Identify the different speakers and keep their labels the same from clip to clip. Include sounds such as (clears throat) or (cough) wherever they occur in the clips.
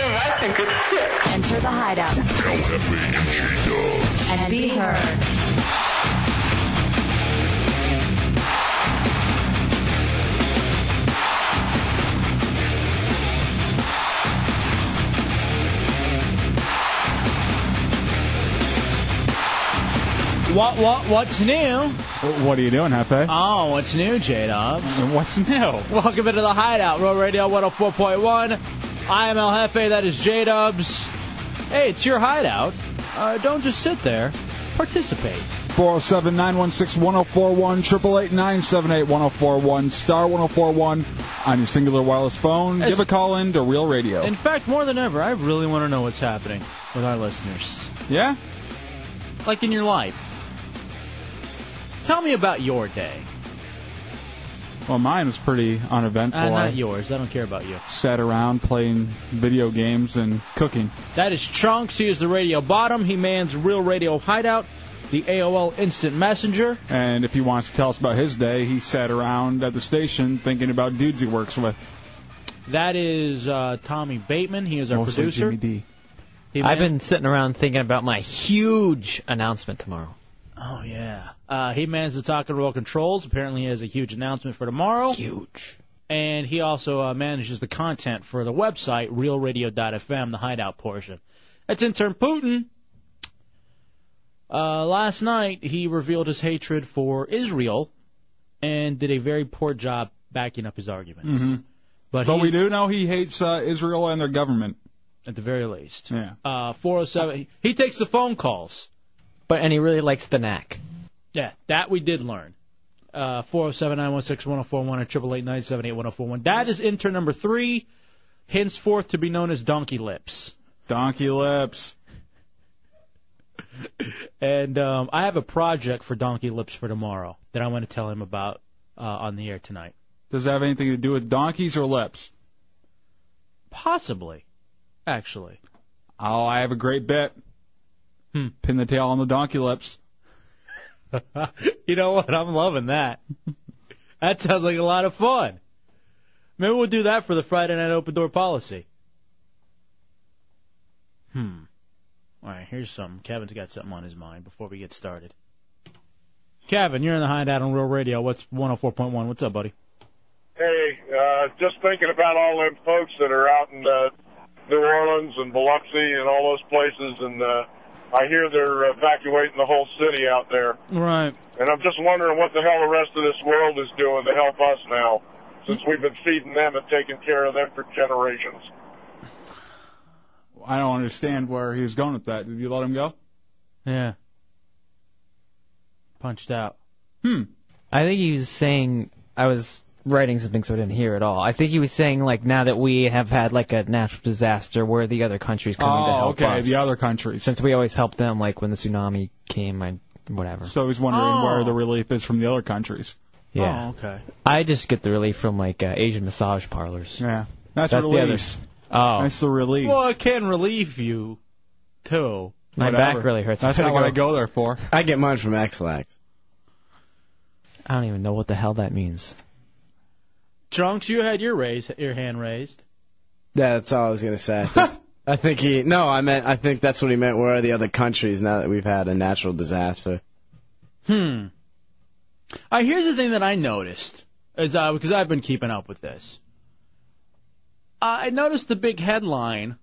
Speaker 1: Enter the hideout and be heard.
Speaker 2: What what what's new?
Speaker 3: What are you doing, Hefe?
Speaker 2: Oh, what's new, J Dub?
Speaker 3: What's new?
Speaker 2: Welcome into the Hideout, Road Radio 104.1. I am El Jefe, that is J Dubs. Hey, it's your Hideout. Uh, don't just sit there, participate.
Speaker 3: 407 916 1041, 888 978 1041, star 1041 on your singular wireless phone. Give a call in to Real Radio.
Speaker 2: In fact, more than ever, I really want to know what's happening with our listeners.
Speaker 3: Yeah?
Speaker 2: Like in your life. Tell me about your day.
Speaker 3: Well, mine was pretty uneventful.
Speaker 2: Uh,
Speaker 3: I
Speaker 2: not yours. I don't care about you.
Speaker 3: sat around playing video games and cooking.
Speaker 2: That is Trunks. He is the radio bottom. He mans Real Radio Hideout, the AOL Instant Messenger.
Speaker 3: And if he wants to tell us about his day, he sat around at the station thinking about dudes he works with.
Speaker 2: That is uh, Tommy Bateman. He is our
Speaker 3: Mostly
Speaker 2: producer.
Speaker 3: Jimmy D.
Speaker 2: The
Speaker 4: I've
Speaker 2: man-
Speaker 4: been sitting around thinking about my huge announcement tomorrow.
Speaker 2: Oh yeah. Uh, he mans the Talk and Roll controls. Apparently, he has a huge announcement for tomorrow. Huge. And he also uh, manages the content for the website RealRadio.fm, the Hideout portion. That's intern Putin. Uh, last night, he revealed his hatred for Israel, and did a very poor job backing up his arguments.
Speaker 3: Mhm.
Speaker 2: Mm-hmm. But,
Speaker 3: But
Speaker 2: he's-
Speaker 3: we do know he hates uh, Israel and their government.
Speaker 2: at the very least.
Speaker 3: Yeah.
Speaker 2: Uh, 407. He takes the phone calls.
Speaker 4: But and he really likes the knack.
Speaker 2: Yeah, that we did learn. Uh, 407-916-1041 and triple eight nine seven eight one zero four one. That is intern number three, henceforth to be known as Donkey Lips.
Speaker 3: Donkey lips.
Speaker 2: And um, I have a project for Donkey Lips for tomorrow that I want to tell him about uh, on the air tonight.
Speaker 3: Does that have anything to do with donkeys or lips?
Speaker 2: Possibly, actually.
Speaker 3: Oh, I have a great bit.
Speaker 2: Hmm.
Speaker 3: Pin the tail on the donkey lips.
Speaker 2: (laughs) you know what? I'm loving that. (laughs) that sounds like a lot of fun. Maybe we'll do that for the Friday night open door policy. Hmm. All right, here's something. Kevin's got something on his mind before we get started. Kevin, you're in the hideout on Real Radio. What's 104.1? What's up, buddy?
Speaker 5: Hey, uh, just thinking about all them folks that are out in uh, New Orleans and Biloxi and all those places, and uh, I hear they're evacuating the whole city out there.
Speaker 2: Right.
Speaker 5: And I'm just wondering what the hell the rest of this world is doing to help us now, since we've been feeding them and taking care of them for generations.
Speaker 3: I don't understand where he was going with that. Did you let him go?
Speaker 2: Yeah. Punched out.
Speaker 3: Hmm.
Speaker 4: I think he was saying I was writing something so I didn't hear it all. I think he was saying like now that we have had like a natural disaster, where are the other countries coming to
Speaker 3: Oh,
Speaker 4: help
Speaker 3: okay.
Speaker 4: us?
Speaker 3: The other countries.
Speaker 4: since we always help them, like when the tsunami came, I whatever.
Speaker 3: so he's wondering
Speaker 2: Oh.
Speaker 3: where the relief is from the other countries.
Speaker 4: yeah,
Speaker 2: Oh, okay.
Speaker 4: I just get the relief from like uh, Asian massage parlors.
Speaker 3: Yeah. That's,
Speaker 4: That's the
Speaker 3: release.
Speaker 4: Oh,
Speaker 3: That's the release.
Speaker 2: Well, it can relieve you, too.
Speaker 4: my
Speaker 3: Whatever.
Speaker 4: back really hurts.
Speaker 3: That's
Speaker 4: (laughs) I
Speaker 3: not
Speaker 4: gotta
Speaker 3: what
Speaker 4: go-
Speaker 3: I go there for.
Speaker 6: I get mine from Axlax.
Speaker 4: I don't even know what the hell that means.
Speaker 2: Trunks, you had your raise, your hand raised.
Speaker 6: Yeah, that's all I was gonna say.
Speaker 2: (laughs)
Speaker 6: I think he. No, I meant. I think that's what he meant. Where are the other countries now that we've had a natural disaster?
Speaker 2: Hmm. Uh, here's the thing that I noticed, as I because I've been keeping up with this. Uh, I noticed the big headline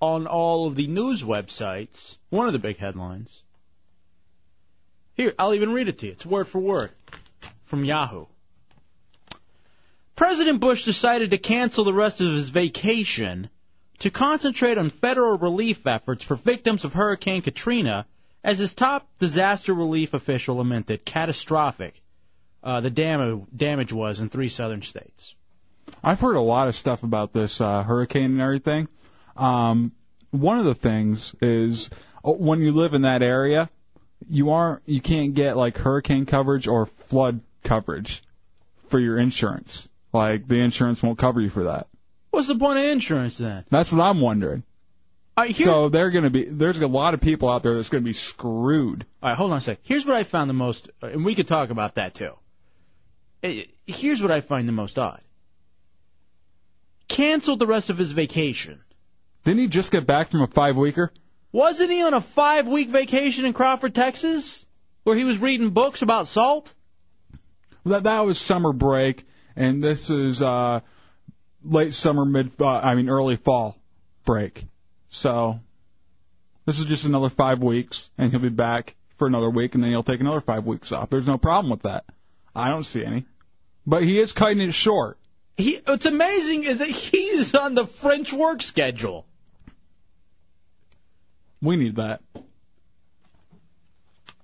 Speaker 2: on all of the news websites. One of the big headlines. Here, I'll even read it to you. It's word for word from Yahoo. President Bush decided to cancel the rest of his vacation to concentrate on federal relief efforts for victims of Hurricane Katrina as his top disaster relief official lamented, catastrophic uh, the dam- damage was in three southern states.
Speaker 3: I've heard a lot of stuff about this uh, hurricane and everything. Um, one of the things is uh, when you live in that area, you aren't you can't get like hurricane coverage or flood coverage for your insurance. Like the insurance won't cover you for that.
Speaker 2: What's the point of insurance then? Uh,
Speaker 3: That's what I'm wondering.
Speaker 2: I hear-
Speaker 3: so they're gonna be there's a lot of people out there that's gonna be screwed.
Speaker 2: All right, hold on a sec. Here's what I found the most, and we could talk about that too. Eh, Here's what I find the most odd. Canceled the rest of his vacation.
Speaker 3: Didn't he just get back from a five weeker?
Speaker 2: Wasn't he on a five week vacation in Crawford, Texas? Where he was reading books about salt?
Speaker 3: That that was summer break, and this is uh, late summer, mid uh, I mean early fall break. So this is just another five weeks, and he'll be back for another week, and then he'll take another five weeks off. There's no problem with that. I don't see any, but he is cutting it short.
Speaker 2: He, what's amazing is that (laughs) he's on the French work schedule.
Speaker 3: We need that.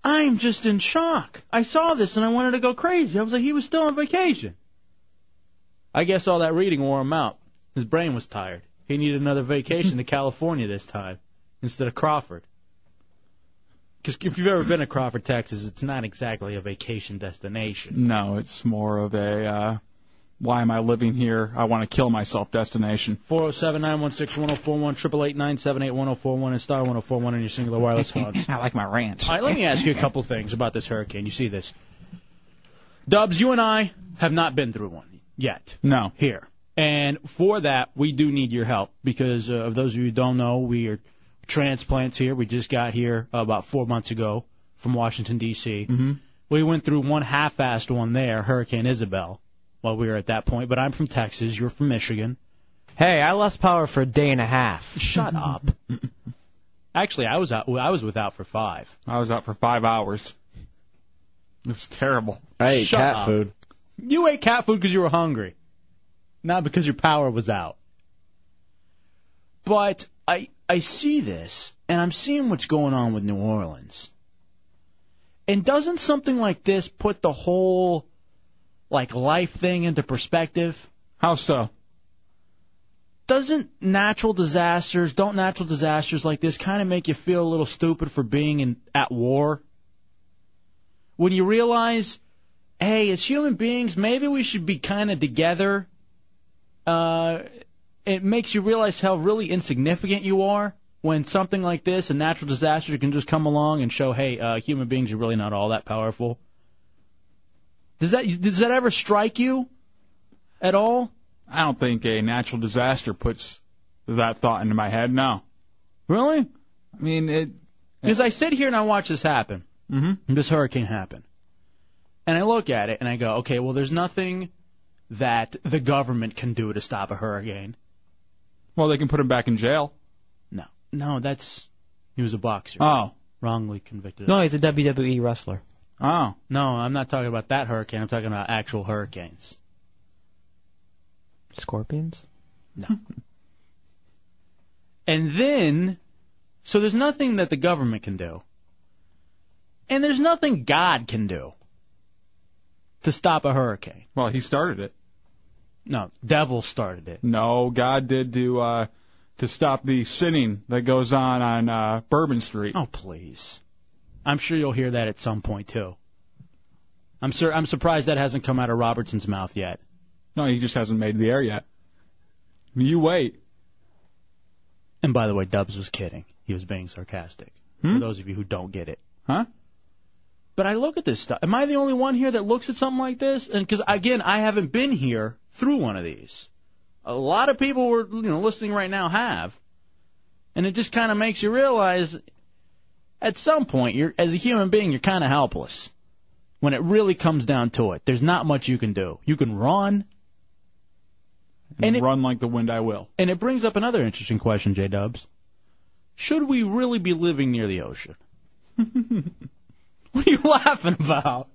Speaker 2: I'm just in shock. I saw this and I wanted to go crazy. I was like, he was still on vacation. I guess all that reading wore him out. His brain was tired. He needed another
Speaker 3: (laughs)
Speaker 2: vacation to California this time instead of Crawford. Because if you've ever been to Crawford, Texas, it's not exactly a vacation destination.
Speaker 3: No, it's more of a uh, why am I living here? I want to kill myself destination.
Speaker 2: 407 916 1041, 888 978 1041, and star 1041 on your
Speaker 4: (laughs)
Speaker 2: singular wireless phones.
Speaker 4: I like my ranch.
Speaker 2: All right, let me ask you a couple things about this hurricane. You see this. Dubs, you and I have not been through one yet.
Speaker 3: No.
Speaker 2: Here. And for that, we do need your help because, uh, of those of you who don't know, we are transplants here. We just got here about four months ago from Washington, D.C.
Speaker 4: Mm-hmm.
Speaker 3: Mhm.
Speaker 2: We went through one half assed one there, Hurricane Isabel, while we were at that point. But I'm from Texas. You're from Michigan.
Speaker 4: Hey, I lost power for a day and
Speaker 3: (laughs)
Speaker 4: a half.
Speaker 2: Shut up. (laughs) Actually, I was out, I was without for five.
Speaker 3: I was out for five hours. It was terrible.
Speaker 6: I ate
Speaker 2: Shut
Speaker 6: cat
Speaker 2: up.
Speaker 6: food.
Speaker 2: You ate cat food because you were hungry, not because your power was out. But I I see this, and I'm seeing what's going on with New Orleans. And doesn't something like this put the whole like life thing into perspective?
Speaker 3: How so?
Speaker 2: Doesn't natural disasters, don't natural disasters like this kind of make you feel a little stupid for being in at war? When you realize hey, as human beings, maybe we should be kind of together. Uh, it makes you realize how really insignificant you are when something like this, a natural disaster, can just come along and show, hey, uh, human beings are really not all that powerful. Does that does that ever strike you at all?
Speaker 3: I don't think a natural disaster puts that thought into my head. No.
Speaker 2: Really?
Speaker 3: I mean, it.
Speaker 2: Because I sit here and I watch this happen.
Speaker 3: hmm
Speaker 2: this hurricane happened. And I look at it and I go, okay, well, there's nothing that the government can do to stop a hurricane.
Speaker 3: Well, they can put him back in jail.
Speaker 2: No, no, that's he was a boxer,
Speaker 3: Oh.
Speaker 2: wrongly convicted.
Speaker 4: No, he's a WWE wrestler.
Speaker 3: Oh.
Speaker 2: no, I'm not talking about that hurricane. I'm talking about actual hurricanes.
Speaker 4: Scorpions?
Speaker 2: (laughs) And then, so there's nothing that the government can do, and there's nothing God can do to stop a hurricane.
Speaker 3: Well, he started it.
Speaker 2: No, devil started it.
Speaker 3: No, God did to uh, to stop the sinning that goes on on uh, Bourbon Street.
Speaker 2: Oh please! I'm sure you'll hear that at some point too. I'm sur- I'm surprised that hasn't come out of Robertson's mouth yet.
Speaker 3: No, he just hasn't made the air yet. You wait.
Speaker 2: And by the way, Dubs was kidding. He was being sarcastic.
Speaker 3: Hmm?
Speaker 2: For those of you who don't get it.
Speaker 3: Huh?
Speaker 2: But I look at this stuff. Am I the only one here that looks at something like this? And because again, I haven't been here through one of these. A lot of people were, you know, listening right now have, and it just kind of makes you realize, at some point, you're as a human being, you're kind of helpless. When it really comes down to it, there's not much you can do. You can run, And it-
Speaker 3: run like the wind I will.
Speaker 2: and it brings up another interesting question, J Dubs. Should we really be living near the ocean? (laughs) what are you laughing about?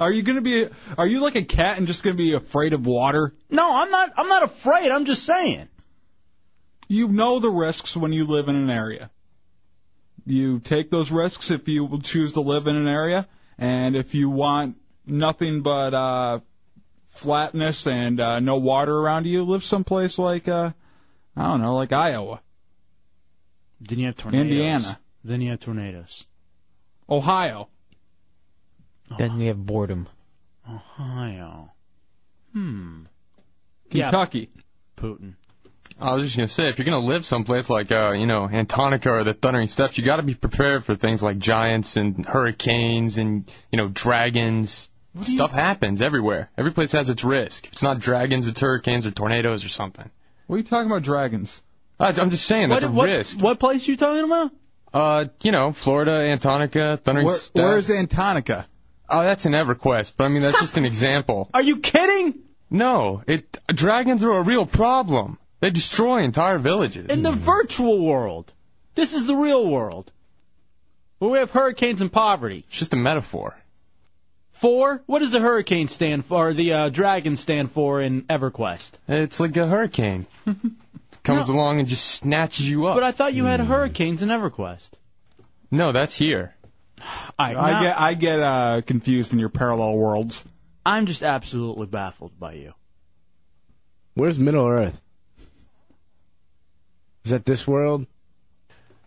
Speaker 3: Are you gonna be? Are you like a cat and just gonna be afraid of water?
Speaker 2: No, I'm not. I'm not afraid. I'm just saying.
Speaker 3: you know the risks when you live in an area. You take those risks if you will choose to live in an area, and if you want nothing but uh, flatness and uh, no water around you, live someplace like uh, I don't know, like Iowa,
Speaker 2: Then you have tornadoes.
Speaker 3: Indiana.
Speaker 2: Then you have tornadoes.
Speaker 3: Ohio.
Speaker 4: Then you have boredom.
Speaker 2: Ohio. Hmm.
Speaker 3: Kentucky.
Speaker 2: Putin.
Speaker 7: I was just gonna say, if you're gonna live someplace like, uh, you know, Antarctica or the Thundering Steps, you gotta be prepared for things like giants and hurricanes and, you know, dragons. Stuff happens everywhere. Every place has its risk. If it's not dragons, it's hurricanes or tornadoes or something.
Speaker 3: What are you talking about, dragons?
Speaker 7: I, I'm just saying that's
Speaker 2: what,
Speaker 7: a
Speaker 2: what,
Speaker 7: risk.
Speaker 2: What place you talking about?
Speaker 7: Uh, you know, Florida, Antarctica, Thundering
Speaker 3: Where,
Speaker 7: Steps.
Speaker 3: where is Antarctica?
Speaker 7: Oh, that's an EverQuest, but I mean that's just
Speaker 2: (laughs)
Speaker 7: an example.
Speaker 2: Are you kidding?
Speaker 7: No, it dragons are a real problem. They destroy entire villages. Mm-hmm.
Speaker 2: In the virtual world. This is the real world. Where we have hurricanes and poverty.
Speaker 7: It's just a metaphor.
Speaker 2: Four? What does the hurricane stand for, or the uh, dragon stand for in EverQuest?
Speaker 7: It's like a
Speaker 2: (laughs)
Speaker 7: hurricane. Comes along and just snatches you up.
Speaker 2: But I thought you
Speaker 3: Hmm.
Speaker 2: had hurricanes in EverQuest.
Speaker 7: No, that's here.
Speaker 3: I
Speaker 2: I, now-
Speaker 3: get I get uh, confused in your parallel worlds.
Speaker 2: I'm just absolutely baffled by you.
Speaker 6: Where's Middle Earth? Is that this world?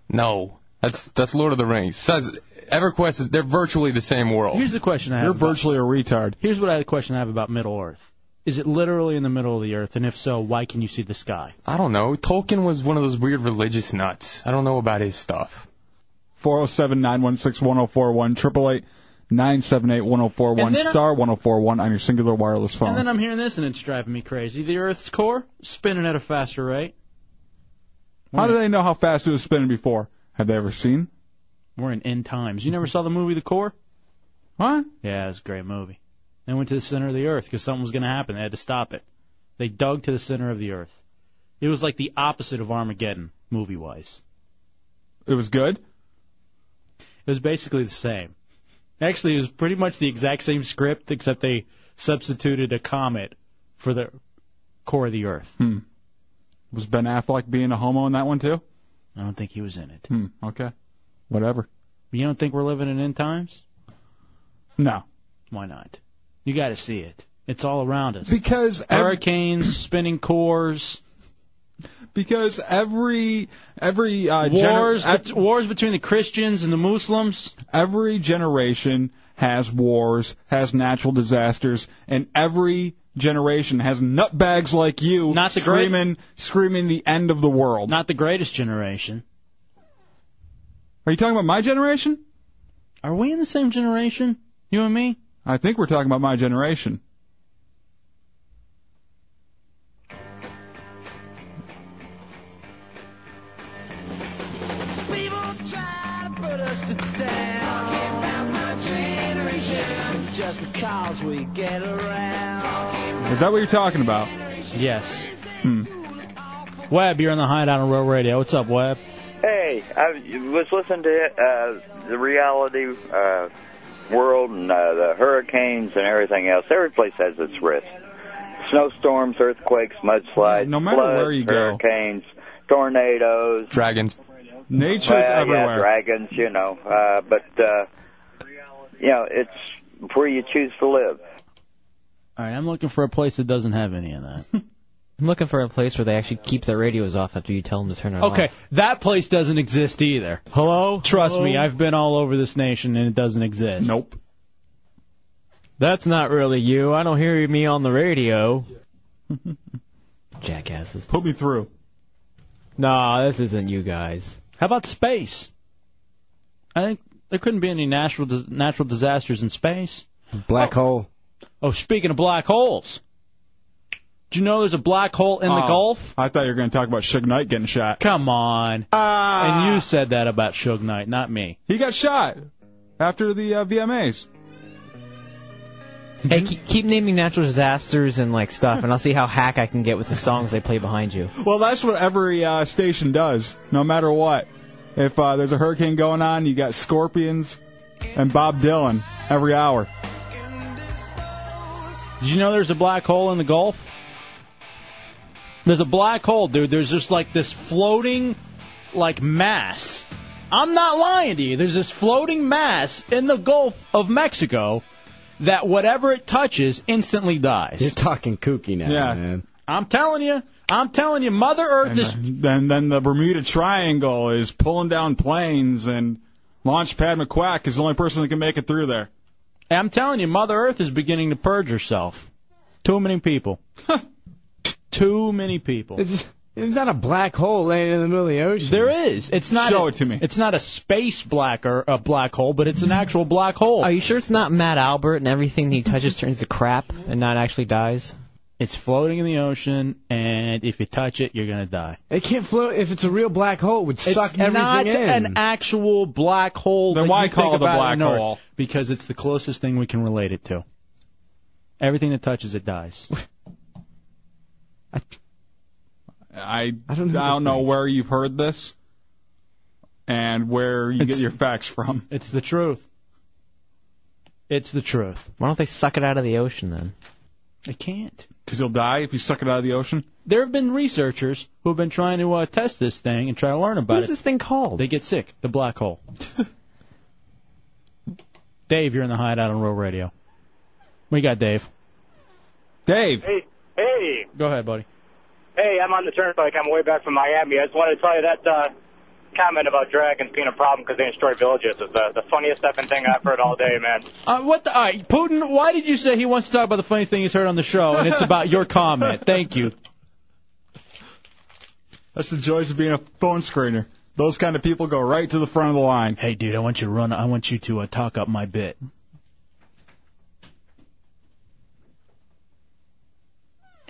Speaker 7: No, that's that's Lord of the Rings. Besides, EverQuest is they're virtually the same world.
Speaker 2: Here's the question I have.
Speaker 3: Oh. You're
Speaker 2: about-
Speaker 3: virtually a retard.
Speaker 2: Here's what I the question I have about Middle Earth. Is it literally in the middle of the earth, and if so, why can you see the sky?
Speaker 7: I don't know. Tolkien was one of those weird religious nuts. I don't know about his stuff.
Speaker 3: 407 916 1041 978 1041
Speaker 2: And then I-
Speaker 3: star 1041 on your singular wireless
Speaker 2: And then
Speaker 3: phone.
Speaker 2: I'm hearing this, and it's driving me crazy. The Earth's core spinning at a faster rate.
Speaker 3: How do they know how fast it was spinning before? Have they ever seen?
Speaker 2: We're in end times. You never saw the movie The Core?
Speaker 3: Huh?
Speaker 2: Yeah, it's a great movie. They went to the center of the earth because something was going to happen. They had to stop it. They dug to the center of the earth. It was like the opposite of Armageddon, movie wise.
Speaker 3: It was good?
Speaker 2: It was basically the same. Actually, it was pretty much the exact same script, except they substituted a comet for the core of the earth.
Speaker 3: Hmm. Was Ben Affleck being a homo in that one too?
Speaker 2: I don't think he was in it.
Speaker 3: Hmm, okay. Whatever.
Speaker 2: You don't think we're living in end times?
Speaker 3: No.
Speaker 2: Why not? You got to see it. It's all around us.
Speaker 3: Because ev-
Speaker 2: Hurricanes, spinning cores,
Speaker 3: because every every uh, gener-
Speaker 2: wars,
Speaker 3: ev-
Speaker 2: bet- wars between the Christians and the Muslims.
Speaker 3: every generation has wars, has natural disasters, and every generation has nutbags like you
Speaker 2: Not the great-
Speaker 3: screaming screaming the end of the world.
Speaker 2: Not the greatest generation.
Speaker 3: Are you talking about my generation?
Speaker 2: Are we in the same generation? You and me?
Speaker 3: I think we're talking about my generation. Is that what you're talking about? Hmm.
Speaker 2: Yes. Webb, you're on the hideout on Row Radio. What's up, Webb?
Speaker 8: Hey, I was listening to uh, the reality uh, world and uh, the hurricanes and everything else. Every place has its risk: snowstorms, earthquakes, mudslides,
Speaker 3: No matter
Speaker 8: floods,
Speaker 3: where you go.
Speaker 8: hurricanes, tornadoes,
Speaker 7: Dragons.
Speaker 3: Nature's
Speaker 8: well, yeah,
Speaker 3: everywhere.
Speaker 8: dragons. You know, uh, but uh, you know, it's where you choose to live.
Speaker 2: All right, I'm looking for a place that doesn't have any of that.
Speaker 4: (laughs) I'm looking for a place where they actually keep their radios off after you tell them to turn it off.
Speaker 2: okay, that place doesn't exist either.
Speaker 4: Hello?
Speaker 2: Trust me, I've been all over this nation and it doesn't exist.
Speaker 3: Nope.
Speaker 4: That's not really you. I don't hear me on the radio. (laughs) Jackasses.
Speaker 3: Put me through.
Speaker 4: Nah, this isn't you guys.
Speaker 2: How about space? I think there couldn't be any natural dis- natural disasters in space.
Speaker 6: Black hole.
Speaker 2: Oh, speaking of black holes, do you know there's a black hole in the
Speaker 3: Oh.
Speaker 2: Gulf?
Speaker 3: I thought you were going to talk about Suge Knight getting shot. Ah.
Speaker 2: Come on. and you said that about Suge Knight, not me.
Speaker 3: He got shot after the uh, VMAs.
Speaker 4: Hey, keep, keep naming natural disasters and like stuff, and I'll see how hack I can get with the songs they play behind you.
Speaker 3: Well, that's what every uh, station does, no matter what. If uh, there's a hurricane going on, you got Scorpions and Bob Dylan every hour.
Speaker 2: Did you know there's a black hole in the Gulf? There's a black hole, dude. There's just like this floating, like mass. I'm not lying to you. There's this floating mass in the Gulf of Mexico that whatever it touches instantly dies. You're
Speaker 6: talking kooky now,
Speaker 3: Yeah.
Speaker 6: man.
Speaker 2: I'm telling you, I'm telling you, Mother Earth
Speaker 3: and
Speaker 2: is
Speaker 3: then then the Bermuda Triangle is pulling down planes, and Launchpad McQuack is the only person that can make it through there.
Speaker 2: And I'm telling you, Mother Earth is beginning to purge herself. Too many people. (laughs) Too many people.
Speaker 6: It's, it's not a black hole laying in the middle of the ocean.
Speaker 2: There is. It's not.
Speaker 6: Show
Speaker 2: a,
Speaker 6: it to me.
Speaker 2: It's not a space black or a black hole, but it's an actual black hole.
Speaker 4: Are you sure it's not Matt Albert and everything he touches turns to crap and not actually dies?
Speaker 2: It's floating in the ocean, and if you touch it, you're gonna die.
Speaker 6: It can't float. If it's a real black hole, it would suck
Speaker 2: it's
Speaker 6: everything
Speaker 2: not
Speaker 6: in.
Speaker 2: an actual black hole.
Speaker 6: Then
Speaker 2: that
Speaker 6: why
Speaker 2: you think
Speaker 6: call it a
Speaker 2: about
Speaker 6: black
Speaker 2: on Earth,
Speaker 6: hole?
Speaker 2: Because it's the closest thing we can relate it to. Everything that touches it dies.
Speaker 3: I I don't know, where you've heard this, and where you get your facts from.
Speaker 2: It's the truth. It's the truth.
Speaker 4: Why don't they suck it out of the ocean then?
Speaker 2: They can't.
Speaker 3: Because you'll die if you suck it out of the ocean.
Speaker 2: There have been researchers who have been trying to uh, test this thing and try to learn about
Speaker 4: What
Speaker 2: it.
Speaker 4: is this thing called?
Speaker 2: They get sick. The black hole. Dave, you're in the hideout on Roll Radio. We got Dave.
Speaker 3: Dave.
Speaker 9: Hey, hey,
Speaker 2: Go ahead, buddy.
Speaker 9: hey! I'm on the turnpike. I'm way back from Miami. I just wanted to tell you that uh, comment about dragons being a problem because they destroy villages is the, the funniest effing thing I've heard all day, man.
Speaker 2: Uh, what the? All right, Putin, why did you say he wants to talk about the funny thing he's heard on the show, and it's about
Speaker 3: (laughs)
Speaker 2: your comment? Thank you.
Speaker 3: That's the joys of being a phone screener. Those kind of people go right to the front of the line.
Speaker 2: Hey, dude, I want you to run. I want you to uh, talk up my bit.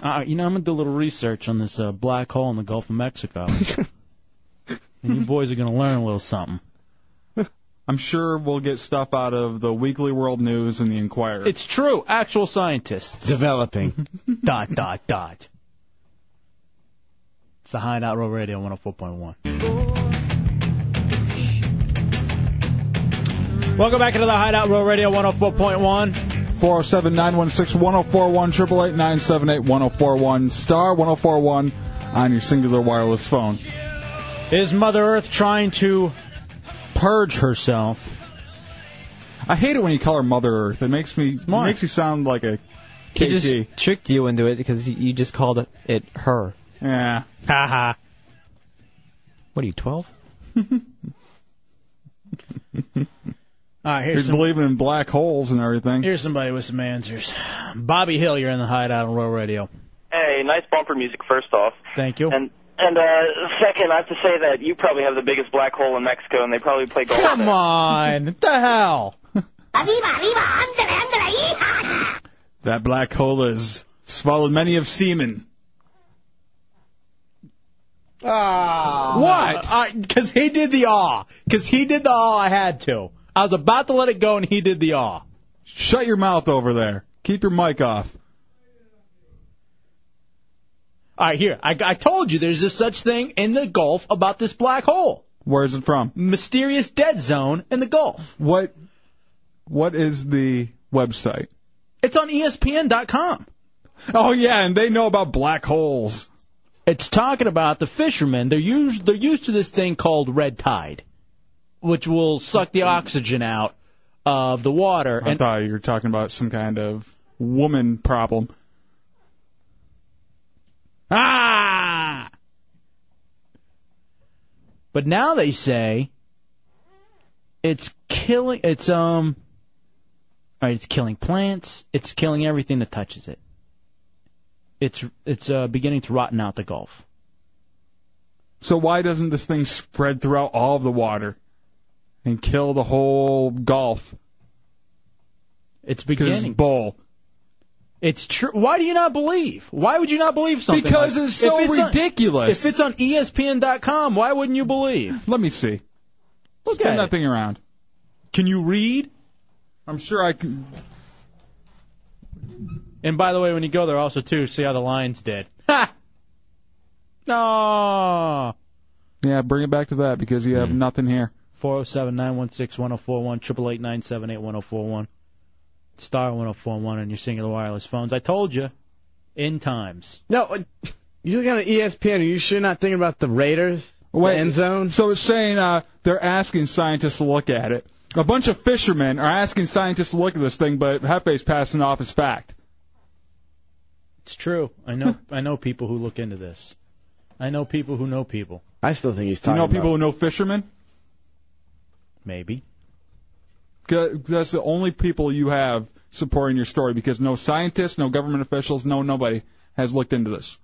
Speaker 2: Uh, you know, I'm gonna do a little research on this uh, black hole in the Gulf of Mexico, and you boys are gonna learn a little something.
Speaker 3: I'm sure we'll get stuff out of the Weekly World News and the Inquirer.
Speaker 2: It's true. Actual scientists.
Speaker 6: Developing.
Speaker 2: (laughs) dot dot dot. It's the Hideout Row Radio 104.1. Welcome back into the Hideout Row Radio 104.1.
Speaker 3: 407 916 1041 888 978 1041 star 1041 on your singular wireless phone.
Speaker 2: Is Mother Earth trying to purge herself?
Speaker 3: I hate it when you call her Mother Earth. It makes me it makes you sound like a
Speaker 4: He
Speaker 3: KG.
Speaker 4: just tricked you into it because you you just called it, it her.
Speaker 3: Yeah.
Speaker 2: Haha.
Speaker 4: What are you, 12?
Speaker 2: All right,
Speaker 3: He's
Speaker 2: here's some,
Speaker 3: believing in black holes and everything.
Speaker 2: here's somebody with some answers. Bobby Hill, you're in the Hideout on Row Radio.
Speaker 10: Hey, nice bumper music, first off.
Speaker 2: Thank you.
Speaker 10: And and uh, second, I have to say that you probably have the biggest black hole in Mexico, and they probably play golf.
Speaker 2: (laughs) Come
Speaker 10: there.
Speaker 2: on, what the hell?
Speaker 3: That black hole has swallowed many of semen.
Speaker 2: Ah. What? Because he did the awe. Because he did the awe, Oh, I had to. I was about to let it go, and he did the awe.
Speaker 3: Shut your mouth over there. Keep your mic off.
Speaker 2: All right, here. I, I told you there's this such thing in the Gulf about this black hole.
Speaker 3: Where's it from?
Speaker 2: Mysterious dead zone in the Gulf.
Speaker 3: What what is the website?
Speaker 2: It's on E ESPN.com.
Speaker 3: Oh yeah, and they know about black holes.
Speaker 2: It's talking about the fishermen. They're used they're used to this thing called red tide, which will suck the oxygen out of the water.
Speaker 3: I
Speaker 2: And
Speaker 3: thought you were talking about some kind of woman problem.
Speaker 2: ah! But now they say it's killing. It's um. All right, it's killing plants. It's killing everything that touches it. It's it's uh, beginning to rotten out the Gulf.
Speaker 3: So why doesn't this thing spread throughout all of the water and kill the whole Gulf?
Speaker 2: It's
Speaker 3: it's
Speaker 2: beginning.
Speaker 3: bull.
Speaker 2: It's true. Why do you not believe? Why would you not believe something?
Speaker 3: Because
Speaker 2: like-
Speaker 3: it's so
Speaker 2: If on-
Speaker 3: ridiculous.
Speaker 2: if it's on E ESPN.com, why wouldn't you believe?
Speaker 3: Let me see.
Speaker 2: Look
Speaker 3: Spin
Speaker 2: at
Speaker 3: that
Speaker 2: it.
Speaker 3: thing around.
Speaker 2: Can you read?
Speaker 3: I'm sure I can.
Speaker 2: And by the way, when you go there, also too, see how the
Speaker 3: (laughs)
Speaker 2: lines did. Ha! No. Hmm.
Speaker 3: Yeah, bring it back to that because you have nothing here.
Speaker 2: Four zero seven nine one six one zero four one triple eight nine seven eight one zero four one star one zero four one on your singular wireless phones. I told you, in times.
Speaker 6: No, uh, you E look on ESPN. Are you sure not thinking about the Raiders? The end zone?
Speaker 3: So it's saying uh, they're asking scientists to look at it. A bunch of fishermen are asking scientists to look at this thing, but Hefe's passing it off as fact.
Speaker 2: It's true. I know. I know people who look into this. I know people who know people.
Speaker 6: I still think he's
Speaker 3: You
Speaker 6: talking
Speaker 3: know
Speaker 6: about
Speaker 3: people who know fishermen?
Speaker 2: Maybe.
Speaker 3: 'Cause That's the only people you have supporting your story because no scientists, no government officials, no nobody has looked into this.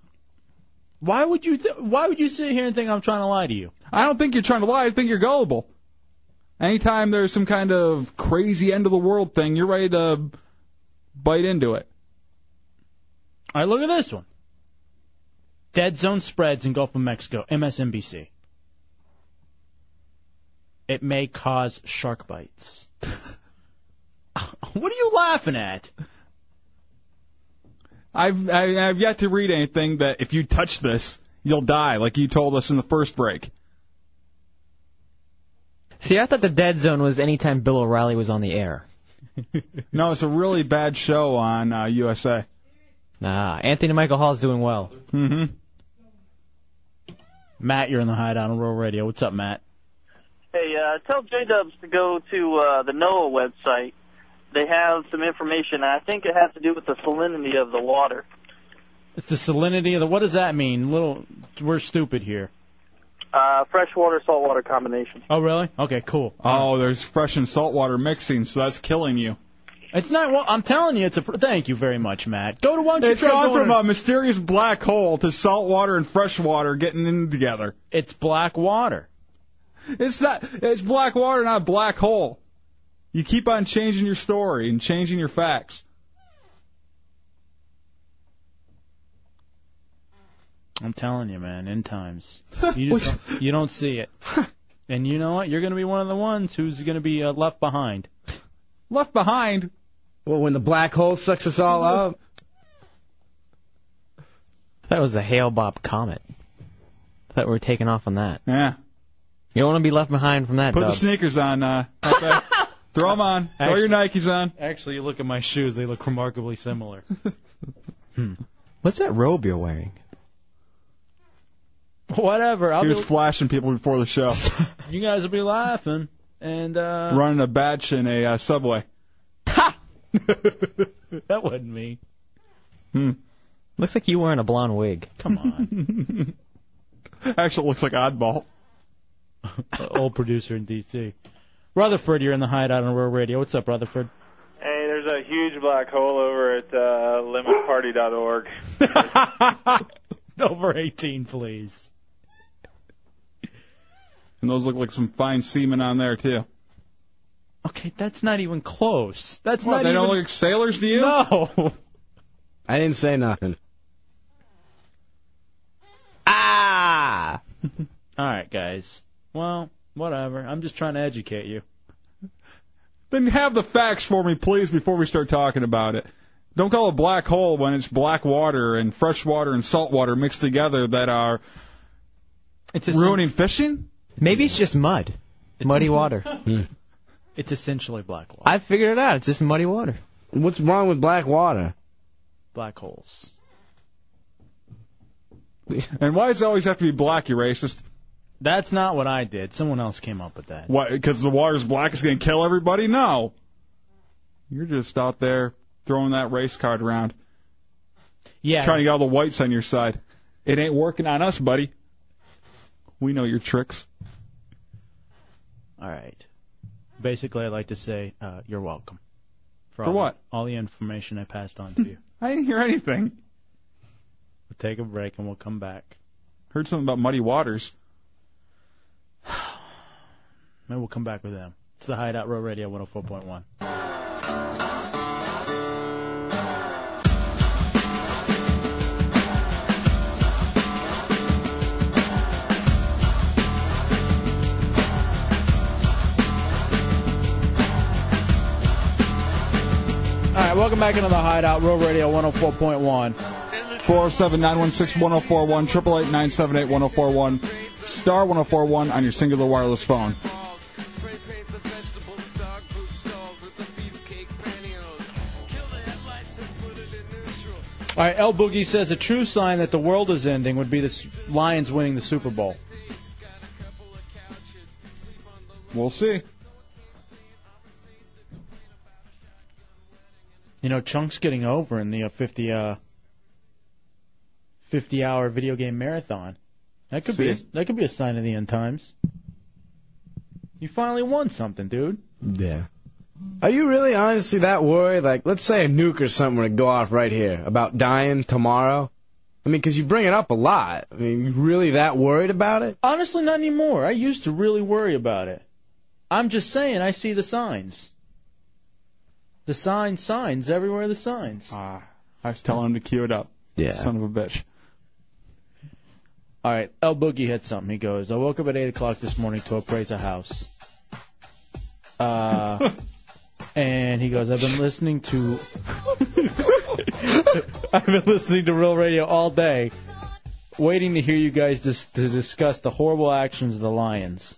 Speaker 2: Why would you? Th- why would you sit here and think I'm trying to lie to you?
Speaker 3: I don't think you're trying to lie. I think you're gullible. Anytime there's some kind of crazy end of the world thing, you're ready to bite into it.
Speaker 2: All right, look at this one. Dead zone spreads in Gulf of Mexico, MSNBC. It may cause shark bites. what are you laughing at?
Speaker 3: I've I, I've yet to read anything that if you touch this, you'll die, like you told us in the first break.
Speaker 4: See, I thought the dead zone was anytime Bill O'Reilly was on the air.
Speaker 3: (laughs) No, it's a really bad show on uh, USA.
Speaker 2: Ah,
Speaker 4: Nah, Anthony Michael Hall's doing well.
Speaker 3: Mm-hmm.
Speaker 2: Matt, you're in the hideout on Rural Radio. What's up, Matt?
Speaker 11: Hey, uh, tell J Dubs to go to uh, the NOAA website. They have some information. and I think it has to do with the salinity of the water.
Speaker 2: It's the salinity of the. What does that mean? Little, we're stupid here.
Speaker 11: Uh, freshwater
Speaker 12: (sighs)
Speaker 11: saltwater combination.
Speaker 2: Oh, really? Okay, cool.
Speaker 3: Oh, there's fresh and saltwater mixing, so that's killing you.
Speaker 2: It's not. Well, I'm telling you, it's a. pr- Thank you very much, Matt. Go to one.
Speaker 3: It's gone from a mysterious black hole to saltwater and freshwater getting in together.
Speaker 2: It's black water.
Speaker 3: It's not. It's black water, not black hole. You keep on changing your story and changing your facts.
Speaker 2: I'm telling you, man. End (laughs) times. You just don't, you don't (laughs) see it. And you know what? You're going to be one of the ones who's going to be uh, left (laughs) behind.
Speaker 3: Left behind.
Speaker 6: Well, when the black hole sucks us all up.
Speaker 4: That was the Hale Bob comet. Thought we were taking off on that.
Speaker 3: Yeah.
Speaker 4: You don't want to be left behind from that.
Speaker 3: Put the
Speaker 4: Dubs.
Speaker 3: sneakers on. Uh,
Speaker 2: (laughs)
Speaker 3: Pepe. Throw 'em on. Throw your Nikes on.
Speaker 2: Actually, you look at my shoes. They look
Speaker 3: (laughs)
Speaker 2: remarkably similar.
Speaker 3: Hmm.
Speaker 4: What's that robe you're wearing?
Speaker 2: Whatever. I'll
Speaker 3: He
Speaker 2: be,
Speaker 3: was flashing people before the
Speaker 2: (laughs)
Speaker 3: show,
Speaker 2: you guys will be laughing. And uh
Speaker 3: running a batch in a uh, subway.
Speaker 2: (laughs) that wasn't me.
Speaker 3: Hmm.
Speaker 4: Looks like you wearing a blonde wig.
Speaker 2: Come on.
Speaker 3: Actually, it looks like Oddball.
Speaker 2: (laughs) Old producer in D.C. Rutherford, you're in the hideout on Rural Radio. What's up, Rutherford? (laughs)
Speaker 13: Hey, there's a huge black hole over at uh, lemonparty.org.
Speaker 2: Over 18, please.
Speaker 3: (laughs) And those look like some fine semen on there too.
Speaker 2: Okay, that's not even close. That's
Speaker 3: What,
Speaker 2: not
Speaker 3: they
Speaker 2: even.
Speaker 3: don't look like sailors to you?
Speaker 2: No.
Speaker 6: (laughs) I didn't say nothing.
Speaker 2: Ah. (laughs) All right, guys. Well, whatever. I'm just trying to educate you.
Speaker 3: Then have the facts for me, please, before we start talking about it. Don't call a black hole when it's black water and fresh water and salt water mixed together that are ruining fishing.
Speaker 4: Maybe it's just mud. (laughs) Muddy water.
Speaker 2: (laughs) It's essentially black
Speaker 4: I figured it out. It's just muddy water.
Speaker 6: What's wrong with black water?
Speaker 2: black holes.
Speaker 3: And why does it always have to be black? You racist.
Speaker 2: That's not what I did. Someone else came up with that.
Speaker 3: What? Because the water's black, it's gonna kill everybody? No. You're just out there throwing that race card around.
Speaker 2: Yeah.
Speaker 3: Trying to get all the whites on your side. It ain't working on us, buddy. We know your tricks.
Speaker 2: All right. Basically, I'd like to say uh, you're welcome.
Speaker 3: For
Speaker 2: all,
Speaker 3: what?
Speaker 2: All the information I passed on to you.
Speaker 3: (laughs) I didn't hear anything.
Speaker 2: We'll take a break and we'll come back.
Speaker 3: Heard something about muddy waters.
Speaker 2: (sighs) Maybe we'll come back with them. It's the Hideout Row Radio 104.1. All right, welcome back into the Hideout Row Radio 104.1.
Speaker 3: 407-916-1041, 888-978-1041, star 1041 on your singular wireless phone.
Speaker 2: All right, El Boogie says a true sign that the world is ending would be the S- Lions winning the Super Bowl.
Speaker 3: We'll see.
Speaker 2: You know, Chunk's getting over in the uh, 50 uh, 50 hour video game marathon. That could be a,
Speaker 3: See?
Speaker 2: that could be a sign of the end times. You finally won something, dude.
Speaker 6: Yeah. Are you really honestly that worried? Like, let's say a nuke or something were to go off right here about dying tomorrow. I mean, 'cause you bring it up a lot. I mean, you really that worried about it?
Speaker 2: Honestly, not anymore. I used to really worry about it. I'm just saying, I see the signs. The sign signs everywhere. The signs.
Speaker 3: Ah, I was telling him to cue it up.
Speaker 2: Yeah.
Speaker 3: Son of a bitch.
Speaker 2: All right, El Boogie had something. He goes, I woke up at 8 o'clock this morning to appraise a house. Uh, and he goes, I've been listening to. (laughs) I've been listening to Real Radio all day, waiting to hear you guys dis- to discuss the horrible actions of the Lions,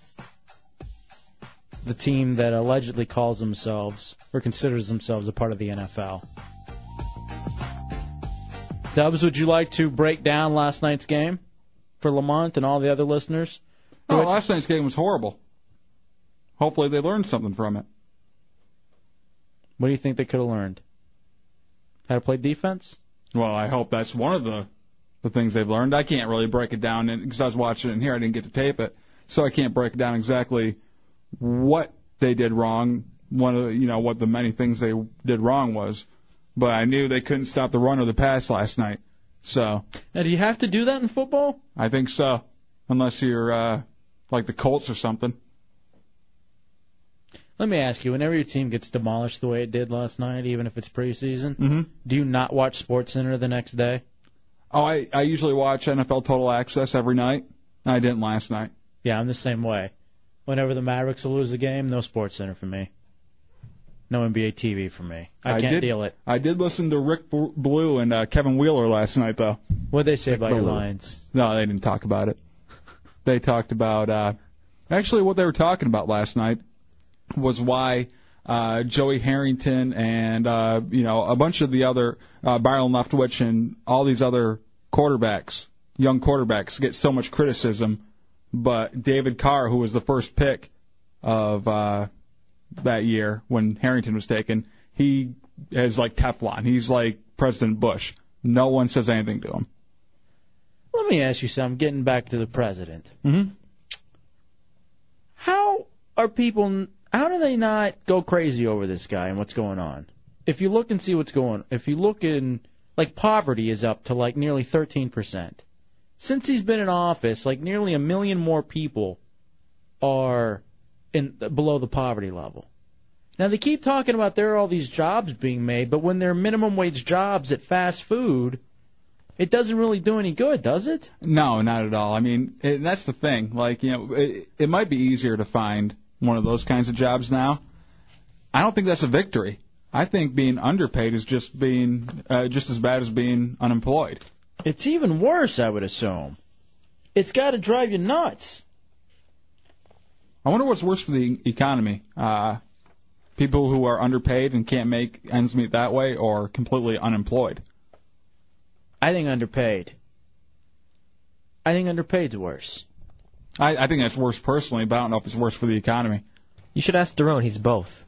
Speaker 2: the team that allegedly calls themselves or considers themselves a part of the NFL. Dubs, would you like to break down last night's game for Lamont and all the other listeners?
Speaker 3: Oh, last night's game was horrible. Hopefully they learned something from it.
Speaker 2: What do you think they could have learned? How to play defense?
Speaker 3: Well, I hope that's one of the the things they've learned. I can't really break it down because I was watching it in here. I didn't get to tape it, so I can't break down exactly what they did wrong. One of the, you know what the many things they did wrong was, but I knew they couldn't stop the run or the pass last night. So
Speaker 2: Now, do you have to do that in football?
Speaker 3: I think so, unless you're uh, like the Colts or something.
Speaker 2: Let me ask you: Whenever your team gets demolished the way it did last night, even if it's preseason,
Speaker 3: Mhm.
Speaker 2: do you not watch Sports Center the next day?
Speaker 3: Oh, I I usually watch NFL Total Access every night. I didn't last night.
Speaker 2: Yeah, I'm the same way. Whenever the Mavericks will lose the game, no Sports Center for me. No NBA TV for me. I, can't
Speaker 3: did,
Speaker 2: deal it.
Speaker 3: I did listen to Rick Bl- Blue and uh, Kevin Wheeler last night, though.
Speaker 2: What they say about your
Speaker 3: Blue.
Speaker 2: Lions?
Speaker 3: No, they didn't talk about it. (laughs) They talked about uh, actually what they were talking about last night was why uh, Joey Harrington and uh, you know a bunch of the other uh, Byron Leftwich and all these other quarterbacks, young quarterbacks, get so much criticism, but David Carr, who was the first pick of uh, that year when Harrington was taken, he is like Teflon. He's like President Bush. No one says anything to him.
Speaker 2: Let me ask you something. Getting back to the president,
Speaker 3: Mm-hmm.
Speaker 2: how are people? How do they not go crazy over this guy and what's going on? If you look and see what's going, if you look in, like poverty is up to like nearly 13 percent. Since he's been in office, like nearly a million more people are in below the poverty level. Now they keep talking about there are all these jobs being made, but when there are minimum wage jobs at fast food, it doesn't really do any good, does it?
Speaker 3: No, not at all. I mean, it, that's the thing. Like, you know, it, it might be easier to find one of those kinds of jobs now. I don't think that's a victory. I think being underpaid is just being uh, just as bad as being unemployed.
Speaker 2: It's even worse, I would assume. It's got to drive you nuts.
Speaker 3: I wonder what's worse for the economy: uh, people who are underpaid and can't make ends meet that way, or completely unemployed.
Speaker 2: I think underpaid. I think underpaid's worse.
Speaker 3: I, I think that's worse personally, but I don't know if it's worse for the economy.
Speaker 14: You should ask Daron. Oh, He's both.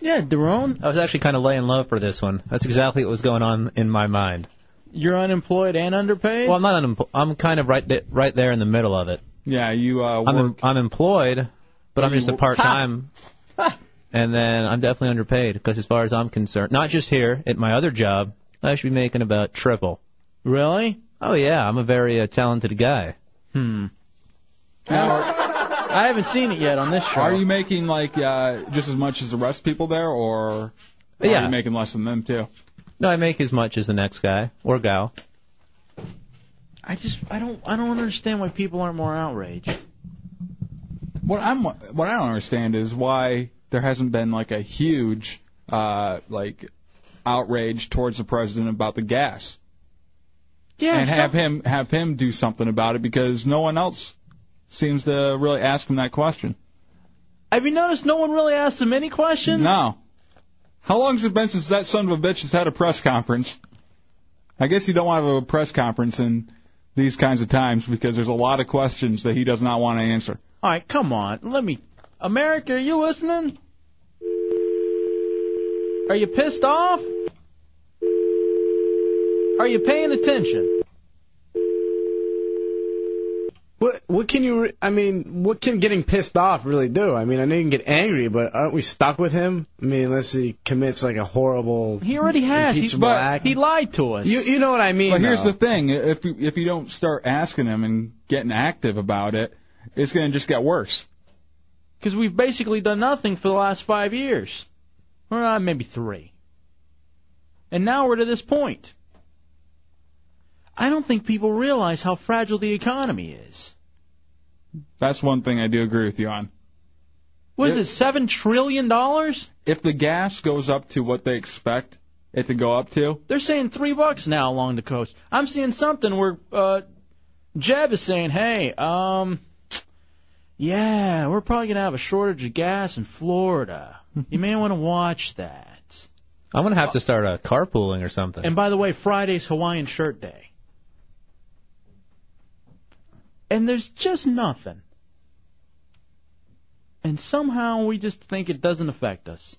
Speaker 2: Yeah, Daron.
Speaker 14: I was actually kind of laying low for this one. That's exactly what was going on in my mind.
Speaker 2: You're unemployed and underpaid.
Speaker 14: Well, I'm not unemployed. I'm kind of right th- right there in the middle of it.
Speaker 3: Yeah, you. Uh,
Speaker 14: I'm em- I'm employed, but I'm just a part time.
Speaker 2: Ha!
Speaker 14: (laughs) and then I'm definitely underpaid because, as far as I'm concerned, not just here at my other job, I should be making about triple.
Speaker 2: Really?
Speaker 14: Oh yeah, I'm a very uh, talented guy.
Speaker 2: Hmm. I haven't seen it yet on this show.
Speaker 3: Are you making like uh, just as much as the rest of people there, or are
Speaker 14: Yeah.
Speaker 3: you making less than them too?
Speaker 14: No, I make as much as the next guy or gal.
Speaker 2: I just I don't I don't understand why people aren't more outraged.
Speaker 3: What I'm what I don't understand is why there hasn't been like a huge uh like outrage towards the president about the gas.
Speaker 2: Yeah,
Speaker 3: and have him have him do something about it because no one else seems to really ask him that question.
Speaker 2: Have you noticed no one really asked him any questions?
Speaker 3: No. How long has it been since that son of a bitch has had a press conference? I guess you don't want to have a press conference in these kinds of times because there's a lot of questions that he does not want to answer.
Speaker 2: All right, come on. Let me. America, are you listening? Are you pissed off? Are you paying attention?
Speaker 6: What what can you? re- I mean, what can getting pissed off really do? I mean, I know you can get angry, but aren't we stuck with him? I mean, unless he commits like a horrible.
Speaker 2: He already has. He's,
Speaker 6: impeachable
Speaker 2: but
Speaker 6: act.
Speaker 2: he lied to us.
Speaker 6: You you know what I mean?
Speaker 3: But here's
Speaker 6: though.
Speaker 3: the thing: if you, if you don't start asking him and getting active about it, it's gonna just get worse.
Speaker 2: Because we've basically done nothing for the last five years. Or uh, maybe three. And now we're to this point. I don't think people realize how fragile the economy is.
Speaker 3: That's one thing I do agree with you on.
Speaker 2: What is it, $7 trillion?
Speaker 3: If the gas goes up to what they expect it to go up to,
Speaker 2: They're saying three bucks now along the coast. I'm seeing something where uh, Jeb is saying, "Hey, um, yeah, we're probably gonna have a shortage of gas
Speaker 3: (laughs)
Speaker 2: in Florida. You may want to watch that."
Speaker 14: I'm gonna have to start uh, carpooling or something.
Speaker 2: And by the way, Friday's Hawaiian Shirt Day. And there's just nothing. And somehow we just think it doesn't affect us.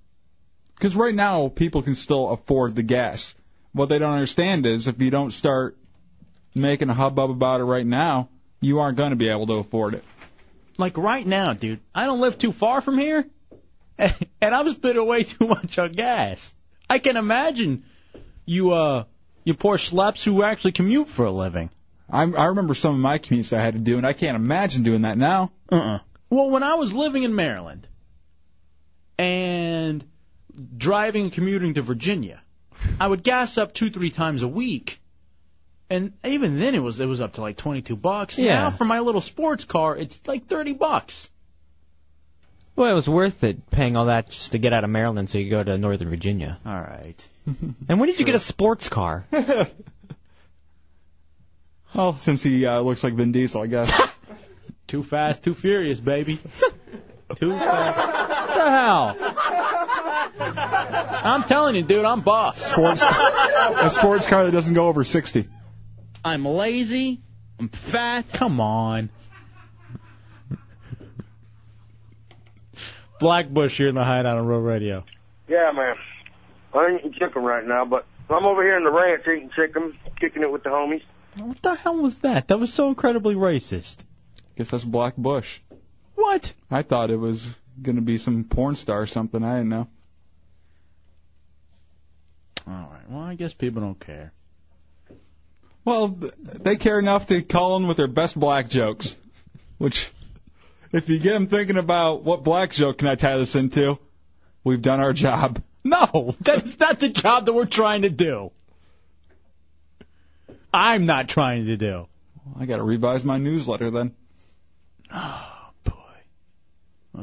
Speaker 3: because right now people can still afford the gas. What they don't understand is if you don't start making a hubbub about it right now, you aren't gonna be able to afford it.
Speaker 2: Like right now, dude, I don't live too far from here, (laughs) and I'm spending way too much on gas. I can imagine you, uh, you poor schleps who actually commute for a living.
Speaker 3: I I remember some of my commutes I had to do, and I can't imagine doing that now.
Speaker 2: Uh-uh. Well, when I was living in Maryland and driving and commuting to Virginia, I would gas up two, three times a week. And even then, it was it was up to like twenty two bucks.
Speaker 4: Yeah.
Speaker 2: Now for my little sports car, it's like thirty (laughs) bucks.
Speaker 4: Well, it was worth it paying all that just to get out of Maryland so you go to Northern Virginia.
Speaker 2: All right.
Speaker 4: and when did you get a sports car?
Speaker 3: Well, since he uh, looks like Vin Diesel, I guess.
Speaker 2: too fast, too furious, baby. too fast. What the hell? I'm telling you, dude, I'm buff.
Speaker 3: Sports, a sports car that doesn't go over 60.
Speaker 2: I'm lazy. I'm fat. Come on. Blackbush here in the hideout on Real Radio.
Speaker 15: Yeah, man. I ain't eating chicken right now, but I'm over here in the ranch eating chicken, kicking it with the homies.
Speaker 2: What the hell was that? That was so incredibly racist.
Speaker 3: Guess that's Black Bush.
Speaker 2: What?
Speaker 3: I thought it was gonna be some porn star or something. I didn't know.
Speaker 2: All right. Well, I guess people don't care.
Speaker 3: Well, th- they care enough to call in with their best black jokes, which, if you get them thinking about what black joke can I tie this into, we've done our job. (laughs)
Speaker 2: No, that's not the job that we're trying to do. I'm not trying to do.
Speaker 3: I gotta revise my newsletter then.
Speaker 2: Look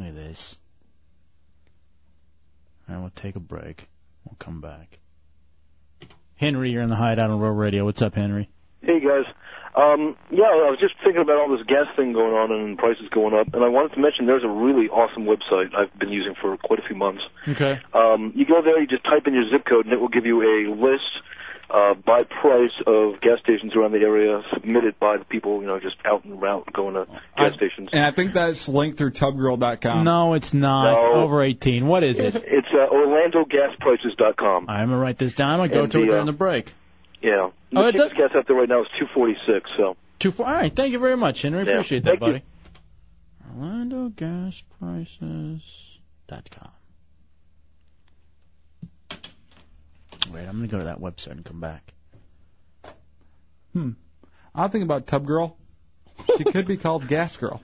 Speaker 2: at this. All right, we'll take a break. We'll come back. Henry, you're in the hideout on Real Radio. What's up, Henry?
Speaker 12: Hey guys. Um, yeah, I was just thinking about all this gas thing going on and prices going up, and I wanted to mention there's a really awesome website I've been using for quite a few months.
Speaker 3: Okay.
Speaker 12: Um, you go there, you just type in your zip code, and it will give you a list uh, by price of gas stations around the area, submitted by the people you know just out and route going to gas stations.
Speaker 3: And I think that's linked through tubgirl.com.
Speaker 2: No, it's not. It's
Speaker 12: No.
Speaker 2: over 18. What is it?
Speaker 12: It's uh, OrlandoGasPrices.com.
Speaker 2: I'm gonna write this down. I go
Speaker 12: And
Speaker 2: to it
Speaker 12: the, uh,
Speaker 2: during the break.
Speaker 12: Yeah. The
Speaker 2: Oh, it
Speaker 12: cheapest gas out there right now is 246. So.
Speaker 2: Two four. All right. Thank you very much, Henry.
Speaker 12: Yeah.
Speaker 2: Appreciate that,
Speaker 12: Thank you.
Speaker 2: buddy. OrlandoGasPrices.com. Wait, I'm gonna go to that website and come back.
Speaker 3: (laughs) Hmm. I'll think about Tub Girl. She could be called Gas Girl.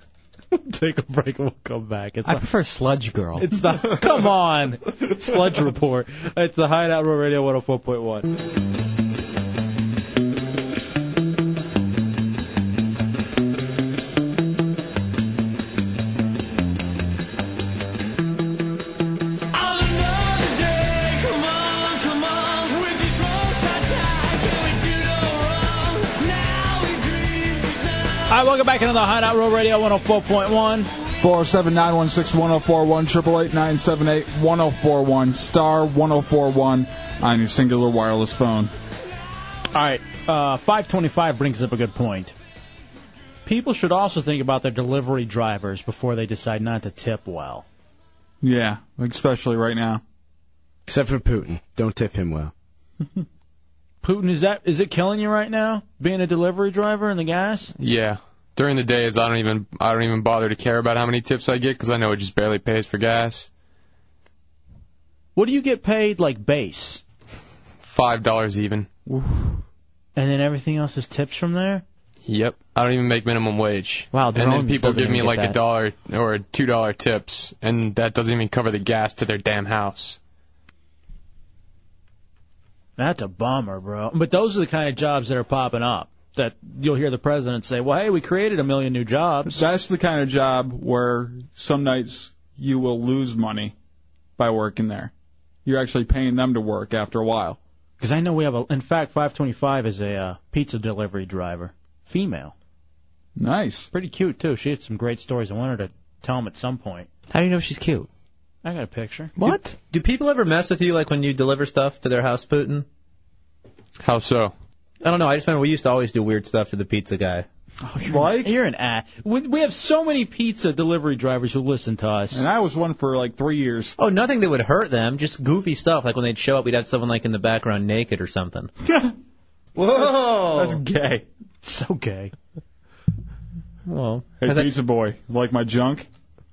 Speaker 2: (laughs) Take a break and we'll come back. It's
Speaker 4: I
Speaker 2: not-
Speaker 4: prefer Sludge Girl.
Speaker 2: (laughs) It's
Speaker 3: (laughs)
Speaker 2: the come on sludge report. It's the Hideout Row Radio 104.1. All right, welcome back into the Hideout Row Radio 104.1.
Speaker 3: 407 916 1041, 888 978 1041, star 1041 on your singular wireless phone.
Speaker 2: All right, uh, 525 brings up a good point. People should also think about their delivery drivers before they decide not to tip well.
Speaker 3: Yeah, especially right now.
Speaker 6: Except for Putin, don't tip him well.
Speaker 2: Putin, is that is it killing you right now? Being a delivery driver and the gas?
Speaker 7: Yeah. During the days, I don't even I don't even bother to care about how many tips I get because I know it just barely pays for gas.
Speaker 2: What do you get paid like base?
Speaker 7: Five dollars even.
Speaker 2: And then everything else is tips from there?
Speaker 7: Yep. I don't even make minimum wage.
Speaker 2: Wow,
Speaker 7: And then
Speaker 2: Drone
Speaker 7: people
Speaker 2: doesn't
Speaker 7: give me
Speaker 2: even get
Speaker 7: like a
Speaker 2: that.
Speaker 7: dollar or a two dollar tips, and that doesn't even cover the gas to their damn house.
Speaker 2: That's a bummer, bro. But those are the kind of jobs that are popping up that you'll hear the president say, "Well, hey, we created a million new jobs."
Speaker 3: That's the kind of job where some nights you will lose money by working there. You're actually paying them to work after a while.
Speaker 2: Because I know we have a. In fact, 525 is a uh, pizza delivery driver, female.
Speaker 3: Nice.
Speaker 2: Pretty cute too. She had some great stories. I want her to tell them at some point.
Speaker 14: How do you know she's cute?
Speaker 2: I got
Speaker 3: (laughs)
Speaker 2: a picture.
Speaker 14: What? Do, do people ever mess with you like when you deliver stuff to their house, Putin?
Speaker 7: How so?
Speaker 14: I don't know. I just remember we used to always do weird stuff to the pizza guy.
Speaker 2: Like Oh, you're an ass. We, we have so many pizza delivery drivers who listen to us.
Speaker 3: And I was one for like three years.
Speaker 14: Oh, nothing that would hurt them. Just goofy stuff. Like when they'd show up, we'd have someone like in the background naked or something.
Speaker 3: Whoa. That's, that's gay.
Speaker 2: So gay.
Speaker 14: Well,
Speaker 3: Hey,
Speaker 14: Has that-
Speaker 3: pizza boy, like my junk?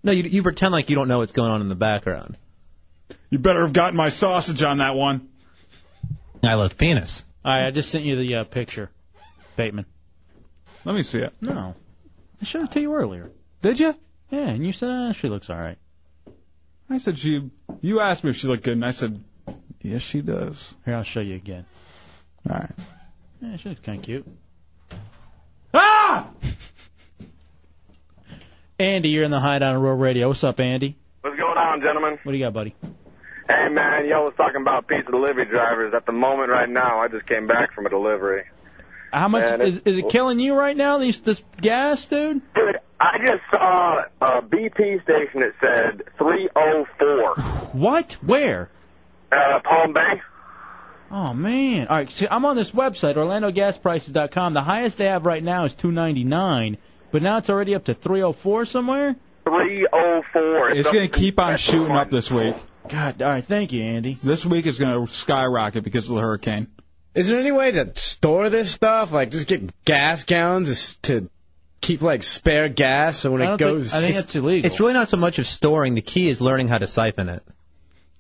Speaker 14: no, you, you pretend like you don't know what's going on in the background.
Speaker 3: You better have gotten my sausage on that one.
Speaker 14: I love penis.
Speaker 2: All right, I just sent you the uh, picture, Bateman.
Speaker 3: Let me see it. Oh.
Speaker 2: No, I showed it to you earlier.
Speaker 3: Did you?
Speaker 2: Yeah, and you said ah, she looks all right.
Speaker 3: I said she. You asked me if she looked good, and I said, yes, she does.
Speaker 2: Here, I'll show you again.
Speaker 3: All right.
Speaker 2: Yeah, she looks kind of cute.
Speaker 3: Ah!
Speaker 2: (laughs) Andy, you're in the hideout on Rural Radio. What's up, Andy?
Speaker 15: What's going on, gentlemen?
Speaker 2: What do you got, buddy?
Speaker 15: Hey, man, y'all was talking about pizza delivery drivers. At the moment right now, I just came back from a delivery.
Speaker 2: How much
Speaker 15: Man,
Speaker 2: is,
Speaker 15: it's-
Speaker 2: is it killing you right now? These this gas, dude.
Speaker 15: Dude, I just saw a BP station that said 304.
Speaker 2: What? Where?
Speaker 15: Uh, Palm Bay?
Speaker 2: Oh man! All right, see, I'm on this website, OrlandoGasPrices.com. The highest they have right now is 2.99, but now it's already up to 3.04 somewhere.
Speaker 15: 304.
Speaker 3: It's going to keep on shooting up this week.
Speaker 2: God, all right, thank you, Andy.
Speaker 3: This week is going to skyrocket because of the hurricane.
Speaker 6: Is there any way to store this stuff? Like, just get gas gallons is- to keep like spare gas, so when it goes,
Speaker 2: illegal.
Speaker 14: It's really not so much of storing. The key is learning how to siphon it.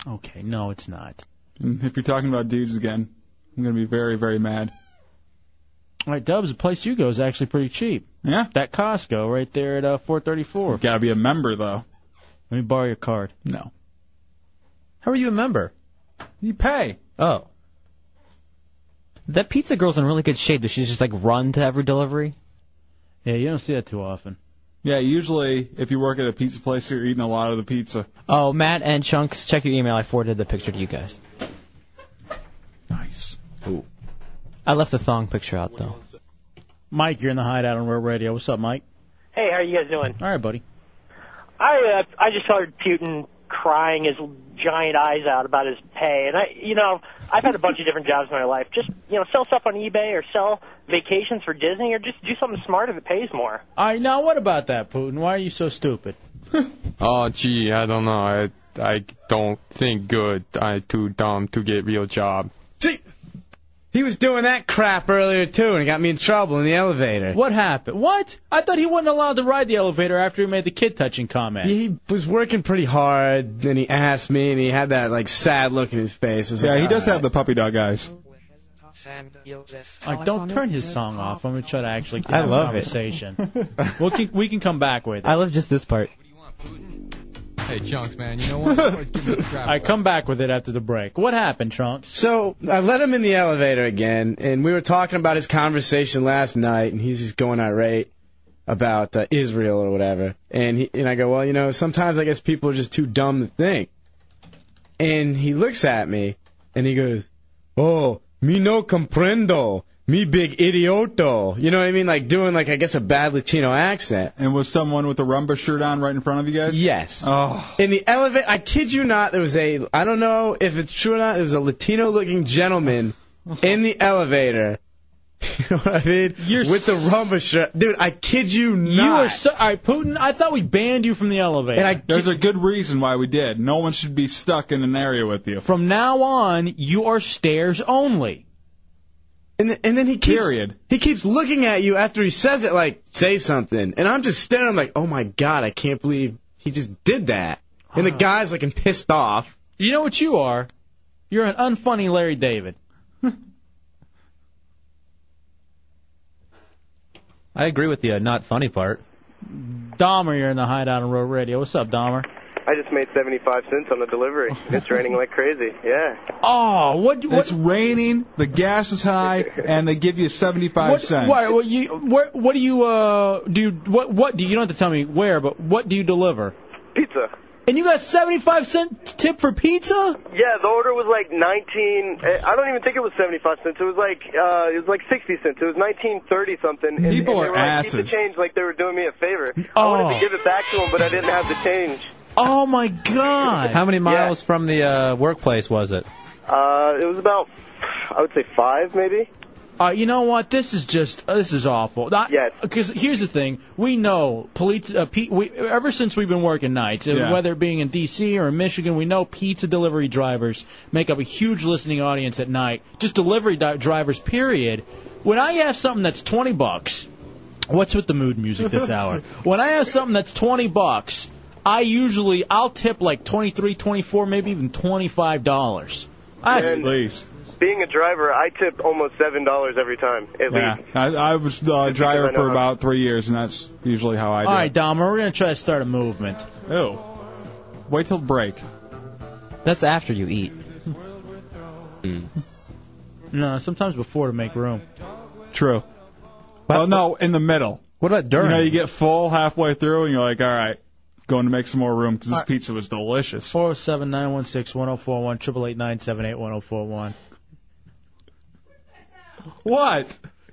Speaker 2: Okay, no, it's not.
Speaker 3: And if you're talking about dudes again, I'm going to be very, very mad.
Speaker 2: All right, Dubs, the place you go is actually pretty cheap.
Speaker 3: Yeah.
Speaker 2: That Costco right there at uh, 4.34.
Speaker 3: Got to be a member though.
Speaker 2: Let me borrow your card.
Speaker 3: No.
Speaker 14: How are you a member?
Speaker 3: You pay.
Speaker 14: Oh.
Speaker 4: That pizza girl's in really good shape. Does she just like run to every delivery?
Speaker 2: Yeah, you don't see that too often.
Speaker 3: Yeah, usually if you work at a pizza place, you're eating a lot of the pizza.
Speaker 4: Oh, Matt and Chunks, check your email. I forwarded the picture to you guys.
Speaker 3: Nice.
Speaker 14: Ooh. I left the thong picture out though.
Speaker 2: Mike, you're in the hideout on Real Radio. What's up, Mike?
Speaker 16: Hey, how are you guys doing?
Speaker 2: All right, buddy.
Speaker 16: I uh, I just heard Putin crying his giant eyes out about his pay, and I, you know, I've had a bunch of different jobs in my life. Just you know, sell stuff on eBay or sell vacations for Disney, or just do something smarter that pays more.
Speaker 2: All right, now what about that, Putin? Why are you so stupid?
Speaker 7: Oh, gee, I don't know. I I don't think good. I too dumb to get real job.
Speaker 6: he was doing that crap earlier too, and it got me in trouble in the elevator.
Speaker 2: What happened? What? I thought he wasn't allowed to ride the elevator after he made the kid touching comment.
Speaker 6: He was working pretty hard. Then he asked me, and he had that like sad look in his face.
Speaker 3: Yeah, he does have the puppy dog eyes.
Speaker 2: Like, don't turn his song off. I'm gonna try to actually get
Speaker 4: I
Speaker 2: a
Speaker 4: love it.
Speaker 2: conversation. we can we can come back with it.
Speaker 4: I love just this part.
Speaker 7: Hey, chunks, man. You know what? You (laughs) always give me crap.
Speaker 2: I come back with it after the break. What happened, Trunks?
Speaker 6: So I let him in the elevator again, and we were talking about his conversation last night, and he's just going irate about uh, Israel or whatever. And he, and I go, well, you know, sometimes I guess people are just too dumb to think. And he looks at me, and he goes, oh, me no comprendo, me big idioto. You know what I mean? Like doing like I guess a bad Latino accent.
Speaker 3: And was someone with a rumba shirt on right in front of you guys?
Speaker 6: Yes.
Speaker 3: Oh.
Speaker 6: In the elevator, I kid you not, there was a, I don't know if it's true or not, there was a Latino looking gentleman in the elevator. (laughs) You know what I mean? With the rumba shirt. Dude, I kid you not.
Speaker 2: You are so. All right, Putin. I thought we banned you from the elevator.
Speaker 3: There's a good reason why we did. No one should be stuck in an area with you.
Speaker 2: From now on, you are stairs only.
Speaker 6: And, th- and then he keeps, Period. He keeps looking at you after he says it, like, say something. And I'm just standing I'm like, oh my God, I can't believe he just did that. And the guy's looking pissed off.
Speaker 2: You know what you are? You're an unfunny Larry David.
Speaker 14: I agree with the uh, not funny part.
Speaker 2: Dahmer, you're in the hideout on Road Radio. What's up, Dahmer?
Speaker 17: I just made 75 cents on the delivery. It's raining like crazy. Yeah.
Speaker 3: Oh, what, It's raining, the gas is high, and they give you 75
Speaker 2: What,
Speaker 3: cents.
Speaker 2: why- what you, where, what do you, uh, do you, what, what do you, you don't have to tell me where, but what do you deliver?
Speaker 17: Pizza.
Speaker 2: And you got 75 cent tip for pizza?
Speaker 17: Yeah, the order was like 19. eh, I don't even think it was 75 cents. It was like uh, it was like 60 cents. It was 1930 something. And,
Speaker 3: People
Speaker 17: and they
Speaker 3: are
Speaker 17: were like, Keep
Speaker 3: asses.
Speaker 17: the change, like they were doing me a favor. I wanted
Speaker 14: Oh.
Speaker 17: to give it back to them, but I didn't have the change.
Speaker 2: Oh my God!
Speaker 14: How many miles from the uh, workplace was it?
Speaker 17: Uh, it was about, I would say five maybe.
Speaker 2: Uh, you know what? This is just uh, this is awful. Yes. Because here's the thing: we know police. Uh, pe- we, ever since we've been working nights, uh,
Speaker 18: Yeah.
Speaker 2: whether it being in D.C. or in Michigan, we know pizza delivery drivers make up a huge listening audience at night. Just delivery di- drivers, period. When I have something that's twenty bucks, what's with the mood music
Speaker 3: (laughs)
Speaker 2: this hour? when I have something that's twenty bucks, I usually I'll tip like twenty three, twenty four, maybe even twenty five dollars.
Speaker 17: And Being a driver, I tip almost seven dollars every time at
Speaker 3: Yeah,
Speaker 17: least.
Speaker 3: I, I was uh, driver
Speaker 17: I know
Speaker 3: for
Speaker 17: how-
Speaker 3: about three years, and that's usually how I do.
Speaker 2: All right, Dahmer, we're gonna try to start a movement.
Speaker 3: Ew. Wait till break.
Speaker 14: That's after you eat.
Speaker 2: No, sometimes before to make room.
Speaker 3: True. Well, no, in the middle.
Speaker 14: What about during?
Speaker 3: You know, you get full halfway through, and you're like, all right, going to make some more room because this pizza was delicious.
Speaker 2: Four zero seven nine one six one zero four one triple eight nine seven eight one zero four one.
Speaker 3: What?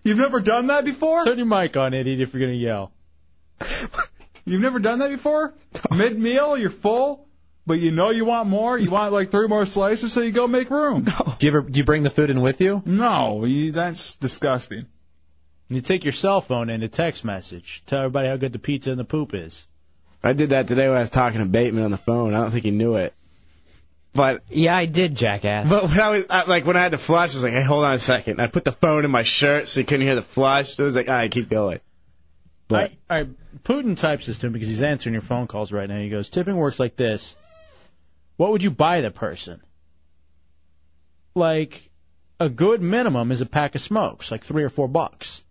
Speaker 3: You've never done that before?
Speaker 2: Turn your mic on, idiot, if you're gonna yell.
Speaker 3: (laughs) You've never done that before? Mid meal, you're full, but you know you want more. You want like three more slices, so you go make room.
Speaker 14: Do you ever do you bring the food in with you?
Speaker 3: Oh. No, you, that's disgusting.
Speaker 2: You take your cell phone and a text message. Tell everybody how good the pizza and the poop is.
Speaker 6: I did that today when I was talking to Bateman on the phone. I don't think he knew it. But
Speaker 4: yeah, I did, jackass.
Speaker 6: But when I was I, like, when I had to flush, I was like, "Hey, hold on a second. I put the phone in my shirt so you couldn't hear the flush. So I was like, "All right, keep going." But
Speaker 2: All right, Putin types this to him because he's answering your phone calls right now. He goes, tipping works like this. What would you buy the person? Like, a good minimum is a pack of smokes, like three or four bucks.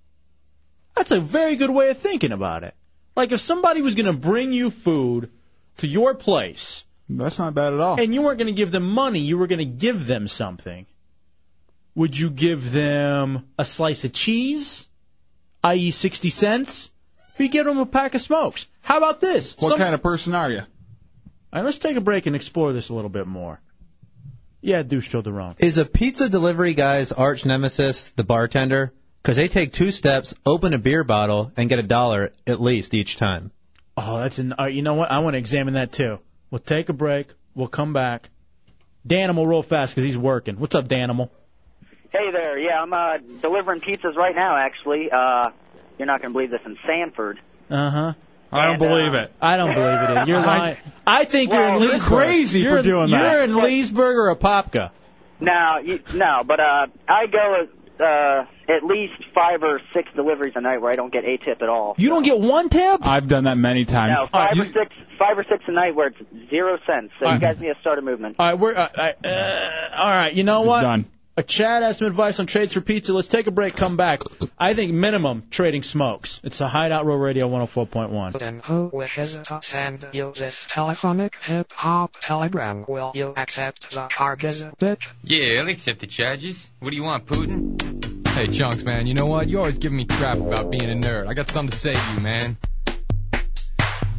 Speaker 2: That's a very good way of thinking about it. Like, if somebody was going to bring you food to your place.
Speaker 3: That's not bad at all.
Speaker 2: And you weren't going to give them money, you were going to give them something. Would you give them a slice of cheese? i.e., 60 cents, we give them a pack of smokes. How about this?
Speaker 3: What kind of person are you?
Speaker 2: All right, let's take a break and explore this a little bit more. Yeah, douche told the wrong.
Speaker 14: Is a pizza delivery guy's arch nemesis the bartender? Because they take two steps, open a beer bottle, and get a dollar at least each time.
Speaker 2: Oh, that's an. All right, you know what? I want to examine that too. We'll take a break. We'll come back. Danimal real fast because he's working. What's up, Danimal?
Speaker 19: Hey there. Yeah, I'm uh, delivering pizzas right now. Actually, uh, you're not gonna believe this in Sanford.
Speaker 2: Uh huh.
Speaker 3: Uh-huh. I don't believe it.
Speaker 2: I don't believe it. You're
Speaker 3: I-
Speaker 2: lying. I think you're in
Speaker 3: Well, you're
Speaker 2: Leesburg.
Speaker 3: crazy for
Speaker 2: You're-
Speaker 3: doing that.
Speaker 2: You're in Leesburg or Apopka.
Speaker 19: No, you, no, but uh, I go uh, at least five or six deliveries a night where I don't get a tip at all.
Speaker 2: You don't get one tip?
Speaker 3: I've done that many times.
Speaker 19: No, five or six, five or six a night where it's zero cents. So you guys need to start a movement.
Speaker 2: All right, we're uh,
Speaker 19: (laughs)
Speaker 2: I, uh, all right. You know what? Uh, Chad has some advice on trades for pizza. Let's take a break. Come back. I think minimum trading smokes. It's a Hideout Row Radio 104.1.
Speaker 20: Then who wishes to send you this telephonic hip hop telegram? Will you accept the charges, bitch?
Speaker 7: Yeah, I'll accept the charges. What do you want, Putin? Hey, Chunks, man, you know what? You always give me crap about being a nerd. I got something to say to you, man.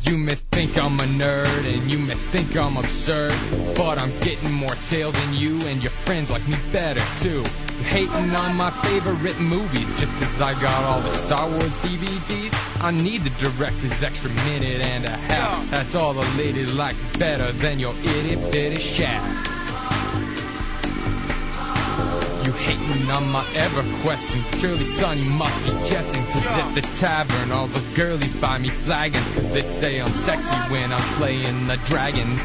Speaker 7: You may think I'm a nerd and you may think I'm absurd, but I'm getting more tail than you and your friends like me better too. Hating on my favorite movies just as I got all the Star Wars DVDs. I need the director's extra minute and a half. That's all the ladies like better than your itty bitty shaft. You hating on my ever question. Surely, son, you must be guessing. Cause at the tavern, all the girlies buy me flagons. Cause they say I'm sexy when I'm slaying the dragons.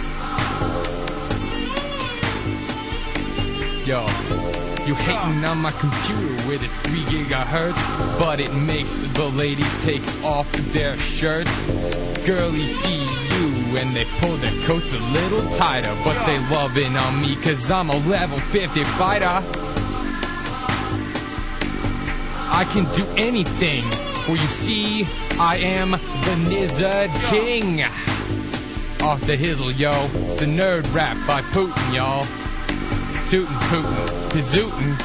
Speaker 7: Yo, You're hating on my computer with its 3 gigahertz, but it makes the ladies take off their shirts. Girlies see you and they pull their coats a little tighter, but they loving on me cause I'm a level 50 fighter. I can do anything. For you see, I am the Nizzard King. Off the hizzle, yo. It's the nerd rap by Putin, y'all. Tootin' Putin, pizootin'.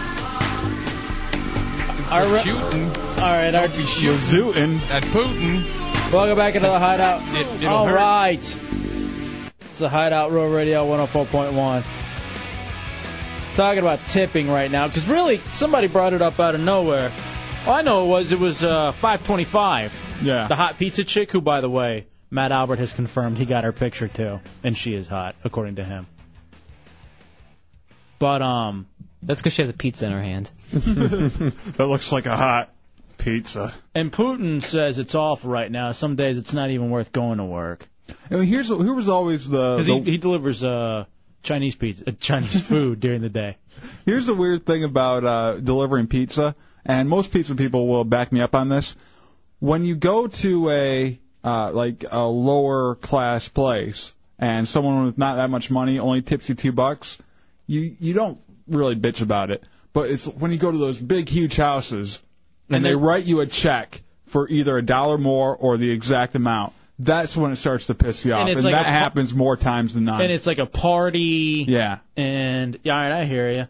Speaker 2: All right.
Speaker 7: Shootin'.
Speaker 2: All right,
Speaker 7: Don't be shootin'. At Putin.
Speaker 2: Welcome back into the hideout.
Speaker 7: It, it'll
Speaker 2: All
Speaker 7: hurt.
Speaker 2: right. It's the Hideout Row Radio 104.1. Talking about tipping right now, because really somebody brought it up out of nowhere. All I know it was it was uh, 5:25.
Speaker 3: Yeah.
Speaker 2: The hot pizza chick, who by the way, Matt Albert has confirmed he got her picture too, and she is hot according to him. But um,
Speaker 4: that's because she has a pizza in
Speaker 3: (laughs)
Speaker 4: her hand.
Speaker 2: that looks like a hot pizza. And Putin says it's awful right now. Some days it's not even worth going to work.
Speaker 3: I mean, here's here was always the,
Speaker 2: Because
Speaker 3: the
Speaker 2: he, he delivers uh, Chinese pizza, uh,
Speaker 3: (laughs)
Speaker 2: Chinese food during the day.
Speaker 3: Here's the weird thing about uh, delivering pizza, and most pizza people will back me up on this. When you go to a uh, like a lower class place, and someone with not that much money only tips you two bucks, you you don't really bitch about it. But it's when you go to those big huge houses, and,
Speaker 2: And
Speaker 3: they
Speaker 2: they-
Speaker 3: write you a check for either a dollar more or the exact amount. That's when it starts to piss you off,
Speaker 2: And
Speaker 3: and,
Speaker 2: it's like
Speaker 3: that
Speaker 2: a-
Speaker 3: happens more times than not.
Speaker 2: And it's like a party.
Speaker 3: yeah.
Speaker 2: And yeah, all right, I hear you.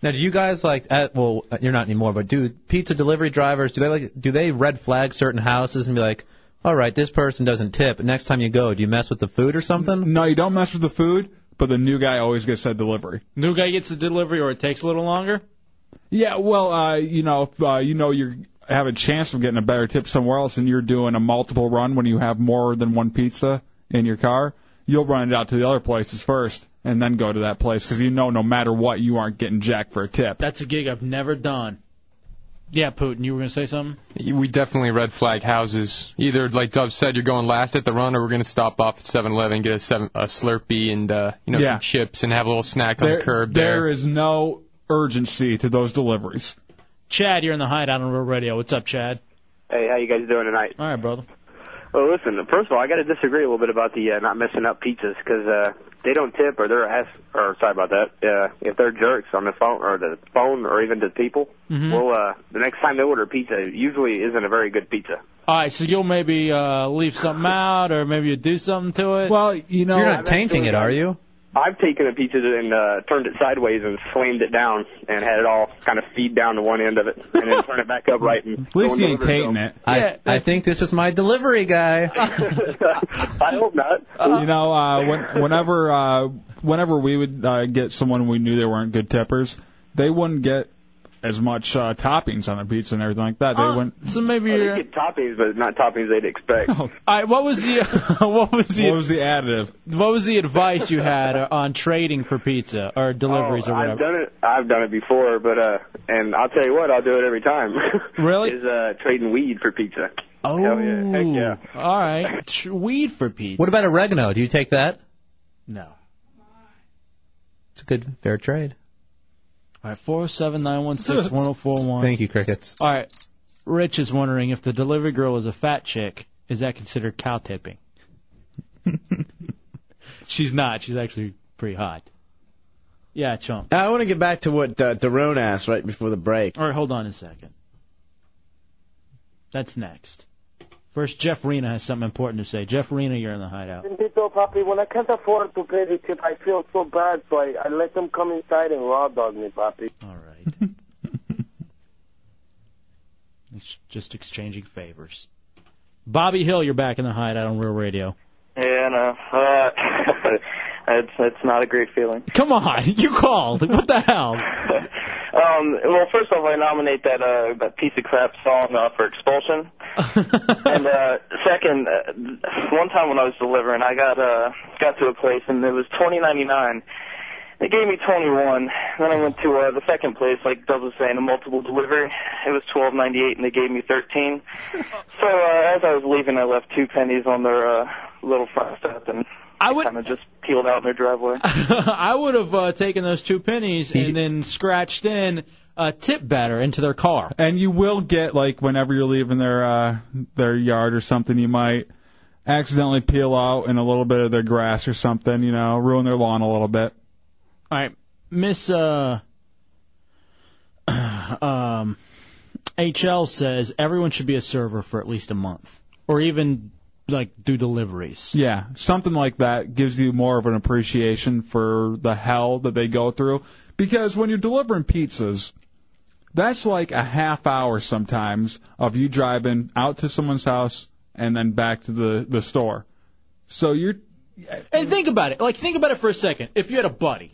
Speaker 14: Now, do you guys like? At, well, uh, you're not anymore, but do pizza delivery drivers do they like? Do they red flag certain houses and be like, "All right, this person doesn't tip. Next time you go, do you mess with the food or something?"
Speaker 3: No, you don't mess with the food, but the new guy always gets said delivery.
Speaker 2: New guy gets the delivery, or it takes a little longer.
Speaker 3: Yeah, well, uh, you know, if, uh, you know, you have a chance of getting a better tip somewhere else, and you're doing a multiple run when you have more than one pizza in your car. You'll run it out to the other places first, and then go to that place because you know, no matter what, you aren't getting jack for a tip.
Speaker 2: That's a gig I've never done. Yeah, Putin, you were gonna say something.
Speaker 21: We definitely red flag houses. Either, like Dub said, you're going last at the run, or we're going to stop off at 7-Eleven, get a, seven, a Slurpee and uh, you know
Speaker 3: Yeah.
Speaker 21: some chips, and have a little snack on
Speaker 3: There-
Speaker 21: the curb
Speaker 3: there is no urgency to those deliveries.
Speaker 2: Chad, you're in the hideout on Real Radio. What's up, Chad?
Speaker 11: Hey, how you guys doing tonight?
Speaker 2: All right, brother.
Speaker 11: Well, listen. First of all, I got to disagree a little bit about the uh, not messing up pizzas because uh, they don't tip or they're ass or sorry about that. Uh, if they're jerks on the phone or the phone or even to people,
Speaker 2: Mhm.
Speaker 11: well, uh, the next time they order pizza, it usually isn't a very good pizza.
Speaker 2: All right, so you'll maybe uh, leave something out, or maybe you do something to it.
Speaker 3: Well, you
Speaker 11: know- You're not tainting it, are
Speaker 14: you?
Speaker 11: I've taken a pizza and uh, turned it sideways and slammed it down and had it all kind of feed down to one end of it and then turn it back up right. And
Speaker 14: At least
Speaker 11: go
Speaker 14: you
Speaker 11: in
Speaker 14: ain't
Speaker 11: the other
Speaker 14: tainting
Speaker 11: dome.
Speaker 14: it. I, I think this was my delivery guy.
Speaker 11: I hope not.
Speaker 8: Uh-huh.
Speaker 2: Uh-huh.
Speaker 3: You know, uh, when, whenever uh, whenever we would uh, get someone we knew they weren't good tippers, they wouldn't get as much uh, toppings on their pizza and everything like that. They wouldn't.
Speaker 11: (laughs)
Speaker 2: So maybe
Speaker 11: Well,
Speaker 2: you're.
Speaker 11: Oh, they get toppings, but not toppings they'd expect.
Speaker 2: (laughs) All right, what was the uh, (laughs) what was the
Speaker 3: What was the additive?
Speaker 2: What was the advice you had on trading for pizza or deliveries or
Speaker 11: Oh, I've
Speaker 2: whatever?
Speaker 11: done it. I've done it before, but uh, and I'll tell you what, I'll do it every time. (laughs)
Speaker 2: Really?
Speaker 11: Is uh, trading weed for pizza.
Speaker 2: Oh, all right. Tr- Weed for pizza.
Speaker 14: What about oregano? Do you take that?
Speaker 2: No.
Speaker 14: It's a good fair trade.
Speaker 2: All right, four seven nine one
Speaker 3: (laughs)
Speaker 2: six one zero four one.
Speaker 14: Thank you, crickets.
Speaker 2: All right, Rich is wondering if the delivery girl is a fat chick, is that considered cow
Speaker 3: (laughs)
Speaker 2: tipping? She's not. She's actually pretty hot. Yeah, chump.
Speaker 6: I want to get back to what uh, Darone asked right before the break.
Speaker 2: All right, hold on a second. That's next. First, Jeff Rena has something important to say. Jeff Rena, you're in the hideout.
Speaker 16: Tito, papi, when I can't afford to pay the tip, I feel so bad, so I, I let them come inside and raw dog me, papi.
Speaker 2: All right. It's just exchanging favors. Bobby Hill, you're back in the hideout on Real Radio.
Speaker 8: Yeah, no. Uh, (laughs) it's it's not a great feeling.
Speaker 2: Come on, (laughs) you called. What the hell?
Speaker 8: (laughs) Um, well, first off, I nominate that uh, that piece of crap song uh, for
Speaker 2: (laughs)
Speaker 8: expulsion. and uh, second, uh, one time when I was delivering, I got uh got to a place and it was twenty ninety nine. They gave me twenty one. Then I went to uh, the second place, like Dub was saying, a multiple delivery. It was twelve ninety eight, and they gave me
Speaker 2: (laughs)
Speaker 8: thirteen. so uh, as I was leaving, I left two pennies on their uh, little front step, and
Speaker 2: I would
Speaker 22: kind of just peeled out in their driveway.
Speaker 2: I would have uh, taken those two pennies and then scratched in a tip batter into their car.
Speaker 3: And you will get like whenever you're leaving their uh their yard or something, you might accidentally peel out and a little bit of their grass or something, you know, ruin their lawn a little bit.
Speaker 2: All right, Miss uh, (clears throat) um, HL says everyone should be a server for at least a month, or even like do deliveries.
Speaker 3: Yeah, something like that gives you more of an appreciation for the hell that they go through. Because when you're delivering pizzas, that's like a half hour sometimes of you driving out to someone's house and then back to the, the store. So you're
Speaker 2: And think about it. Like think about it for a second. If you had a buddy,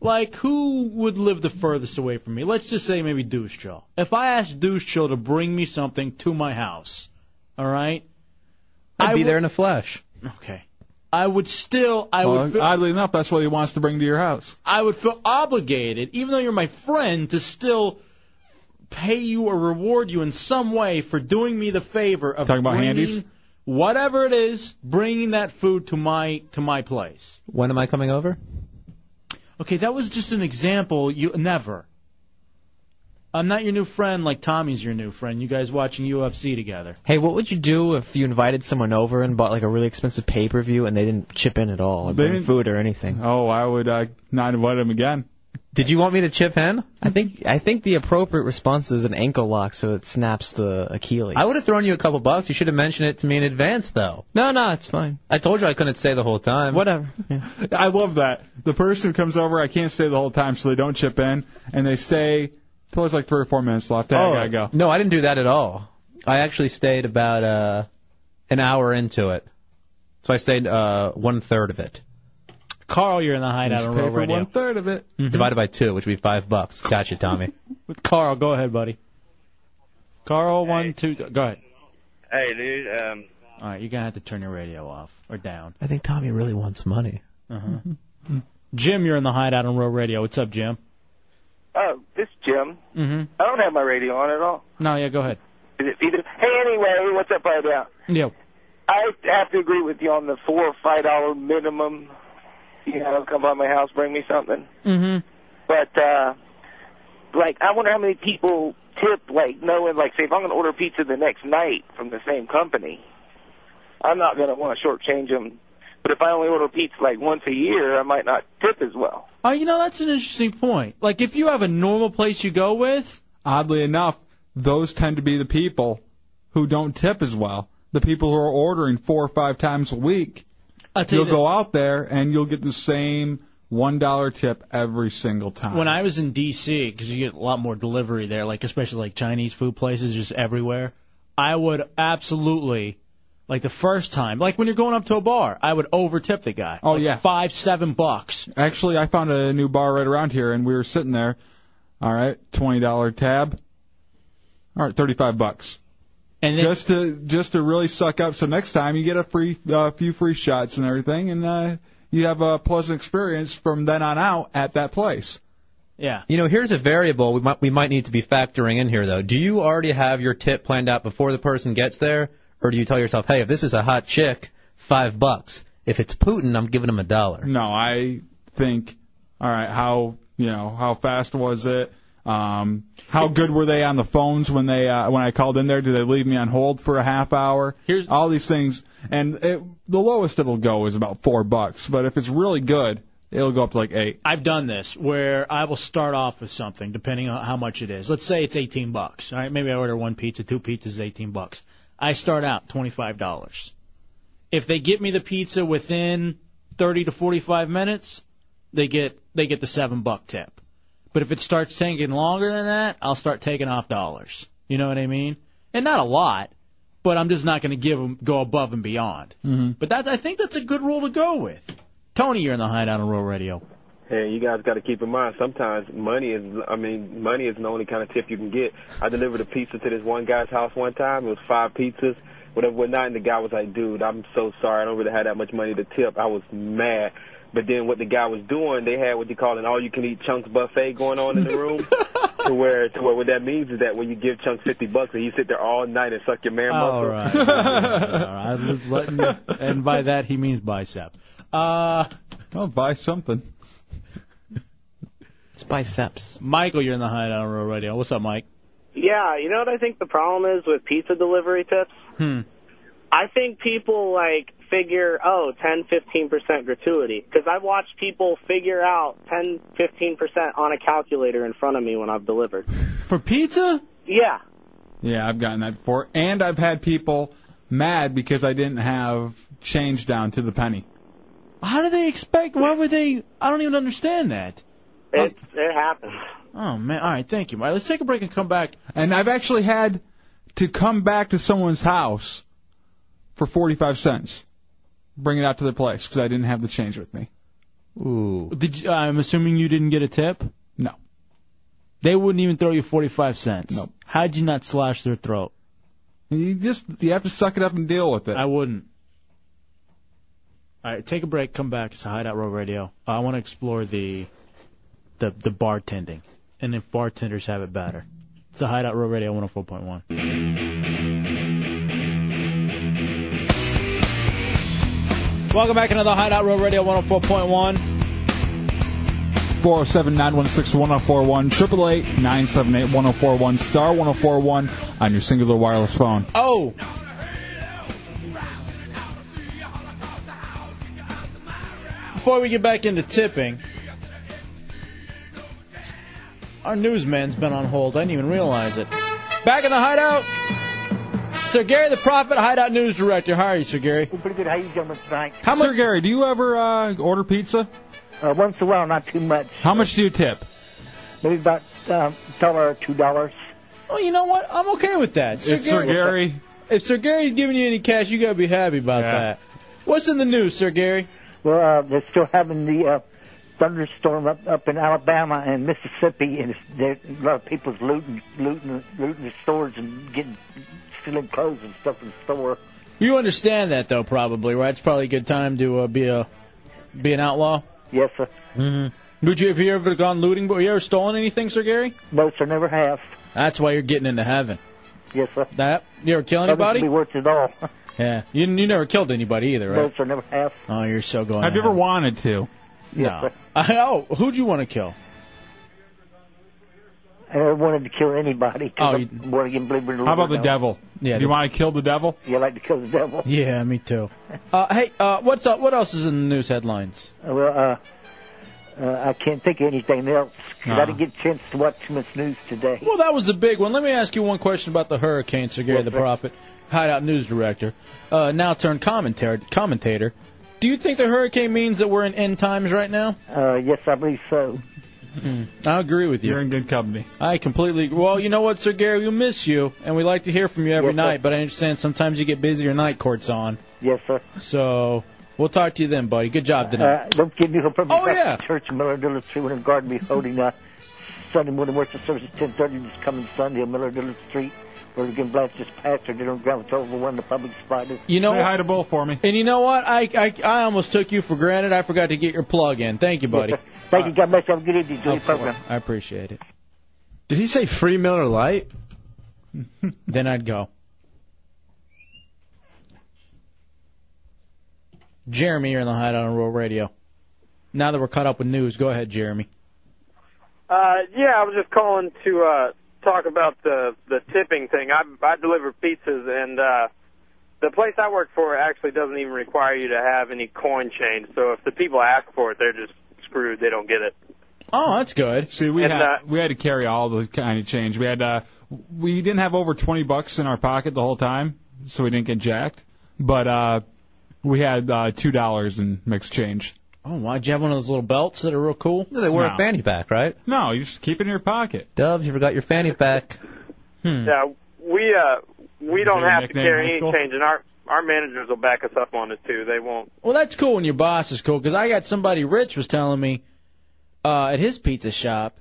Speaker 2: like who would live the furthest away from me? Let's just say maybe Deucechill. If I asked Deucechill to bring me something to my house, all right,
Speaker 14: I'd
Speaker 2: I
Speaker 14: be
Speaker 2: would-
Speaker 14: there in a flash.
Speaker 2: Okay. I would still, I
Speaker 3: well,
Speaker 2: would, feel,
Speaker 3: oddly enough, that's what he wants to bring to your house.
Speaker 2: I would feel obligated, even though you're my friend, to still pay you or reward you in some way for doing me the favor of
Speaker 3: Talking about
Speaker 2: bringing
Speaker 3: handies?
Speaker 2: whatever it is, bringing that food to my to my place.
Speaker 14: When am I coming over?
Speaker 2: Okay, that was just an example. You never. I'm not your new friend like Tommy's your new friend. You guys watching UFC together.
Speaker 4: Hey, what would you do if you invited someone over and bought like a really expensive pay per view and they didn't chip in at all or
Speaker 3: They
Speaker 4: bring
Speaker 3: didn't-
Speaker 4: food or anything?
Speaker 3: Oh, I would uh, not invite him again.
Speaker 14: Did you want me to chip in?
Speaker 4: I think I think the appropriate response is an ankle lock so it snaps the Achilles.
Speaker 14: I would have thrown you a couple bucks. You should have mentioned it to me in advance, though.
Speaker 4: No, no, it's fine.
Speaker 14: I told you I couldn't stay the whole time.
Speaker 4: Whatever.
Speaker 3: (laughs) I love that. The person who comes over, I can't stay the whole time, so they don't chip in, and they stay till there's like three or four minutes left.
Speaker 2: Oh,
Speaker 3: Hey, I gotta go.
Speaker 14: No, I didn't do that at all. I actually stayed about uh, an hour into it, so I stayed uh, one third of it.
Speaker 2: Carl, you're in the hideout on
Speaker 14: pay
Speaker 2: Roll
Speaker 14: for
Speaker 2: Radio.
Speaker 14: one
Speaker 3: third of it.
Speaker 14: Divided by two, which would be five bucks. Gotcha, Tommy.
Speaker 2: Carl, go ahead, buddy. Carl, one, two, go ahead.
Speaker 1: Hey, dude. Um,
Speaker 2: All right, you're gonna have to turn your radio off or down.
Speaker 14: I think Tommy really wants money.
Speaker 2: Uh-huh. Jim, you're in the hideout on Row Radio. What's up, Jim?
Speaker 22: Oh, this is Jim.
Speaker 2: Mm-hmm.
Speaker 22: I don't have my radio on at all.
Speaker 2: No, yeah, go ahead.
Speaker 22: Is it either? Hey, anyway, what's up right now?
Speaker 2: Yeah.
Speaker 22: I have to agree with you on the four or five dollar minimum. You know, come by my house, bring me something.
Speaker 2: (laughs) Mm-hmm.
Speaker 22: But uh like I wonder how many people tip like knowing like say if I'm gonna order pizza the next night from the same company, I'm not gonna want to shortchange them. But if I only order pizza like once a year, I might not tip as well.
Speaker 2: Oh, you know that's an interesting point. Like if you have a normal place you go with,
Speaker 3: Oddly enough, those tend to be the people who don't tip as well. The people who are ordering four or five times a week.
Speaker 2: I'll tell you
Speaker 3: You'll
Speaker 2: this.
Speaker 3: go out there and you'll get the same one dollar tip every single time.
Speaker 2: when I was in D.C. because you get a lot more delivery there, like especially like Chinese food places just everywhere. I would absolutely, like the first time, like when you're going up to a bar, I would overtip the guy.
Speaker 3: Oh
Speaker 2: Like,
Speaker 3: yeah,
Speaker 2: five seven bucks.
Speaker 3: Actually, I found a new bar right around here, and we were sitting there. All right, twenty dollar tab. All right, thirty five bucks.
Speaker 2: And
Speaker 3: just to just to really suck up, so next time you get a free uh, few free shots and everything, and uh, you have a pleasant experience from then on out at that place.
Speaker 2: Yeah.
Speaker 14: You know, here's a variable we might we might need to be factoring in here though. Do you already have your tip planned out before the person gets there, or do you tell yourself, hey, if this is a hot chick, five bucks. If it's Putin, I'm giving him a dollar.
Speaker 3: No, I think, all right, how you know how fast was it? Um, how good were they on the phones when they uh, when I called in there? Do they leave me on hold for a half hour? Here's all these things, and it, the lowest it'll go is about four bucks. But if it's really good, it'll go up to like eight.
Speaker 2: I've done this where I will start off with something depending on how much it is. Let's say it's 18 bucks. All right, maybe I order one pizza, two pizzas is 18 bucks. I start out $25. If they get me the pizza within 30 to 45 minutes, they get they get the 7 buck tip. But if it starts taking longer than that, I'll start taking off dollars. You know what I mean? And not a lot, but I'm just not going to give them go above and beyond.
Speaker 6: Mm.
Speaker 3: Mm-hmm.
Speaker 2: But that I think that's a good rule to go with. Tony, you're in the hideout on Rural Radio.
Speaker 5: Hey, you guys got to keep in mind sometimes money is I mean money is the only kind of tip you can get. I delivered a pizza to this one guy's house one time. It was five pizzas, whatever, whatnot, and the guy was like, "Dude, I'm so sorry. I don't really have that much money to tip." I was mad. But then what the guy was doing, they had what you call an all-you-can-eat chunks buffet going on in the room. to where to where what that means is that when you give chunks fifty bucks and you sit there all night and suck your man
Speaker 2: All
Speaker 5: muscle.
Speaker 2: right. All right. I was letting, and by that he means bicep. Uh,
Speaker 3: I'll Oh, buy something.
Speaker 2: It's biceps. Michael, you're in the hideout on Real Radio. What's up, Mike?
Speaker 8: Yeah, you know what I think the problem is with pizza delivery tips?
Speaker 2: Hmm.
Speaker 8: I think people like figure, oh, 10, 15% gratuity. Because I've watched people figure out 10, 15% on a calculator in front of me when I've delivered.
Speaker 2: For pizza?
Speaker 8: Yeah.
Speaker 3: Yeah, I've gotten that before, and I've had people mad because I didn't have change down to the penny.
Speaker 2: How do they expect? Why would they? I don't even understand that.
Speaker 8: It, it happens.
Speaker 2: Oh man! All right, thank you, Mike. Let's take a break and come back.
Speaker 3: And I've actually had to come back to someone's house for 45 cents, bring it out to their place because I didn't have the change with me.
Speaker 2: Ooh. Did
Speaker 3: uh,
Speaker 2: you, I'm assuming you didn't get a tip?
Speaker 3: No.
Speaker 2: They wouldn't even throw you 45 cents. No. How'd you not slash their throat?
Speaker 3: You just you have to suck it up and deal with it.
Speaker 2: I wouldn't. All right, take a break. Come back. It's a Hideout Row Radio. Uh, I want to explore the the the bartending and if bartenders have it better. It's a Hideout Row Radio 104.1. Welcome back into the Hideout Road Radio 104.1.
Speaker 3: 407 916 1041, 888 978 1041, star 1041 on your singular wireless phone.
Speaker 2: Oh! Before we get back into tipping, our newsman's been on hold. I didn't even realize it. Back in the hideout, Sir Gary the Prophet, Hideout News Director. How are you, Sir Gary?
Speaker 9: Pretty good. How you gentlemen tonight?
Speaker 3: How Sir Gary, do you ever uh, order pizza?
Speaker 9: Uh, once in a while, not too much.
Speaker 3: How much do you tip?
Speaker 9: Maybe about um, dollar or two dollars.
Speaker 2: Oh, you know what? I'm okay with that.
Speaker 3: If Sir Gary-
Speaker 2: if Sir Gary's giving you any cash, you gotta be happy about that. What's in the news, Sir Gary?
Speaker 9: Well, uh, they're still having the uh, thunderstorm up up in Alabama and Mississippi, and it's, there, a lot of people's looting, looting, looting the stores and getting stealing clothes and stuff in the store.
Speaker 2: You understand that though, probably, right? It's probably a good time to uh, be a be an outlaw.
Speaker 9: Yes, sir.
Speaker 2: Mm-hmm. Would you have you ever gone looting? But you ever stolen anything, Sir Gary?
Speaker 9: No, sir, never have.
Speaker 2: That's why you're getting into heaven.
Speaker 9: Yes, sir.
Speaker 2: That you ever kill
Speaker 9: Nothing
Speaker 2: anybody?
Speaker 9: to be worth it
Speaker 2: (laughs)
Speaker 9: all.
Speaker 2: Yeah, you you never killed anybody either,
Speaker 9: No,
Speaker 2: right?
Speaker 9: sir, never have.
Speaker 2: Oh, you're so going.
Speaker 3: Have you ever wanted to?
Speaker 2: (laughs) No. oh, who'd you want to kill?
Speaker 9: I never wanted to kill anybody. 'cause
Speaker 2: Oh,
Speaker 9: I'm born again believer in
Speaker 2: How about
Speaker 9: Lord
Speaker 2: the
Speaker 9: now.
Speaker 2: devil? Yeah, Do you the-
Speaker 3: want to kill the devil?
Speaker 9: You like to kill the devil?
Speaker 2: (laughs) Yeah, me too. Uh, hey, uh, what's up? What else is in the news headlines?
Speaker 9: Uh, Well, uh, uh, I can't think of anything else. 'cause
Speaker 2: Ah.
Speaker 9: I didn't get a chance to watch too much news today.
Speaker 2: Well, that was the big one. Let me ask you one question about the hurricane, Sir Gary the Prophet, Hideout News Director, uh, now turned commentator. Commentator, do you think the hurricane means that we're in end times right now?
Speaker 9: Uh, yes, I believe so.
Speaker 2: I agree with you. You're
Speaker 3: in good company.
Speaker 2: I completely. Well, you know what, Sir Gary, we miss you, and we like to hear from you every
Speaker 9: Yes, sir.
Speaker 2: night. But I understand sometimes you get busy. Your night court's on.
Speaker 9: Yes, sir.
Speaker 2: So we'll talk to you then, buddy. Good job tonight.
Speaker 9: Uh, don't give me hope. I'm
Speaker 2: Oh,
Speaker 9: back
Speaker 2: yeah.
Speaker 9: to Church in Miller Dillard Street when guard me holding uh, Sunday morning worship service at 10:30 this coming Sunday on Miller Dillard Street. Where again, Blanche's pastor did on ground with over one of the public spiders.
Speaker 2: You know what?
Speaker 3: to Bull for me.
Speaker 2: And you know what? I, I I almost took you for granted. I forgot to get your plug in. Thank you, buddy.
Speaker 9: (laughs)
Speaker 2: Uh,
Speaker 9: Thank you. God bless you. Have a good evening. Enjoy your
Speaker 2: Of course.
Speaker 9: program.
Speaker 2: I appreciate it.
Speaker 6: Did he say free Miller Light?
Speaker 2: (laughs) then I'd go. Jeremy, you're in the hideout on Rural Radio. Now that we're caught up with news, go ahead, Jeremy.
Speaker 8: Uh, yeah, I was just calling to uh, talk about the the tipping thing. I I deliver pizzas, and uh, the place I work for actually doesn't even require you to have any coin change. So if the people ask for it, they're just screwed. They don't get it.
Speaker 2: Oh, that's good.
Speaker 3: See, we
Speaker 8: And,
Speaker 3: had
Speaker 8: uh,
Speaker 3: we had to carry all the kind of change. We had uh, we didn't have over twenty bucks in our pocket the whole time, so we didn't get jacked. But uh, we had uh, two dollars in mixed change.
Speaker 2: Oh, why'd you have one of those little belts that are real cool?
Speaker 3: No, they
Speaker 14: were a fanny pack, right?
Speaker 3: No, you just keep it in your pocket.
Speaker 14: Dubs, you forgot your fanny pack.
Speaker 2: Hmm.
Speaker 8: Yeah, we uh we
Speaker 14: Hmm. Is
Speaker 8: don't
Speaker 14: that your
Speaker 8: have to
Speaker 14: nickname in
Speaker 8: carry
Speaker 14: high
Speaker 8: any
Speaker 14: school?
Speaker 8: change, and our our managers will back us up on it too. They won't.
Speaker 2: Well, that's cool when your boss is cool, 'cause I got somebody rich was telling me uh, at his pizza shop.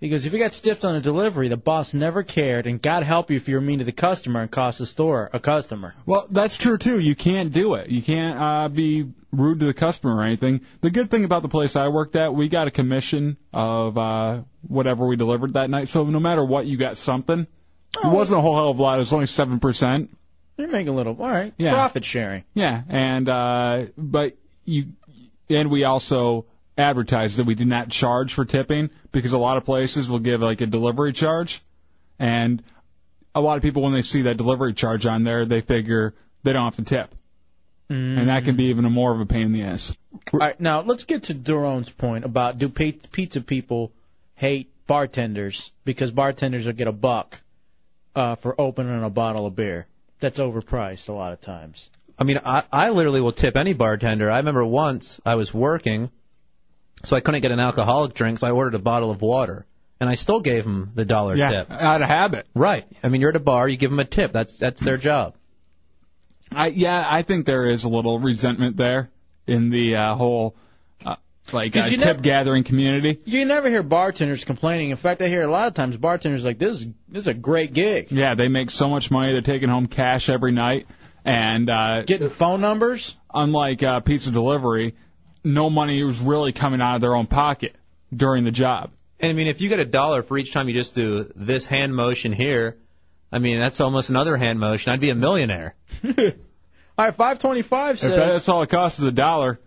Speaker 2: He goes, if you got stiffed on a delivery, the boss never cared, and God help you if you were mean to the customer and cost the store a customer.
Speaker 3: Well, that's true too. You can't do it. You can't uh, be rude to the customer or anything. The good thing about the place I worked at, we got a commission of uh, whatever we delivered that night. So no matter what, you got something. It wasn't a whole hell of a lot. It was only seven percent.
Speaker 2: You're making a little, all right,
Speaker 3: Yeah.
Speaker 2: profit sharing.
Speaker 3: Yeah, and uh, but you and we also advertise that we do not charge for tipping because a lot of places will give like a delivery charge, and a lot of people when they see that delivery charge on there, they figure they don't have to tip,
Speaker 14: Mm-hmm.
Speaker 3: and that can be even more of a pain in the ass.
Speaker 2: All right, now let's get to Durone's point about do pi- pizza people hate bartenders because bartenders will get a buck uh, for opening a bottle of beer that's overpriced a lot of times.
Speaker 14: I mean, I, I literally will tip any bartender. I remember once I was working, so I couldn't get an alcoholic drink, so I ordered a bottle of water, and I still gave him the dollar
Speaker 3: Yeah,
Speaker 14: tip.
Speaker 3: out of habit.
Speaker 14: Right. I mean, you're at a bar, you give them a tip. That's that's their job.
Speaker 3: I yeah, I think there is a little resentment there in the uh, whole uh, like uh,
Speaker 2: 'Cause you
Speaker 3: tip
Speaker 2: never-
Speaker 3: gathering community.
Speaker 2: You never hear bartenders complaining. In fact, I hear a lot of times bartenders like this. Is, this is a great (laughs) gig.
Speaker 3: Yeah, they make so much money. They're taking home cash every night and uh,
Speaker 2: getting phone numbers.
Speaker 3: Unlike uh, pizza delivery, no money was really coming out of their own pocket during the job.
Speaker 14: And I mean, if you get a dollar for each time you just do this hand motion here, I mean, that's almost another hand motion. I'd be a millionaire. (laughs)
Speaker 2: All right, 525
Speaker 3: if
Speaker 2: says.
Speaker 3: that's all it costs is a dollar,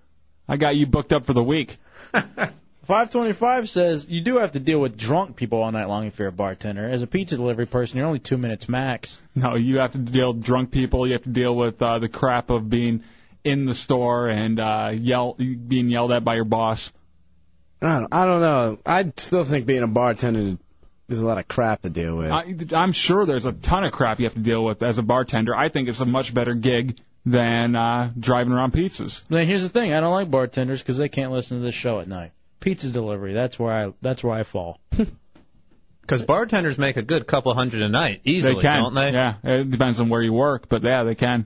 Speaker 3: I got you booked up for the week.
Speaker 2: 525 says you do have to deal with drunk people all night long if you're a bartender. As a pizza delivery person, you're only two minutes max.
Speaker 3: No, you have to deal with drunk people. You have to deal with uh, the crap of being in the store and uh, yell being yelled at by your boss.
Speaker 6: I don't, I don't know. I still think being a bartender is a lot of crap to deal with.
Speaker 3: I, I'm sure there's a ton of crap you have to deal with as a bartender. I think it's a much better gig than uh, driving around pizzas.
Speaker 2: Then here's the thing: I don't like bartenders because they can't listen to this show at night. Pizza delivery. That's where I. That's where I fall. (laughs)
Speaker 14: Because bartenders make a good couple hundred a night easily,
Speaker 3: they can,
Speaker 14: don't they?
Speaker 3: Yeah, it depends on where you work, but yeah, they can.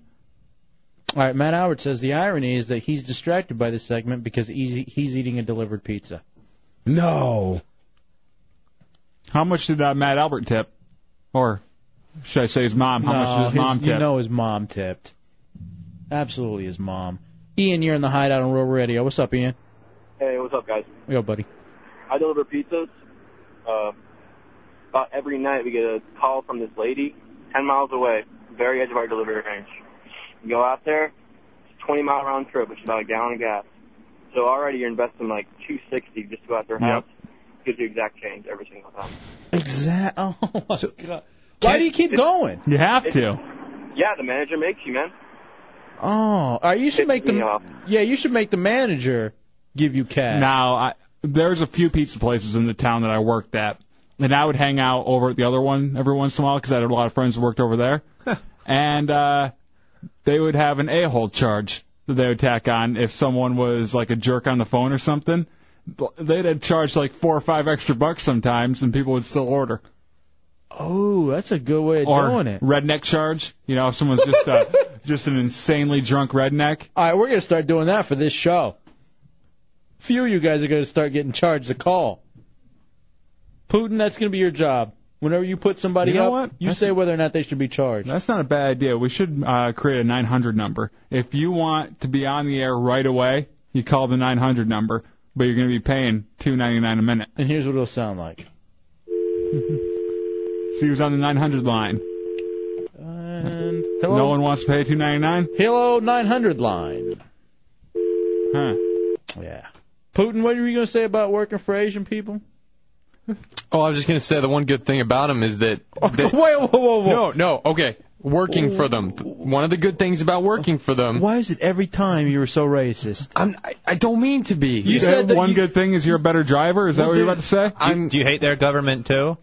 Speaker 2: All right, Matt Howard says the irony is that he's distracted by this segment because he's, he's eating a delivered pizza.
Speaker 3: No. How much did uh, Matt Albert tip? Or should I say his mom? How much did his,
Speaker 2: No,
Speaker 3: mom tip?
Speaker 2: You know his mom tipped. Absolutely his mom. Ian, you're in the hideout on Rural Radio. What's up, Ian?
Speaker 11: Hey, what's up, guys?
Speaker 2: Yo, buddy.
Speaker 11: I deliver pizzas. Uh, about every night we get a call from this lady, 10 miles away, very edge of our delivery range. You go out there, it's a 20 mile round trip, which is about a gallon of gas. So already you're investing like 260 just to go out their house. Gives you exact change every single time.
Speaker 2: Exact. Oh my god. Why do you keep going?
Speaker 3: You have to.
Speaker 11: Yeah, the manager makes you, man.
Speaker 2: Oh, all right, you should make the yeah, you should make the manager give you cash.
Speaker 3: Now, I, there's a few pizza places in the town that I worked at, and I would hang out over at the other one every once in a while because I had a lot of friends who worked over there, and uh, they would have an a-hole charge that they would tack on if someone was like a jerk on the phone or something. They'd have charged like four or five extra bucks sometimes, and people would still order.
Speaker 2: Oh, that's a good way of
Speaker 3: or
Speaker 2: doing it.
Speaker 3: redneck charge. You know, if someone's just
Speaker 2: (laughs)
Speaker 3: uh, just an insanely drunk redneck.
Speaker 2: All right, we're gonna start doing that for this show. Few of you guys are gonna start getting charged a call. Putin, that's gonna be your job. Whenever you put somebody
Speaker 3: You know
Speaker 2: up,
Speaker 3: what?
Speaker 2: you
Speaker 3: That's-
Speaker 2: say whether or not they should be charged.
Speaker 3: That's not a bad idea. We should uh, create a 900 number. If you want to be on the air right away, you call the 900 number, but you're going to be paying 2.99 a minute.
Speaker 2: And here's what it'll sound like.
Speaker 3: (laughs) See who's on the 900 line.
Speaker 2: And
Speaker 3: No one wants to pay 2.99.
Speaker 2: Hello, 900 line.
Speaker 3: Huh?
Speaker 2: Yeah. Putin, what were you gonna say about working for Asian people?
Speaker 7: Oh, I was just gonna say the one good thing about them is
Speaker 2: (laughs)
Speaker 7: that. that
Speaker 2: whoa, whoa,
Speaker 7: whoa! No, no, okay. Working for them. One of the good things about working for them.
Speaker 2: Why is it every time you were so racist?
Speaker 7: I'm, I, I don't mean to be.
Speaker 3: You said one good thing is you're a better driver. Is that what you're about to say?
Speaker 14: Do, do you hate their government too?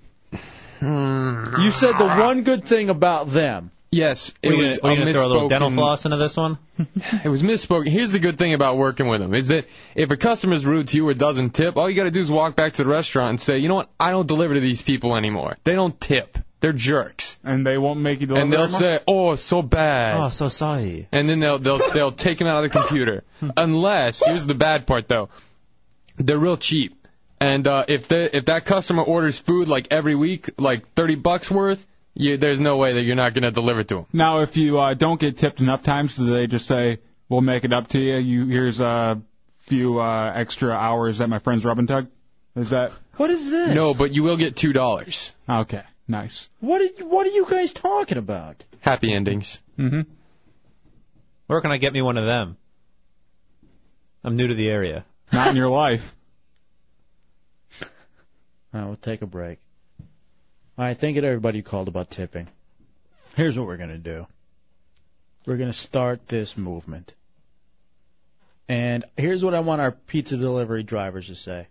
Speaker 2: You said the one good thing about them.
Speaker 7: Yes, it
Speaker 14: We're gonna,
Speaker 7: was
Speaker 14: we're gonna
Speaker 7: a
Speaker 14: throw a little dental
Speaker 7: misspoken-
Speaker 14: floss into this one.
Speaker 7: (laughs) It was misspoken. Here's the good thing about working with them is that if a customer's rude to you or doesn't tip, all you got to do is walk back to the restaurant and say, you know what, I don't deliver to these people anymore. They don't tip. They're jerks.
Speaker 3: And they won't make you deliver.
Speaker 7: And they'll
Speaker 3: anymore?
Speaker 7: say, oh, so bad.
Speaker 14: Oh, so sorry.
Speaker 7: And then they'll they'll they'll take them out of the computer. Unless here's the bad part though, they're real cheap. And uh, if the if that customer orders food like every week, like 30 bucks worth, you, there's no way that you're not gonna deliver to them.
Speaker 3: Now, if you uh, don't get tipped enough times, do they just say, "We'll make it up to you"? You here's a few uh, extra hours at my friend's rub and tug. Is that
Speaker 2: What is this?
Speaker 7: No, but you will get two dollars.
Speaker 3: okay? Nice.
Speaker 2: What are, you- what are you guys talking about?
Speaker 7: Happy endings.
Speaker 3: Mm-hmm.
Speaker 14: Where can I get me one of them? I'm new to the area.
Speaker 3: Not in your
Speaker 14: (laughs)
Speaker 3: life.
Speaker 2: All right, we'll take a break. All right, thank you to everybody who called about tipping. Here's what we're going to do we're going to start this movement. And here's what I want our pizza delivery drivers to say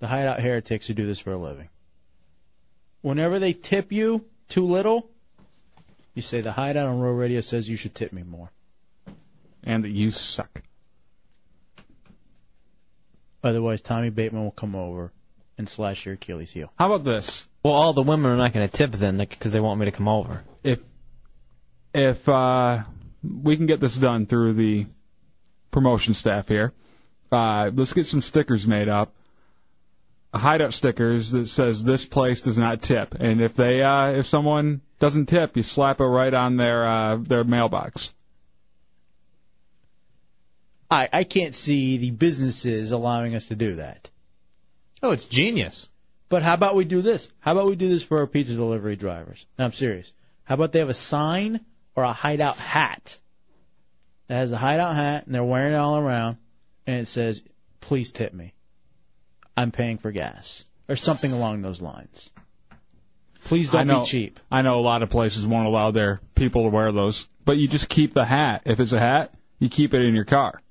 Speaker 2: the hideout heretics who do this for a living. Whenever they tip you too little, you say the hideout on Row Radio says you should tip me more.
Speaker 3: And that you suck.
Speaker 2: Otherwise, Tommy Bateman will come over and slash your Achilles heel.
Speaker 3: How about this?
Speaker 4: Well, all the women are not going to tip then because they want me to come over.
Speaker 3: If if uh, we can get this done through the promotion staff here, uh, let's get some stickers made up, hideout stickers that says this place does not tip, and if they uh, if someone doesn't tip, you slap it right on their uh, their mailbox.
Speaker 2: I I can't see the businesses allowing us to do that.
Speaker 14: Oh, it's genius.
Speaker 2: But how about we do this? How about we do this for our pizza delivery drivers? No, I'm serious. How about they have a sign or a hideout hat that has a hideout hat and they're wearing it all around and it says, "Please tip me. I'm paying for gas" or something along those lines. Please don't
Speaker 3: I know,
Speaker 2: be cheap.
Speaker 3: I know a lot of places won't allow their people to wear those, but you just keep the hat. If it's a hat, you keep it in your car,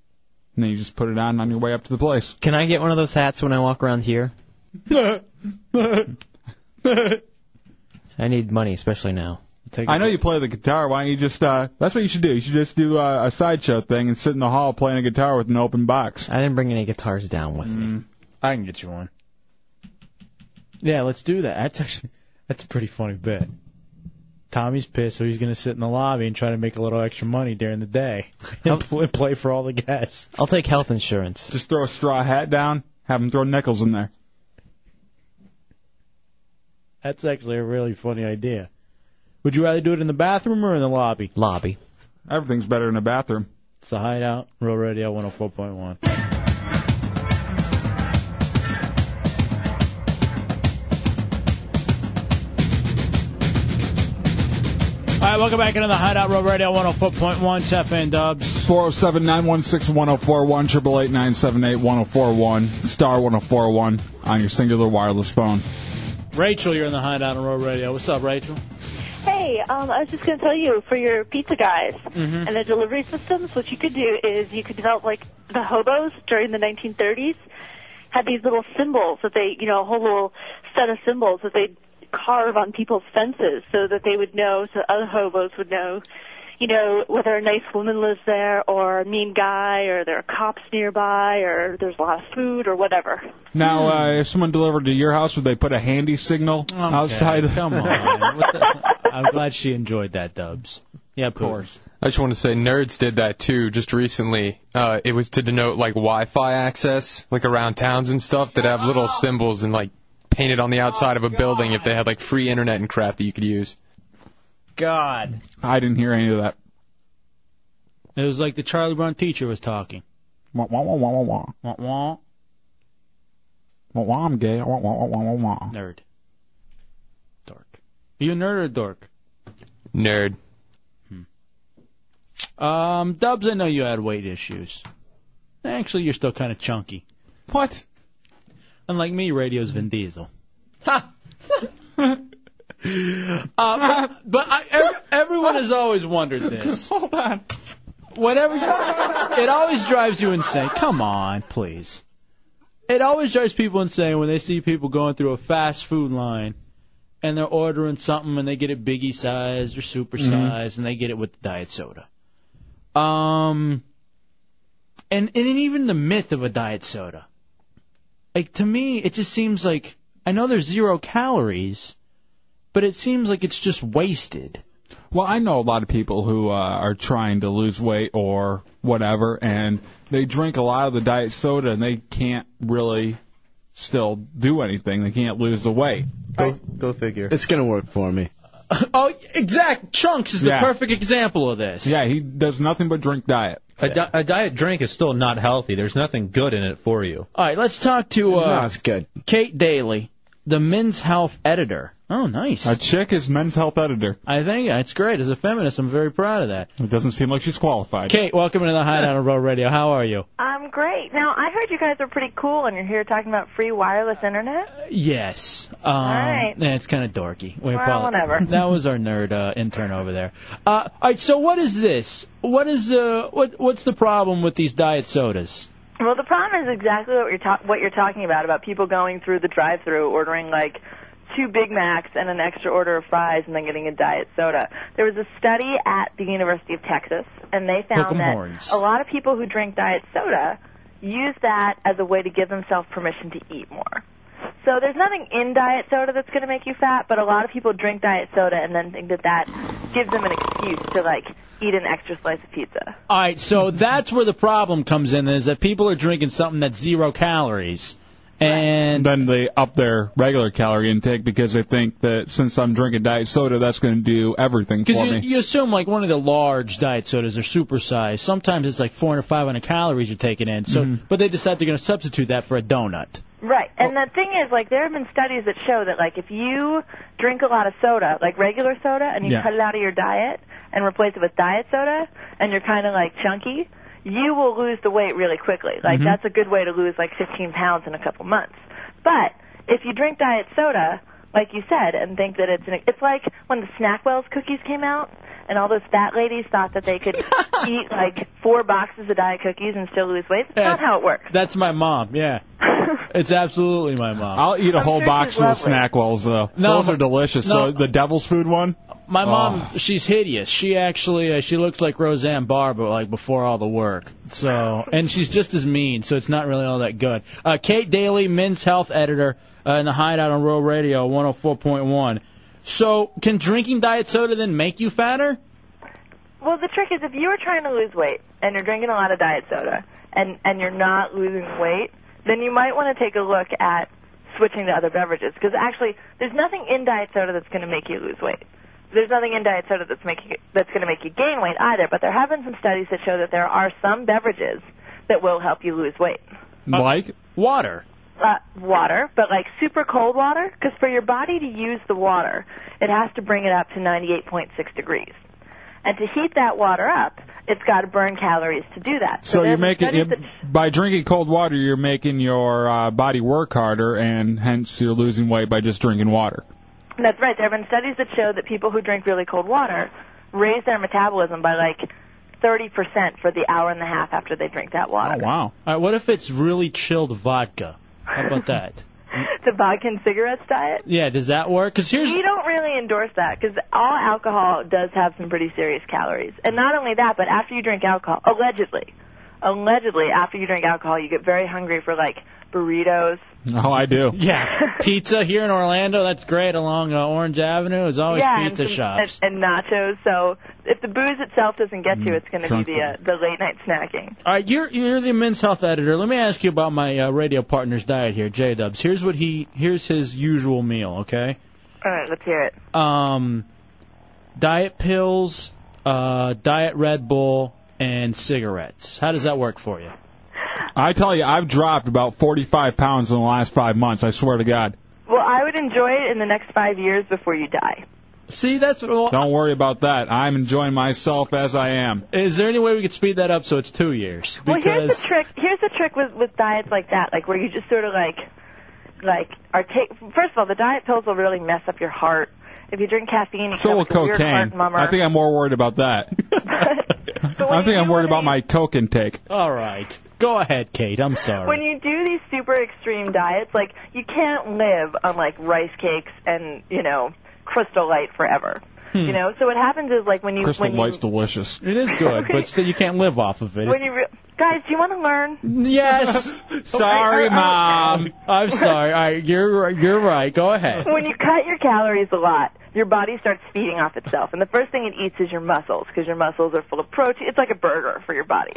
Speaker 3: and then you just put it on on your way up to the place.
Speaker 4: Can I get one of
Speaker 3: (laughs)
Speaker 4: those hats when I walk around here? I need money, especially now.
Speaker 3: I know you play the guitar. Why don't you just? Uh, that's what you should do. You should just do uh, a sideshow thing and sit in the hall playing a guitar with an open box. Mm.
Speaker 4: I didn't bring any guitars down with me.
Speaker 2: I can get you one. Yeah, let's do that. That's actually that's a pretty funny bit. Tommy's pissed, so he's going to sit in the lobby and try to make a little extra money during the day (laughs) and pl- play for all the guests.
Speaker 4: I'll take health insurance.
Speaker 3: Just throw a straw hat down. Have them throw nickels in there.
Speaker 2: That's actually a really funny idea. Would you rather do it in the bathroom or in the lobby?
Speaker 4: Lobby.
Speaker 3: Everything's better in the bathroom.
Speaker 2: It's the Hideout, Real Radio 104.1. All right, welcome back into the Hideout Road Radio 104.1, Seth and Dubs.
Speaker 3: 407 916 1041, 888 978 1041, star 1041 on your singular wireless phone.
Speaker 2: Rachel, you're in the Hideout on Road Radio. What's up, Rachel?
Speaker 13: Hey, um, I was just going to tell you for your pizza guys and the delivery systems, what you could do is you could develop like the hobos during the 1930s had these little symbols that they, you know, a whole little set of symbols that they'd carve on people's fences so that they would know, so other hobos would know, you know, whether a nice woman lives there or a mean guy or there are cops nearby or there's a lot of food or whatever.
Speaker 3: Now, uh, if someone delivered to your house, would they put a handy signal outside? Of-
Speaker 13: (laughs)
Speaker 2: Come on. What the- I'm glad she enjoyed that, Dubs. Yeah, of course.
Speaker 7: I just want to say nerds did that too just recently. Uh, it was to denote like Wi-Fi access, like around towns and stuff that have little symbols and like painted on the outside of a building if they had like free internet and crap that you could use.
Speaker 2: God.
Speaker 3: I didn't hear any of that.
Speaker 2: It was like the Charlie Brown teacher was talking.
Speaker 3: Wah, wah, wah, wah, wah, wah.
Speaker 2: Wah, wah.
Speaker 3: Wah, wah, I'm gay. Wah, wah, wah, wah, wah, wah.
Speaker 2: Nerd. Dork. Are you a nerd or a dork?
Speaker 7: Nerd.
Speaker 2: Um, Dubs, I know you had weight issues. Actually, you're still kind of chunky.
Speaker 3: What?
Speaker 2: Unlike me, radio's Vin Diesel. Ha! (laughs) uh, but but I, ev- everyone has always wondered (laughs) this.
Speaker 3: Hold on.
Speaker 2: Whenever you- it always drives you insane. Come on, please. It always drives people insane when they see people going through a fast food line and they're ordering something and they get it biggie size or super size and they get it with the diet soda. Um, and and then even the myth of a diet soda. Like to me, it just seems like I know there's zero calories, but it seems like it's just wasted.
Speaker 3: Well, I know a lot of people who uh, are trying to lose weight or whatever, and they drink a lot of the diet soda, and they can't really still do anything. They can't lose the weight.
Speaker 14: Go, go figure.
Speaker 6: It's gonna work for me.
Speaker 2: (laughs) oh, exact chunks is the
Speaker 3: Yeah.
Speaker 2: perfect example of this.
Speaker 3: Yeah, he does nothing but drink diet.
Speaker 14: A, di- a diet drink is still not healthy. There's nothing good in it for you.
Speaker 2: All right, let's talk to uh,
Speaker 14: No, it's Oh, good.
Speaker 2: Kate Daly, the men's health editor. Oh, nice.
Speaker 3: A chick is men's health editor.
Speaker 2: I think it's great. As a feminist, I'm very proud of that.
Speaker 3: It doesn't seem like she's qualified.
Speaker 2: Kate, welcome to the Hideout on Road Radio. How are you?
Speaker 13: I'm
Speaker 15: I'm Um, great. Now, I heard you guys are pretty cool, and you're here talking about free wireless internet.
Speaker 2: Yes. Um,
Speaker 15: right.
Speaker 2: yeah, it's kind of dorky.
Speaker 15: Well,
Speaker 2: apolo-
Speaker 15: whatever.
Speaker 2: (laughs) That was our nerd uh, intern over there. Uh, all right. So what is this? What is uh what what's the problem with these diet sodas?
Speaker 15: Well, the problem is exactly what you're ta- what you're talking about about people going through the drive-through ordering like two Big Macs and an extra order of fries and then getting a diet soda. There was a study at the University of Texas, and they
Speaker 12: Hook 'em
Speaker 15: found that
Speaker 12: horns.
Speaker 15: a lot of people who drink diet soda use that as a way to give themselves permission to eat more. So there's nothing in diet soda that's going to make you fat, but a lot of people drink diet soda and then think that that gives them an excuse to like eat an extra slice of pizza.
Speaker 2: All right. So (laughs) that's where the problem comes in is that people are drinking something that's zero calories. And
Speaker 3: then they up their regular calorie intake because they think that since I'm drinking diet soda, that's going to do everything
Speaker 2: Because
Speaker 3: for
Speaker 2: you,
Speaker 3: me.
Speaker 2: you assume like one of the large diet sodas are supersized. Sometimes it's like 400 or 500 calories you're taking in. So,
Speaker 3: Mm-hmm.
Speaker 2: but they decide they're going to substitute that for a donut.
Speaker 15: Right. And the thing is, like, there have been studies that show that, like, if you drink a lot of soda, like regular soda, and you
Speaker 2: Yeah.
Speaker 15: cut it out of your diet and replace it with diet soda, and you're kind of, like, chunky, you will lose the weight really quickly. Like,
Speaker 16: Mhm.
Speaker 15: that's a good way to lose, like, 15 pounds in a couple months. But if you drink diet soda, like you said, and think that it's an, it's like when the Snackwells cookies came out, and all those fat ladies thought that they could eat like four boxes of diet cookies and still lose weight. That's not how it works.
Speaker 2: That's my mom.
Speaker 15: (laughs)
Speaker 2: Yeah. it's absolutely my mom.
Speaker 3: I'll eat a whole
Speaker 2: sure
Speaker 3: box
Speaker 2: she's
Speaker 3: of the
Speaker 2: lovely.
Speaker 3: snack wells though.
Speaker 2: No,
Speaker 3: Those
Speaker 2: my-
Speaker 3: are delicious.
Speaker 2: no.
Speaker 3: The, the devil's food one.
Speaker 2: My
Speaker 3: Oh.
Speaker 2: mom, she's hideous. She actually, uh, she looks like Roseanne Barr, but like before all the work. So, and she's just as mean. So it's not really all that good. Uh, Kate Daly, men's health editor uh, in the Hideout on Rural Radio 104.1. So, can drinking diet soda then make you fatter?
Speaker 15: Well, the trick is if you are trying to lose weight and you're drinking a lot of diet soda and and you're not losing weight, then you might want to take a look at switching to other beverages because actually there's nothing in diet soda that's going to make you lose weight. There's nothing in diet soda that's making that's going to make you gain weight either, but there have been some studies that show that there are some beverages that will help you lose weight.
Speaker 3: Like
Speaker 2: water.
Speaker 15: Uh, water, but like super cold water, because for your body to use the water, it has to bring it up to 98.6 degrees. And to heat that water up, it's got to burn calories to do that.
Speaker 3: So
Speaker 15: there's
Speaker 3: you're
Speaker 15: a
Speaker 3: making
Speaker 15: study
Speaker 3: you,
Speaker 15: that-
Speaker 3: by drinking cold water, you're making your uh, body work harder, and hence you're losing weight by just drinking water.
Speaker 15: That's right. There have been studies that show that people who drink really cold water raise their metabolism by like 30% for the hour and a half after they drink that water.
Speaker 2: wow. All right, what if it's really chilled vodka? How
Speaker 3: (laughs)
Speaker 2: about that?
Speaker 3: Oh.
Speaker 15: (laughs) The vodka and cigarettes diet.
Speaker 2: yeah, does that work? Because here's
Speaker 15: We don't really endorse that because all alcohol does have some pretty serious calories. And not only that, but after you drink alcohol, allegedly, allegedly, after you drink alcohol, you get very hungry for like burritos.
Speaker 3: Oh, I do.
Speaker 2: Yeah, pizza here in Orlando. That's great along uh, Orange Avenue. There's always
Speaker 15: yeah,
Speaker 2: pizza
Speaker 15: and, some-
Speaker 2: shops. Mm,
Speaker 15: and, and nachos. So if the booze itself doesn't get you, it's going to be
Speaker 2: Drunk
Speaker 15: the uh, the late night snacking.
Speaker 2: All right, you're you're the men's health editor. Let me ask you about my uh, radio partner's diet here, J Dubs. Here's what he here's his usual meal. Okay,
Speaker 15: All right, let's hear it.
Speaker 2: um, diet pills, uh, diet Red Bull, and cigarettes. How does that work for you?
Speaker 3: I tell you, I've dropped about 45 pounds in the last five months. I swear to God.
Speaker 15: Well, I would enjoy it in the next five years before you die.
Speaker 2: See, that's well,
Speaker 3: Don't worry about that. I'm enjoying myself as I am.
Speaker 2: Is there any way we could speed that up so it's two years?
Speaker 15: Well,
Speaker 2: Because
Speaker 15: here's the trick. Here's the trick with with diets like that, like where you just sort of like, like are take. First of all, the diet pills will really mess up your heart. If you drink caffeine, you
Speaker 3: So
Speaker 15: can
Speaker 3: will
Speaker 15: have this weird
Speaker 3: cocaine.
Speaker 15: heart mummer.
Speaker 3: I think I'm more worried about
Speaker 15: (laughs)
Speaker 3: that. (laughs) I think I'm worried about my coke intake.
Speaker 2: All right. Go ahead, Kate. I'm sorry.
Speaker 15: when you do these super extreme diets, like you can't live on like rice cakes and you know crystal light forever.
Speaker 2: Hmm.
Speaker 15: You know, so what happens is like when you
Speaker 2: Crystal
Speaker 15: when you
Speaker 2: Light's
Speaker 3: delicious.
Speaker 2: It is good,
Speaker 15: Okay.
Speaker 2: but still you can't live off of it.
Speaker 15: when
Speaker 2: It's-
Speaker 15: you re- guys, do you want to learn? (laughs) uh,
Speaker 2: Yes.
Speaker 15: Oh,
Speaker 3: Sorry, mom.
Speaker 2: I'm sorry. All right, you're you're right. Go ahead.
Speaker 15: when you cut your calories a lot, your body starts feeding off itself, and the first thing it eats is your muscles because your muscles are full of protein. It's like a burger for your body.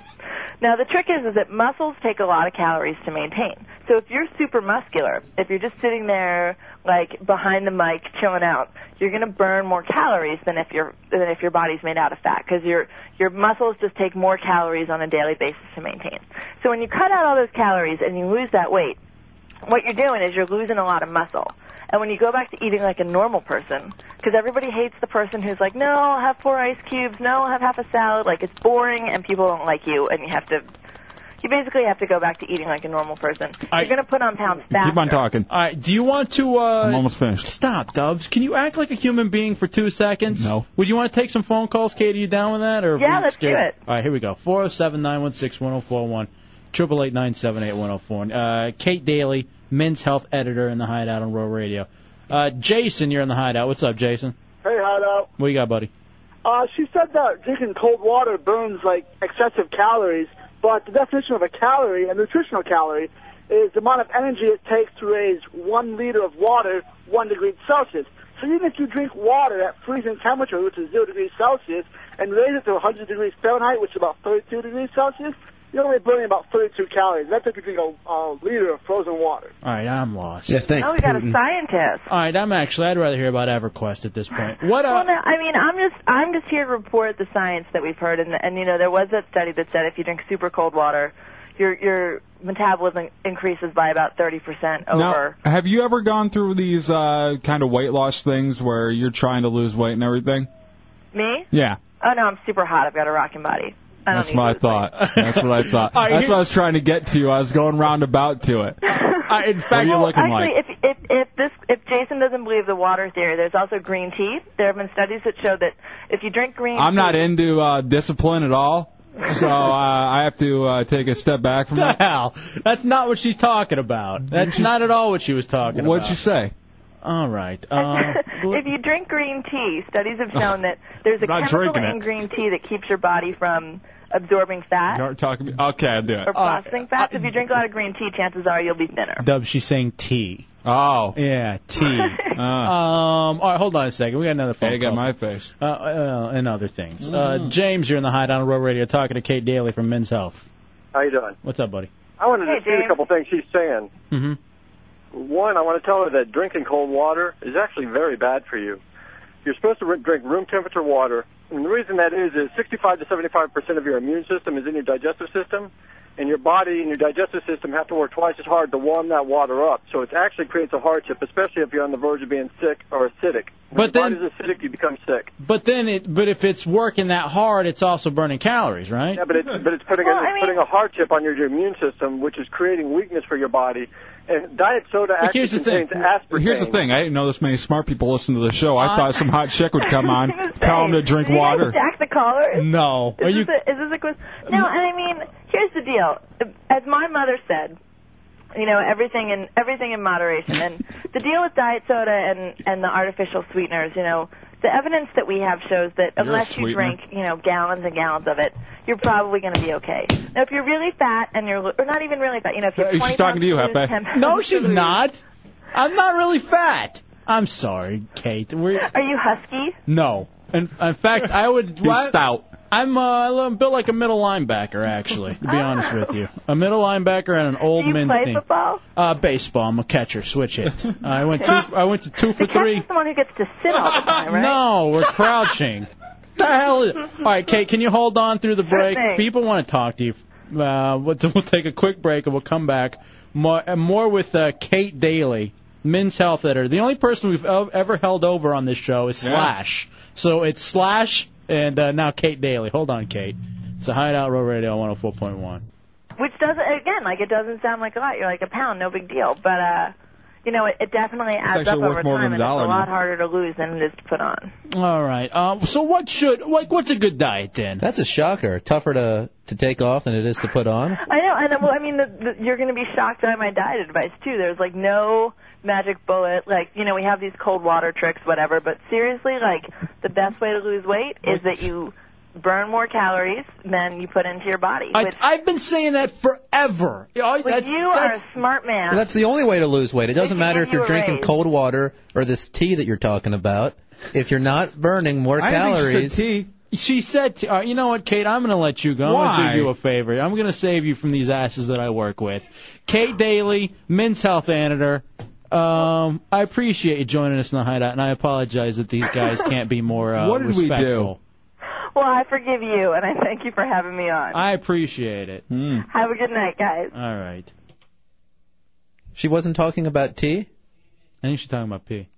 Speaker 15: Now the trick is, is that muscles take a lot of calories to maintain. So if you're super muscular, if you're just sitting there like behind the mic chilling out, you're going to burn more calories than if your than if your body's made out of fat because your your muscles just take more calories on a daily basis to maintain. So when you cut out all those calories and you lose that weight, what you're doing is you're losing a lot of muscle. And when you go back to eating like a normal person, because everybody hates the person who's like, no, I'll have four ice cubes, no, I'll have half a salad. Like it's boring, and people don't like you, and you have to, You basically have to go back to eating like a normal person. You're going to put on pounds fast.
Speaker 3: Keep on talking.
Speaker 2: All right. Do you want to? Uh, I'm
Speaker 3: almost finished.
Speaker 2: Stop, Dubs. Can you act like a human being for two seconds? No. Would you want to take some phone calls, Kate? Are you down with that? Or
Speaker 15: Yeah, let's do it.
Speaker 2: All right. Here we go. Four zero seven nine one six one zero four one. Triple eight nine seven eight one zero four. Uh, Kate Daly, Men's Health Editor in the Hideout on Rural Radio. Uh, Jason, you're in the Hideout. What's up, Jason?
Speaker 18: Hey, Hideout.
Speaker 2: What you got, buddy?
Speaker 18: Uh, she said that drinking cold water burns like excessive calories, but the definition of a calorie, a nutritional calorie, is the amount of energy it takes to raise one liter of water one degree Celsius. So even if you drink water at freezing temperature, which is zero degrees Celsius, and raise it to 100 degrees Fahrenheit, which is about 32 degrees Celsius, you're only burning about 32 calories. That's if you drink a, a liter of frozen water.
Speaker 2: All right, I'm lost.
Speaker 14: Yeah,
Speaker 15: thanks, Now Oh, we got a Putin. scientist.
Speaker 2: All right, I'm actually. I'd rather hear about EverQuest at this point. What? uh,
Speaker 15: Well, no, I mean, I'm just I'm just here to report the science that we've heard, and and you know there was that study that said if you drink super cold water, your your metabolism increases by about 30% over.
Speaker 3: Now, have you ever gone through these uh, kind of weight loss things where you're trying to lose weight and everything?
Speaker 15: Me?
Speaker 3: Yeah,
Speaker 15: Oh no, I'm super hot. I've got a rocking body. Um, I don't
Speaker 3: that's what I thought. That's what I
Speaker 2: (laughs)
Speaker 3: thought.
Speaker 2: All right,
Speaker 3: That's
Speaker 2: here-
Speaker 3: what I was trying to get to. I was going roundabout to it.
Speaker 2: I, in
Speaker 3: what are you looking like?
Speaker 15: Actually, if, if if this if Jason doesn't believe the water theory, there's also green tea. There have been studies that show that if you drink green, (laughs)
Speaker 3: I'm not
Speaker 15: tea,
Speaker 3: into uh, discipline at all, so uh, I have to uh, take a step back from
Speaker 2: the
Speaker 3: that.
Speaker 2: hell? That's not what she's talking about. That's not at all what she was talking
Speaker 3: What'd
Speaker 2: about.
Speaker 3: you say?
Speaker 15: (laughs)
Speaker 2: All right. Um,
Speaker 15: if you drink green tea, studies have
Speaker 3: (laughs)
Speaker 15: shown that there's a
Speaker 3: uh, Not
Speaker 15: chemical
Speaker 3: drinking
Speaker 15: in
Speaker 3: it.
Speaker 15: green tea that keeps your body from absorbing fat
Speaker 3: You aren't talking. Okay, I'll do it.
Speaker 15: or
Speaker 3: uh,
Speaker 15: processing fats. if you drink a lot of green tea, chances are you'll be thinner.
Speaker 2: Dub, she's saying tea.
Speaker 3: Oh. Uh.
Speaker 2: Yeah,
Speaker 3: (laughs)
Speaker 2: tea. Um, all right, hold on a second. We got another phone
Speaker 3: Hey, you
Speaker 2: call.
Speaker 3: got my face. Mm-hmm.
Speaker 2: Uh, uh, and other things. Uh, James, you're in the Hideout on Road Radio talking to Kate Daly from Men's Health.
Speaker 12: How you doing?
Speaker 2: What's up, buddy?
Speaker 12: I wanted to
Speaker 18: Hey,
Speaker 12: see
Speaker 18: James.
Speaker 12: a couple things she's saying.
Speaker 2: Mm-hmm.
Speaker 12: One, I want to tell her that drinking cold water is actually very bad for you. You're supposed to ri- drink room temperature water, and the reason that is is 65 to 75 percent of your immune system is in your digestive system, and your body and your digestive system have to work twice as hard to warm that water up. So it actually creates a hardship, especially if you're on the verge of being sick or acidic. When
Speaker 2: But
Speaker 12: your
Speaker 2: then-
Speaker 12: body's acidic, you become sick.
Speaker 2: But then, it, but if it's working that hard, it's also burning calories, right?
Speaker 12: Yeah, but it's but it's putting a, it's putting a hardship on your, your immune system, which is creating weakness for your body. And diet soda
Speaker 3: But
Speaker 12: actually
Speaker 3: here's the thing.
Speaker 12: contains aspartame.
Speaker 3: Here's the thing. I didn't know this many smart people listened to the show. I
Speaker 12: Uh,
Speaker 3: thought some hot chick would
Speaker 15: (laughs)
Speaker 3: come on, tell them to drink
Speaker 15: Did you guys
Speaker 3: water.
Speaker 15: Jack the caller. Is-
Speaker 3: No.
Speaker 15: Is, this a, is this a quiz? No, and I mean, here's the deal. As my mother said, you know, everything in everything in moderation.
Speaker 3: (laughs)
Speaker 15: And the deal with diet soda and and the artificial sweeteners, you know, the evidence that we have shows that
Speaker 18: You're a
Speaker 15: unless you
Speaker 18: sweetener.
Speaker 15: drink, you know, gallons and gallons of it, you're probably going to be okay. Now, if you're really fat and you're, or not even really fat, you know, if you're
Speaker 3: Uh,
Speaker 15: 20 pounds lose, 10 pounds
Speaker 2: No, she's
Speaker 15: to lose.
Speaker 2: not. I'm not really fat. I'm sorry, Kate. We're,
Speaker 15: (laughs) Are you husky?
Speaker 2: no. In, in fact, I would.
Speaker 3: He's stout.
Speaker 2: I'm uh, a little- built like a middle linebacker, actually. To be honest with you, a middle linebacker and an old
Speaker 15: Ah. Do you
Speaker 2: men's
Speaker 15: play
Speaker 2: team.
Speaker 15: football?
Speaker 2: Uh, baseball. I'm a catcher. Switch
Speaker 15: (laughs)
Speaker 2: hit. I went two. I went to two for
Speaker 15: The catcher's
Speaker 2: three.
Speaker 15: the one who gets to sit all the
Speaker 3: (laughs)
Speaker 15: time, right?
Speaker 2: No,
Speaker 15: (laughs)
Speaker 2: we're crouching. the hell is? All right, Kate, can you hold on through the break?
Speaker 15: Thanks.
Speaker 2: People want to talk to you. Uh, we'll, (laughs) we'll take a quick break and we'll come back more, and more with uh, Kate Daly, Men's Health Editor. The only person we've ev- ever held over on this show is
Speaker 23: Yeah.
Speaker 2: Slash. So it's Slash and uh, now Kate Daly. Hold on, Kate. It's a Hideout Row Radio 104.1.
Speaker 15: Which doesn't, again, like it doesn't sound like a lot. You're like a pound, no big deal. But uh, you know, it, it definitely adds up
Speaker 2: actually worth
Speaker 15: over
Speaker 2: more
Speaker 15: time,
Speaker 2: than
Speaker 15: and
Speaker 2: a
Speaker 15: it's
Speaker 2: dollar
Speaker 15: a lot
Speaker 2: now.
Speaker 15: harder to lose than it is to put on.
Speaker 2: All right. Uh, so what should like what's a good diet then?
Speaker 14: That's a shocker. Tougher to to take off than it is to put on.
Speaker 15: I know, and uh, well, I mean, the, the, you're going to be shocked by my diet advice too. There's like no magic bullet. Like you know, we have these cold water tricks, whatever. But seriously, like the best way to lose weight is that you burn more calories than you put into your body.
Speaker 2: I,
Speaker 15: which,
Speaker 2: I've been saying that forever. I-
Speaker 15: which
Speaker 2: that's-
Speaker 15: you are a smart man.
Speaker 14: Well, that's the only way to lose weight. It doesn't matter if
Speaker 15: give you
Speaker 14: you're
Speaker 15: a
Speaker 14: drinking
Speaker 15: raise.
Speaker 14: cold water or this tea that you're talking about. If you're not burning more calories,
Speaker 2: She said, to, uh, "You know what, Kate? I'm going to let you go. I'm going
Speaker 14: Why?
Speaker 2: to do you a favor. I'm going to save you from these asses that I work with." Kate Daly, Men's Health Editor. Um, I appreciate you joining us in the hideout, and I apologize that these
Speaker 3: (laughs)
Speaker 2: guys can't be more uh,
Speaker 3: What did we do?
Speaker 2: respectful.
Speaker 15: Well, I forgive you, and I thank you for having me on.
Speaker 2: I appreciate it.
Speaker 3: Hmm.
Speaker 15: Have a good night, guys.
Speaker 2: All right.
Speaker 14: she wasn't talking about tea.
Speaker 2: I think she's talking about pee.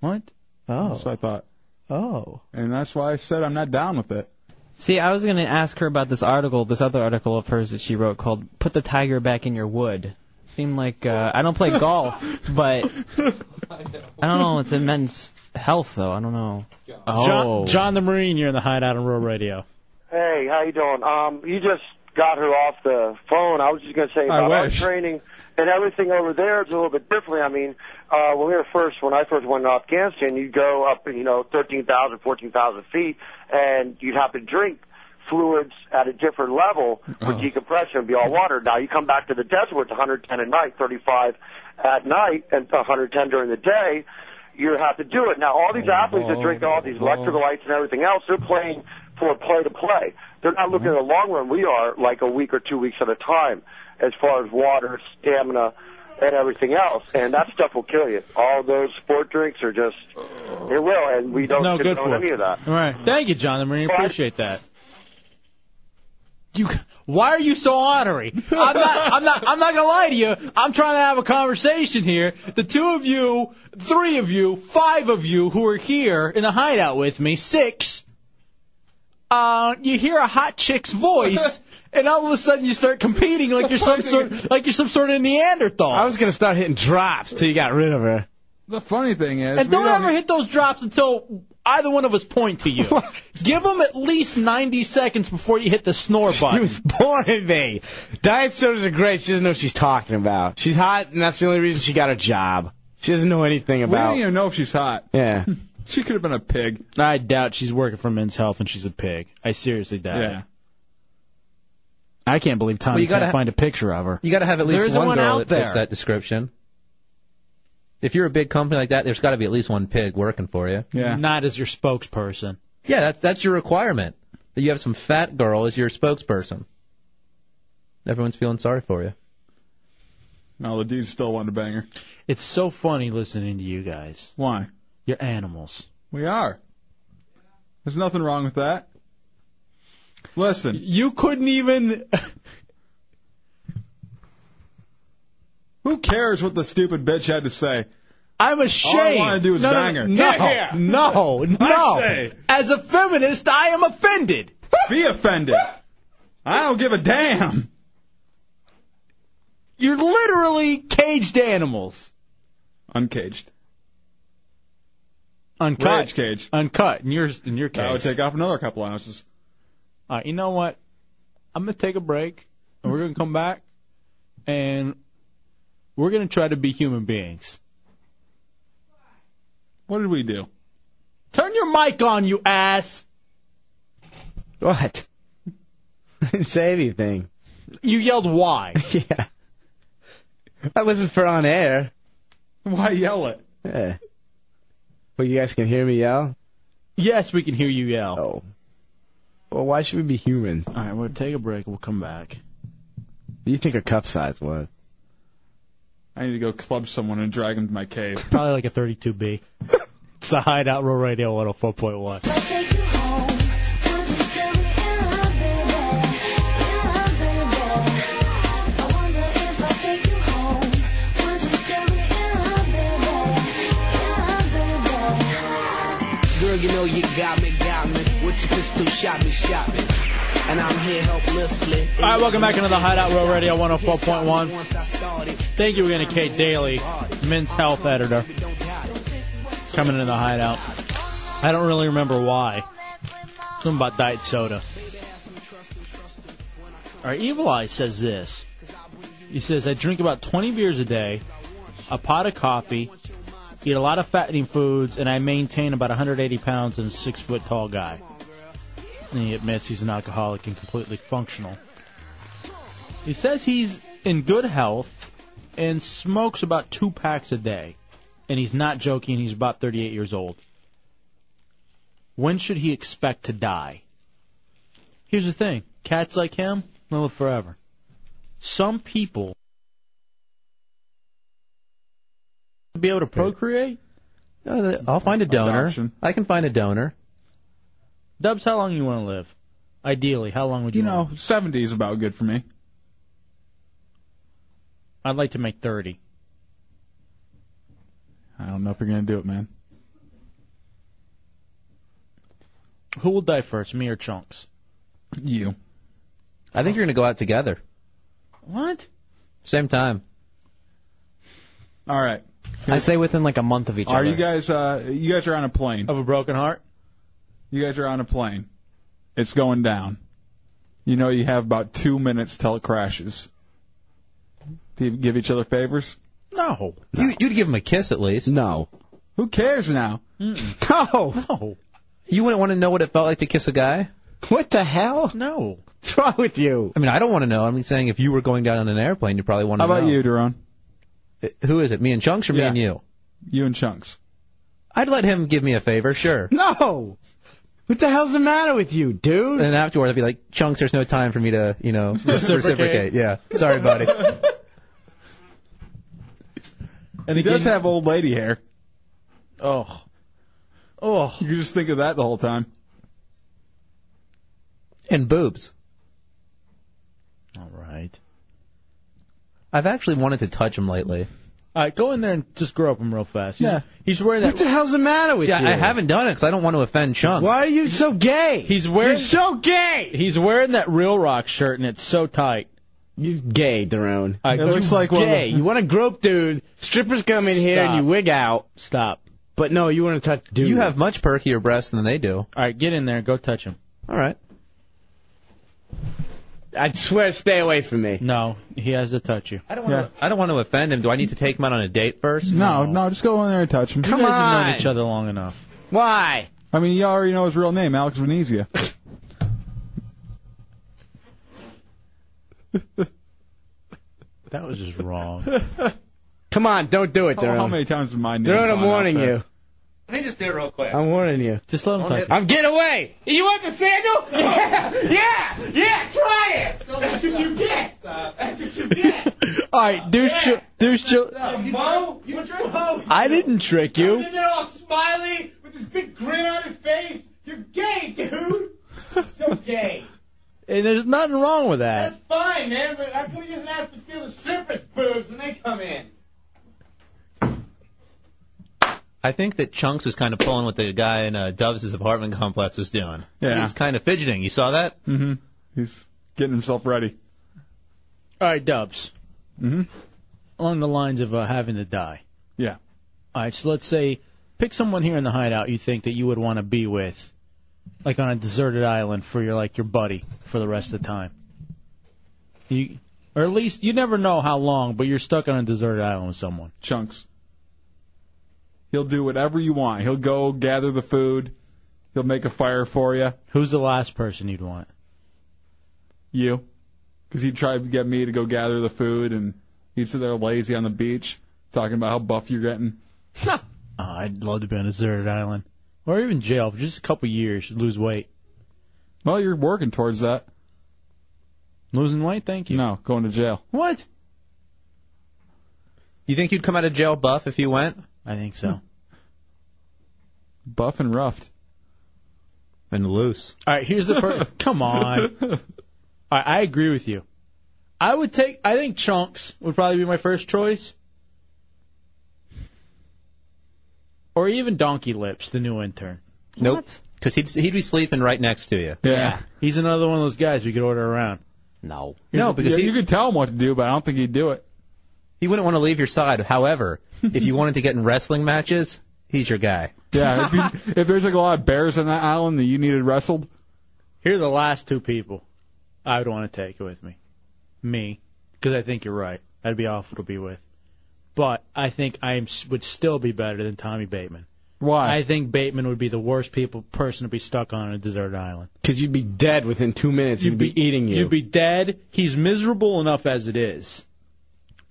Speaker 2: What?
Speaker 14: Oh.
Speaker 3: That's what I thought.
Speaker 14: Oh.
Speaker 3: And that's why I said I'm not down with it.
Speaker 4: See, I was going to ask her about this article, this other article of hers that she wrote called "Put the Tiger Back in Your Wood." Seemed like uh, I don't play
Speaker 3: (laughs)
Speaker 4: golf, but I don't know. It's in men's health, though. I don't know.
Speaker 2: (laughs) John, John the Marine, you're in the hideout on Rural Radio.
Speaker 16: Hey, how you doing? Um, you just got her off the phone. I was just gonna say
Speaker 2: I
Speaker 16: about our
Speaker 2: wish.
Speaker 16: training and everything over there. It's a little bit differently. I mean, uh, when we were first, when I first went to Afghanistan, you'd go up, you know, thirteen thousand, fourteen thousand feet, and you'd have to drink fluids at a different level
Speaker 17: Oh.
Speaker 2: Uh-huh.
Speaker 16: with decompression and be all water. Now you come back to the desert, where it's 110 at night, 35 at night, and 110 during the day. You have to do it. Now all
Speaker 2: Oh,
Speaker 16: these athletes that drink all these electrolytes and everything else, they're playing for play to play. They're not
Speaker 2: Mm-hmm.
Speaker 16: looking at the long run. We are like a week or two weeks at a time as far as water, stamina, and everything else. And that stuff will kill you. All those sport drinks are just, it will, and we don't
Speaker 2: no good
Speaker 16: condone
Speaker 2: for
Speaker 16: any
Speaker 2: it.
Speaker 16: of that.
Speaker 2: All right. Thank you, John the Marine. Appreciate that. You, why are you so ornery? I'm not. I'm not. I'm not gonna lie to you. I'm trying to have a conversation here. The two of you, three of you, five of you who are here in the hideout with me, six.
Speaker 6: Um,
Speaker 2: Uh, you hear a hot
Speaker 16: (laughs)
Speaker 2: chick's voice, and all of a sudden you start competing like you're some sort, like you're some sort of Neanderthal.
Speaker 6: I was gonna start hitting drops till you got rid of her.
Speaker 3: The funny thing is,
Speaker 2: And don't ever hit those drops until either one of us point to you. Give them at least 90 seconds before you hit the snore
Speaker 6: She
Speaker 2: button.
Speaker 6: was born in me. Diet sodas are great. She doesn't know what she's talking about. She's hot, and that's the only reason she got her job. She doesn't know anything
Speaker 3: we
Speaker 6: about.
Speaker 3: don't even know if she's hot.
Speaker 6: (laughs) yeah.
Speaker 3: She could have been a pig.
Speaker 2: I doubt she's working for Men's Health and she's a pig. I seriously doubt
Speaker 3: Yeah.
Speaker 2: it. I can't believe Tommy
Speaker 14: Well, you gotta
Speaker 2: can't
Speaker 14: ha-
Speaker 2: find a picture of her.
Speaker 14: You got to have at least
Speaker 2: There isn't
Speaker 14: one,
Speaker 2: one
Speaker 14: girl
Speaker 2: out
Speaker 14: that fits
Speaker 2: there.
Speaker 14: that description. If you're a big company like that, there's got to be at least one pig working for you.
Speaker 2: Not as your spokesperson.
Speaker 14: Yeah, that, that's your requirement. That you have some fat girl as your spokesperson. Everyone's feeling sorry for you.
Speaker 3: No, the dude still wanted to bang her.
Speaker 2: It's so funny listening to you guys.
Speaker 3: Why?
Speaker 2: You're animals.
Speaker 3: We are. There's nothing wrong with that. Listen.
Speaker 2: You couldn't even.
Speaker 3: (laughs) Who cares what the stupid bitch had to say?
Speaker 2: I'm
Speaker 3: All I
Speaker 2: ashamed.
Speaker 3: want to do is
Speaker 2: no, no,
Speaker 3: bang her.
Speaker 2: No, no, no.
Speaker 3: (laughs) I say.
Speaker 2: As a feminist, I am offended.
Speaker 3: (laughs) Be offended. I don't give a damn.
Speaker 2: You're literally caged animals.
Speaker 3: Uncaged.
Speaker 2: Uncut.
Speaker 3: Rage cage.
Speaker 2: Uncut. In your in your
Speaker 3: That would
Speaker 2: case.
Speaker 3: take off another couple ounces.
Speaker 2: All right, you know what? I'm gonna take a break, and we're gonna come back, and we're gonna try to be human beings.
Speaker 3: What did we do?
Speaker 2: Turn your mic on, you ass.
Speaker 6: What? (laughs) I didn't say anything.
Speaker 2: You yelled why?
Speaker 6: (laughs) yeah. I listened for on air.
Speaker 3: Why yell it?
Speaker 6: Yeah. Well, you guys can hear me yell.
Speaker 2: Yes, we can hear you yell.
Speaker 6: Oh. Well, why should we be human?
Speaker 2: All right, we'll take a break. We'll come back.
Speaker 6: Do you think her cup size was? (laughs)
Speaker 3: I need to go club someone and drag him to my cave.
Speaker 2: Probably like a 32B. it's the Hideout Roll Radio 104.1.
Speaker 19: (laughs) Girl, you know you got me, got me. With your pistol, shot me, shot me. And I'm here helplessly.
Speaker 2: All right, welcome back into the Hideout Roll Radio 104.1.
Speaker 19: Once I started,
Speaker 2: Thank you again to Kate Daly, Men's Health Editor, coming into the Hideout. I don't really remember why. Something about diet soda. All right, Evil Eye says this. He says, I drink about 20 beers a day, a pot of coffee, eat a lot of fattening foods, and I maintain about 180 pounds and a six foot tall guy. And he admits he's an alcoholic and completely functional. He says he's in good health and smokes about two packs a day. And he's not joking, he's about 38 years old. When should he expect to die? Here's the thing cats like him, they'll live forever. Some people be able to procreate.
Speaker 14: Uh, I'll find a donor.
Speaker 2: Adoption.
Speaker 14: I can find a donor.
Speaker 2: Dubs, how long you want to live? Ideally, how long would you?
Speaker 3: You know, 70 is about good for me.
Speaker 2: I'd like to make 30.
Speaker 3: I don't know if you're gonna do it, man.
Speaker 2: Who will die first, me or Chunks?
Speaker 3: You.
Speaker 14: I think you're gonna go out together.
Speaker 2: What?
Speaker 14: Same time.
Speaker 3: All right.
Speaker 4: I'd say within like a month of each
Speaker 3: Are
Speaker 4: other.
Speaker 3: you guys? Uh, you guys are on a plane. Of
Speaker 2: a broken heart.
Speaker 3: You guys are on a plane. It's going down. You know you have about two minutes till it crashes. Do you give each other favors?
Speaker 2: No.
Speaker 14: You, you'd give him a kiss at least.
Speaker 3: No. Who cares now?
Speaker 14: No.
Speaker 2: No.
Speaker 14: You wouldn't want to know what it felt like to kiss a guy. What the hell?
Speaker 2: No.
Speaker 14: What's wrong with you? I mean, I don't want to know. I'm saying if you were going down on an airplane, you probably want to
Speaker 3: How
Speaker 14: know. Uh,
Speaker 3: about you, Duron?
Speaker 14: Who is it? Me and Chunks or me and you?
Speaker 3: You and Chunks.
Speaker 14: I'd let him give me a favor, sure.
Speaker 4: No. What the hell's the matter with you, dude?
Speaker 14: And afterwards, I'd be like, Chunks, there's no time for me to,
Speaker 4: (laughs)
Speaker 14: you know, reciprocate.
Speaker 3: Reciprocate.
Speaker 14: Yeah. Sorry, buddy.
Speaker 2: And
Speaker 3: he does have old lady hair.
Speaker 2: Oh. Oh.
Speaker 3: You can just think of that the whole time.
Speaker 14: And boobs.
Speaker 2: All right.
Speaker 14: I've actually wanted to touch him lately.
Speaker 2: All right, go in there and just grow up him real fast.
Speaker 14: Yeah.
Speaker 2: He's wearing that.
Speaker 14: What the hell's
Speaker 4: the matter with
Speaker 14: See,
Speaker 4: you?
Speaker 14: I, I haven't done it because I don't want to offend Chunks.
Speaker 4: Why are you so gay?
Speaker 2: He's wearing.
Speaker 4: You're so gay.
Speaker 2: He's wearing that real rock shirt and it's so tight.
Speaker 4: You gay, Darone.
Speaker 2: I
Speaker 4: it looks like
Speaker 2: one of
Speaker 4: gay.
Speaker 2: the-
Speaker 4: You want to grope, dude? Strippers come in here and
Speaker 2: Stop.
Speaker 4: you wig out.
Speaker 2: Stop.
Speaker 4: But no, you want to touch dude.
Speaker 14: You have much perkier breasts than they do.
Speaker 2: All right, get in there. Go touch him.
Speaker 14: All right.
Speaker 4: I swear, stay away from me. (laughs)
Speaker 2: No, he has to touch you.
Speaker 14: I don't want to. I don't want to offend him. Do I need to take him out on a date first?
Speaker 3: No, no, just go in there and touch him.
Speaker 14: You Come guys have known on. each
Speaker 2: other long enough.
Speaker 4: Why?
Speaker 3: I mean, you already know his real name, Alex Venezia. (laughs)
Speaker 2: That was just wrong.
Speaker 4: (laughs) Come on, don't do it,
Speaker 3: How,
Speaker 4: Darone.
Speaker 3: how many times have my name?
Speaker 4: Darone, I'm
Speaker 3: gone out
Speaker 4: warning
Speaker 3: there?
Speaker 4: you.
Speaker 14: Let me just do it real
Speaker 6: (laughs)
Speaker 14: quick.
Speaker 4: I'm warning you.
Speaker 2: Just let him
Speaker 4: touch I'm get away. You want the sandal? Yeah, yeah, (laughs) yeah. Try it. That's what you get. That's what you get.
Speaker 2: All right, douche, Ju- douche, Ju-
Speaker 4: Mo, you drew Mo.
Speaker 2: I didn't
Speaker 4: (laughs)
Speaker 2: trick you.
Speaker 4: there all smiley with this big grin on his face. You're gay, dude. (laughs) so gay.
Speaker 2: And there's nothing wrong with that.
Speaker 4: Fine, man, but I could just ask to feel the strippers' boobs when they come in.
Speaker 14: I think that Chunks was kind of pulling what the guy in uh, Doves' apartment complex was doing.
Speaker 3: Yeah.
Speaker 14: He was kind of fidgeting. You saw that?
Speaker 3: Mm-hmm. He's getting himself ready.
Speaker 2: All right, Dubs. Mm-hmm. Along the lines of uh, having to die.
Speaker 3: Yeah.
Speaker 2: All right, so let's say pick someone here in the hideout you think that you would want to be with, like on a deserted island for your like your buddy for the rest of the time. You, or at least you never know how long, but you're stuck on a deserted island with someone.
Speaker 3: Chunks. He'll do whatever you want. He'll go gather the food. He'll make a fire for you.
Speaker 2: Who's the last person you'd want?
Speaker 3: You. Because he'd try to get me to go gather the food, and he'd sit there lazy on the beach talking about how buff you're getting.
Speaker 2: Oh,
Speaker 3: Uh,
Speaker 2: I'd love to be on a deserted island, or even jail for just a couple years, lose weight.
Speaker 3: Well, you're working towards that.
Speaker 2: Losing weight? Thank you.
Speaker 3: No, going to jail.
Speaker 2: What?
Speaker 14: You think you'd come out of jail buff if you went?
Speaker 2: I think so.
Speaker 3: Buff and roughed.
Speaker 14: And loose.
Speaker 2: All right, here's the
Speaker 14: (laughs)
Speaker 2: per- come on. All right, I agree with you. I would take. I think Chunks would probably be my first choice, or even Donkey Lips, the new intern.
Speaker 14: Nope. Because he'd, he'd be sleeping right next to you.
Speaker 2: he's another one of those guys we could order around.
Speaker 14: No. No, because
Speaker 3: Yeah,
Speaker 14: he,
Speaker 3: you could tell him what to do, but I don't think he'd do it.
Speaker 14: he wouldn't want to leave your
Speaker 3: (laughs)
Speaker 14: side. However, if you wanted to get in wrestling matches, he's your guy.
Speaker 3: Yeah, if, you, if there's like a lot of bears on that island that you needed wrestled,
Speaker 2: Here are the last two people I would want to take with me. Me, because I think you're right. That'd be awful to be with. But I think I am, would still be better than Tommy Bateman.
Speaker 3: Why?
Speaker 2: I think Bateman would be the worst people person to be stuck on a deserted island.
Speaker 4: Because you'd be dead within two minutes. You'd, be, eating you.
Speaker 2: You'd be dead. He's miserable enough as it is.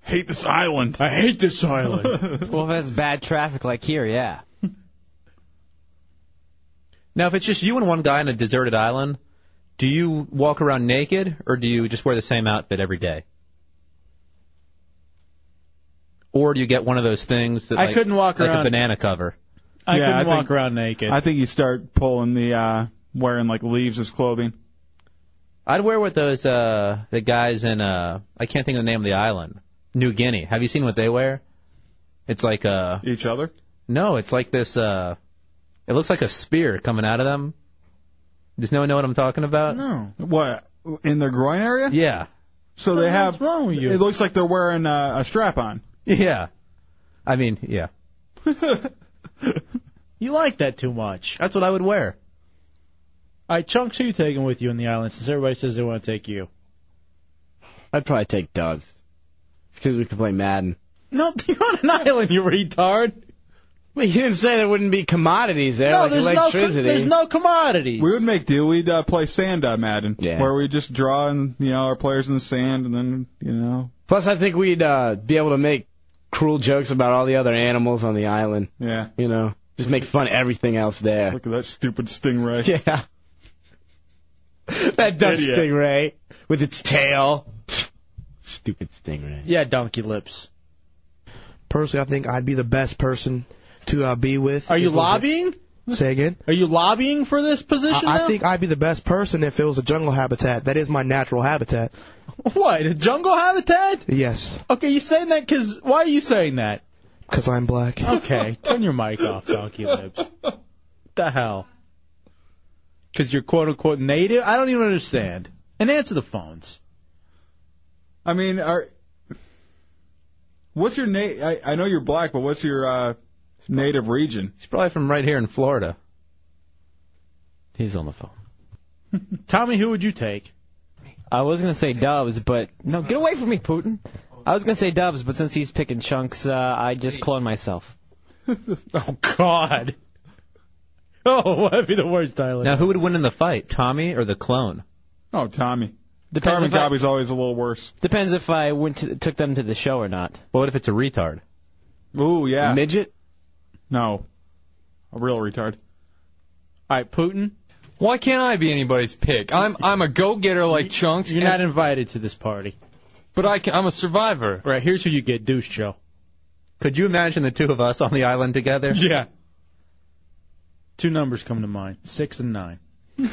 Speaker 3: Hate this island.
Speaker 2: I hate this island.
Speaker 4: well, if that's bad traffic like here, yeah.
Speaker 14: Now, if it's just you and one guy on a deserted island, do you walk around naked or do you just wear the same outfit every day? Or do you get one of those things that
Speaker 2: I
Speaker 14: like,
Speaker 2: couldn't walk
Speaker 14: like
Speaker 2: around-
Speaker 14: a banana cover?
Speaker 2: I
Speaker 3: Yeah,
Speaker 2: couldn't
Speaker 3: I
Speaker 2: walk
Speaker 3: think-
Speaker 2: around naked.
Speaker 3: I think you start pulling the uh wearing like leaves as clothing.
Speaker 14: I'd wear what those uh the guys in uh I can't think of the name of the island. New Guinea. Have you seen what they wear? It's like uh
Speaker 3: each other?
Speaker 14: No, it's like this uh it looks like a spear coming out of them. Does no one know what I'm talking about?
Speaker 3: No. What in their groin area?
Speaker 14: Yeah.
Speaker 3: So
Speaker 14: What
Speaker 3: they
Speaker 14: the hell's
Speaker 3: have.
Speaker 14: wrong with you?
Speaker 3: It looks like they're wearing uh, a strap on.
Speaker 14: Yeah. I mean, yeah.
Speaker 2: (laughs) You like that too much.
Speaker 14: That's what I would wear.
Speaker 2: All right, Chunks, who you taking with you in the island since everybody says they want to take you?
Speaker 6: I'd probably take Dubs. It's because we can play Madden.
Speaker 2: No, (laughs) you're on an island, you retard.
Speaker 6: Well, you didn't say there wouldn't be commodities there,
Speaker 2: No,
Speaker 6: like
Speaker 2: there's no co-
Speaker 6: electricity.
Speaker 2: there's no commodities.
Speaker 3: We would make do. We'd uh, play sand uh, Madden, where we just draw and you know our players in the sand, and then you know.
Speaker 6: Plus, I think we'd uh, be able to make cruel jokes about all the other animals on the island.
Speaker 3: Yeah.
Speaker 6: You know, just make fun of everything else there.
Speaker 3: Look at that stupid
Speaker 6: (laughs)
Speaker 3: stingray.
Speaker 6: Yeah. that dumb
Speaker 2: Idiot.
Speaker 6: stingray with its tail. Stupid stingray.
Speaker 2: Yeah, donkey lips.
Speaker 17: Personally, I think I'd be the best person to uh, be with.
Speaker 2: Are you
Speaker 17: if it was a-
Speaker 2: lobbying?
Speaker 17: Say again.
Speaker 2: Are you lobbying for this position
Speaker 17: I, I
Speaker 2: now?
Speaker 17: think I'd be the best person if it was a jungle habitat. That is my natural habitat.
Speaker 2: What, a jungle habitat?
Speaker 17: Yes,
Speaker 2: Okay, you saying that because why are you saying that?
Speaker 17: because I'm black.
Speaker 14: (laughs)
Speaker 2: Okay, turn your mic off, donkey lips. (laughs) the hell? Because you're quote unquote native? I don't even understand. And answer the phones.
Speaker 3: I mean, are what's your name? I, I know you're black, but what's your uh, native region?
Speaker 14: He's probably from right here in Florida.
Speaker 4: He's on the (laughs) phone.
Speaker 2: Tommy, who would you take?
Speaker 4: I was gonna say Dubs, but no, get away from me, Putin. I was gonna say Dubs, but since he's picking chunks, uh, I just clone myself.
Speaker 2: (laughs) oh God. (laughs) Oh, (laughs) that'd be the worst, Tyler.
Speaker 14: Now, who would win in the fight, Tommy or the clone?
Speaker 3: Oh, Tommy.
Speaker 14: The
Speaker 3: Carmen Cobby's always a little worse.
Speaker 4: Depends if I went to, took them to the show or not.
Speaker 14: Well, what if it's a retard?
Speaker 3: Ooh, yeah.
Speaker 6: Midget?
Speaker 3: No. A real retard.
Speaker 2: All right, Putin.
Speaker 7: Why can't I be anybody's pick? I'm I'm a go-getter like Chunks.
Speaker 2: You're not invited to this party.
Speaker 7: But I can, I'm a survivor.
Speaker 2: Right, here's who you get, Deuce Joe.
Speaker 14: Could you imagine the two of us on the island together?
Speaker 2: (laughs) Yeah. Two numbers come to mind, six and nine.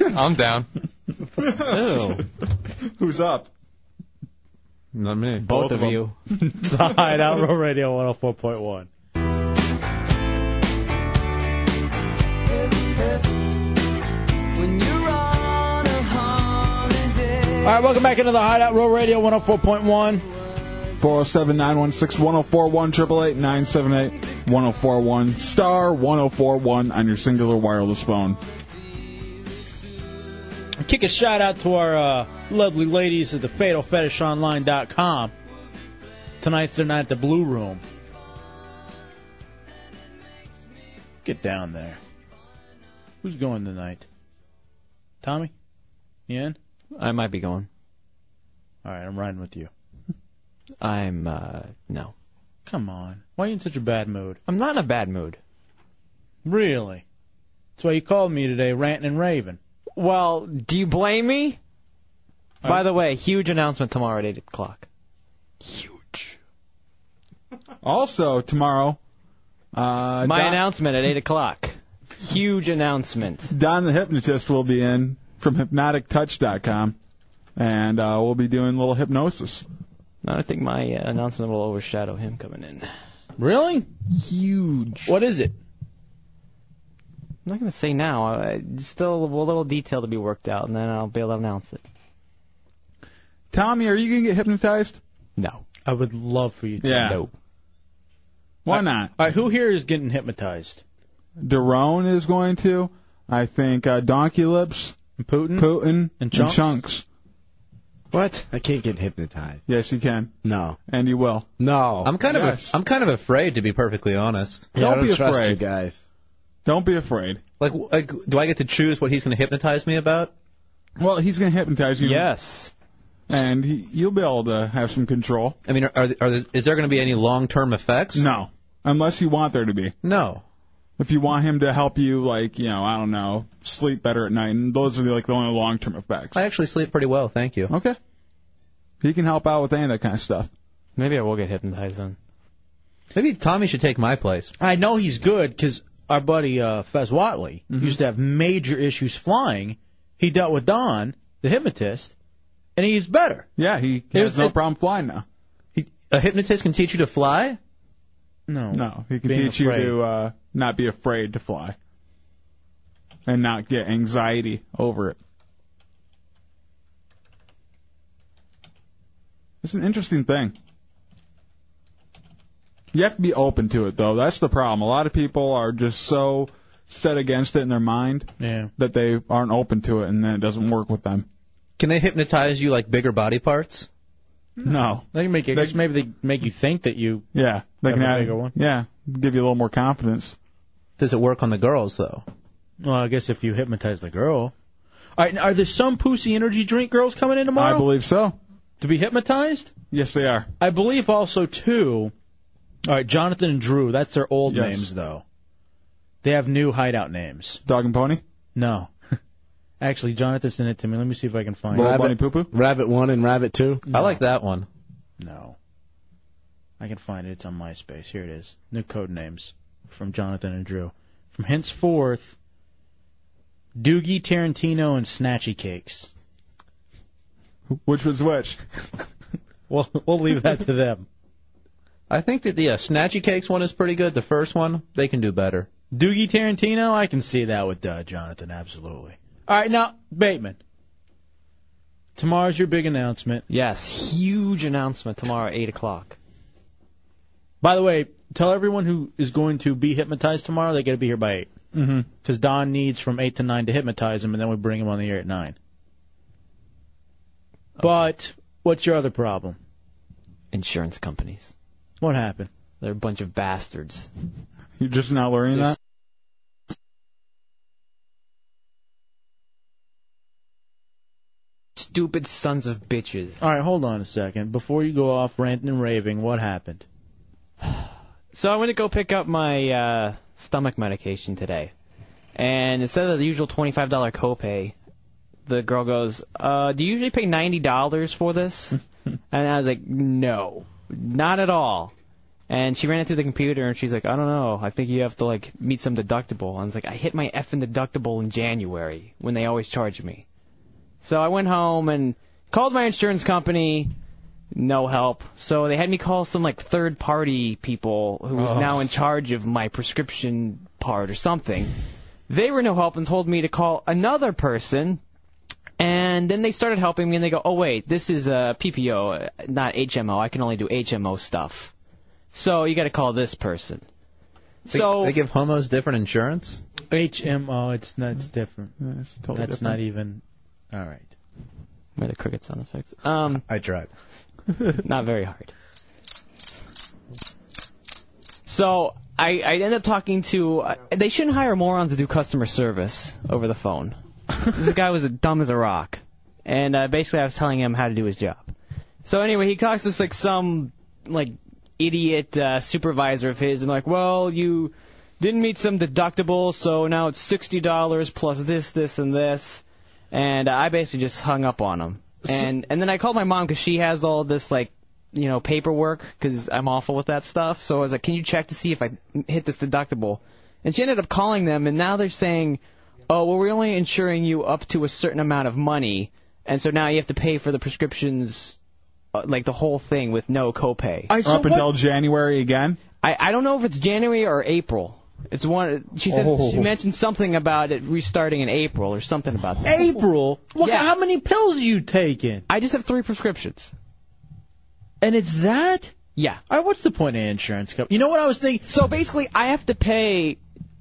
Speaker 7: I'm down.
Speaker 2: (laughs)
Speaker 3: Who's up?
Speaker 14: Not me.
Speaker 2: Both of you. (laughs) it's the Hideout Row Radio 104.1. All right, welcome back into the Hideout Row Radio 104.1.
Speaker 3: 407 916 1041 888 978 1041 star 1041 on your singular wireless phone.
Speaker 2: Kick a shout out to our uh, lovely ladies at the FatalFetishOnline.com. Tonight's their night at the Blue Room. Get down there. Who's going tonight? Tommy? You in?
Speaker 4: I might be going.
Speaker 2: All right, I'm riding with you.
Speaker 4: (laughs) I'm uh no.
Speaker 2: Come on. Why are you in such a bad mood?
Speaker 4: I'm not in a bad mood.
Speaker 2: Really? That's why you called me today, ranting and raving.
Speaker 4: Well, do you blame me? By the way, huge announcement tomorrow at eight o'clock.
Speaker 3: Also, tomorrow, uh,
Speaker 4: My
Speaker 3: Don,
Speaker 4: announcement at eight o'clock. Huge announcement.
Speaker 3: Don the Hypnotist will be in from hypnotictouch.com, and uh, we'll be doing a little hypnosis.
Speaker 4: I think my uh, announcement will overshadow him coming in.
Speaker 2: Really?
Speaker 4: Huge.
Speaker 2: What is it?
Speaker 4: I'm not gonna say now. I- I- Still a little detail to be worked out, and then I'll be able to announce it.
Speaker 3: Tommy, are you going to get hypnotized?
Speaker 4: No.
Speaker 2: I would love for you to.
Speaker 3: Yeah.
Speaker 2: No.
Speaker 3: Why not?
Speaker 2: All right, who here is getting hypnotized?
Speaker 3: Daron is going to. I think uh, Donkey Lips,
Speaker 2: Putin,
Speaker 3: Putin,
Speaker 2: And Chunks?
Speaker 6: What? I can't get hypnotized.
Speaker 3: Yes, you can.
Speaker 6: No.
Speaker 3: And you will.
Speaker 6: No.
Speaker 14: I'm kind of a, I'm kind of afraid to be perfectly honest.
Speaker 3: Yeah, I Oh, Don't don't be trust afraid. you
Speaker 6: guys.
Speaker 3: Don't be afraid.
Speaker 14: Like, like, do I get to choose what he's going to hypnotize me about?
Speaker 3: Well, he's going to hypnotize you.
Speaker 4: Yes.
Speaker 3: And he, you'll be able to have some control.
Speaker 14: I mean, are, are, there, is there going to be any long-term effects?
Speaker 3: No. Unless you want there to be.
Speaker 14: No.
Speaker 3: If you want him to help you, like, you know, I don't know, sleep better at night, and those are, like, the only long-term effects.
Speaker 14: I actually sleep pretty well, thank you.
Speaker 3: Okay. He can help out with any of that kind of stuff.
Speaker 4: Maybe I will get hypnotized then.
Speaker 14: Maybe Tommy should take my place.
Speaker 2: I know he's good because our buddy uh, Fez Watley
Speaker 3: Mm-hmm.
Speaker 2: used to have major issues flying. He dealt with Don, the hypnotist, and he's better.
Speaker 3: Yeah, he
Speaker 2: It
Speaker 3: has
Speaker 2: was-
Speaker 3: no
Speaker 2: it-
Speaker 3: problem flying now.
Speaker 14: A hypnotist can (laughs) teach you to fly?
Speaker 2: No.
Speaker 3: No, he can
Speaker 14: Being
Speaker 3: teach
Speaker 14: afraid.
Speaker 3: you to uh, not be afraid to fly. and not get anxiety over it. It's an interesting thing. You have to be open to it, though. That's the problem. A lot of people are just so set against it in their mind
Speaker 2: Yeah.
Speaker 3: that they aren't open to it, and then it doesn't work with them.
Speaker 14: Can they hypnotize you like bigger body parts?
Speaker 3: No.
Speaker 2: They can make you, maybe they make you think that you.
Speaker 3: Yeah,
Speaker 2: (laughs)
Speaker 3: they
Speaker 2: Have
Speaker 3: can
Speaker 2: a
Speaker 3: add,
Speaker 2: bigger one.
Speaker 3: Yeah, give you a little more confidence.
Speaker 14: Does it work on the girls though?
Speaker 2: Well, I guess if you hypnotize the girl. All right, are there some Pussy Energy drink girls coming in tomorrow?
Speaker 3: I believe so.
Speaker 2: To be hypnotized?
Speaker 3: Yes, they are.
Speaker 2: I believe also too. All right, Jonathan and Drew. That's their old
Speaker 3: Yes.
Speaker 2: names though. They have new hideout names.
Speaker 3: Dog and Pony.
Speaker 2: No. (laughs) Actually, Jonathan sent it to me. Let me see if I can find it.
Speaker 6: Rabbit-
Speaker 2: Rabbit
Speaker 6: one and rabbit two.
Speaker 3: Uh,
Speaker 2: I like
Speaker 14: that one.
Speaker 2: No. I can find it. It's on MySpace. Here it is. New code names from Jonathan and Drew. From henceforth, Doogie, Tarantino, and Snatchy Cakes.
Speaker 3: Which was which?
Speaker 2: we'll we'll leave that to them.
Speaker 14: (laughs) I think that the uh, Snatchy Cakes one is pretty good. The first one, they can do better.
Speaker 2: Doogie Tarantino, I can see that with uh, Jonathan, absolutely. All right, now Bateman. Tomorrow's your big announcement.
Speaker 4: Yes, huge announcement tomorrow, eight o'clock.
Speaker 2: By the way, tell everyone who is going to be hypnotized tomorrow they got to be here by eight.
Speaker 3: Mm-hmm.
Speaker 2: Because Don needs from 8 to 9 to hypnotize him, and then we bring him on the air at 9. But what's your other problem?
Speaker 4: Insurance companies.
Speaker 2: What happened?
Speaker 4: They're a bunch of
Speaker 2: (laughs)
Speaker 4: bastards.
Speaker 3: You're just not learning that.
Speaker 4: Stupid sons of bitches.
Speaker 2: All right, hold on a second. Before you go off ranting and raving, what happened?
Speaker 4: So I went to go pick up my uh, stomach medication today, and instead of the usual twenty-five dollar copay, the girl goes, uh, "Do you usually pay ninety dollars for this?" and I was like, "No, not at all." And she ran it through the computer, and she's like, "I don't know. I think you have to like meet some deductible." And I was like, "I hit my effing deductible in January when they always charge me." So I went home and called my insurance company no help. So they had me call some like third party people who was
Speaker 10: Oh.
Speaker 4: now in charge of my prescription part or something. They were no help and told me to call another person. And then they started helping me and they go, "Oh wait, this is a PPO, not HMO. I can only do HMO stuff. So you got to call this person." So
Speaker 14: they, they give homos different insurance.
Speaker 2: HMO, it's not it's different.
Speaker 3: That's
Speaker 14: totally
Speaker 2: That's
Speaker 14: different.
Speaker 2: not even. All right.
Speaker 4: Made a cricket sound effects. Um,
Speaker 14: (laughs) I tried.
Speaker 4: (laughs) not very hard. So I, I end up talking to. Uh, they shouldn't hire morons to do customer service over the phone. this guy was dumb as a rock, and uh, basically I was telling him how to do his job. So anyway, he talks to like some like idiot uh, supervisor of his, and like, well, you didn't meet some deductible, so now it's sixty dollars plus this, this, and this. And I basically just hung up on him. And and then I called my mom because she has all this like you know paperwork because I'm awful with that stuff. So I was like, can you check to see if I hit this deductible? And she ended up calling them, and now they're saying, oh, well, we're only insuring you up to a certain amount of money, and so now you have to pay for the prescriptions, uh, like the whole thing with no copay.
Speaker 3: Up until January again.
Speaker 4: I I don't know if it's January or April. It's one. She said
Speaker 3: Oh.
Speaker 4: she mentioned something about it restarting in April or something about that.
Speaker 2: April? What, How many pills are you taking?
Speaker 4: I just have three prescriptions.
Speaker 2: And it's that?
Speaker 4: Yeah.
Speaker 2: All right, what's the point of insurance company? You know what I was thinking?
Speaker 4: So basically, I have to pay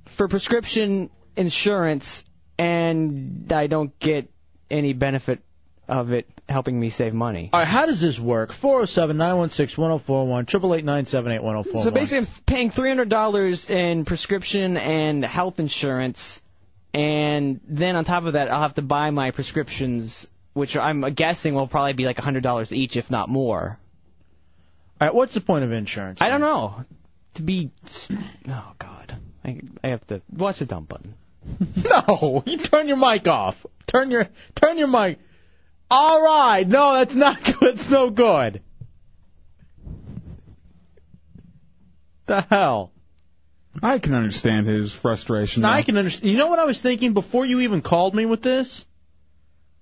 Speaker 4: for prescription insurance, and I don't get any benefit of it helping me save money.
Speaker 2: All right, how does this work? 407 916 1041, 888 978 1041.
Speaker 4: So basically, I'm paying three hundred dollars in prescription and health insurance, and then on top of that, I'll have to buy my prescriptions, which I'm guessing will probably be like hundred dollars each, if not more.
Speaker 2: All right, what's the point of insurance?
Speaker 4: I don't know. To be, oh god, I, I have to watch the dump button.
Speaker 2: (laughs) No, you turn your mic off. Turn your turn your mic. All right, no, that's not (laughs) good. It's no good. The hell.
Speaker 3: I can understand his frustration.
Speaker 2: Now, I can understand. You know what I was thinking before you even called me with this?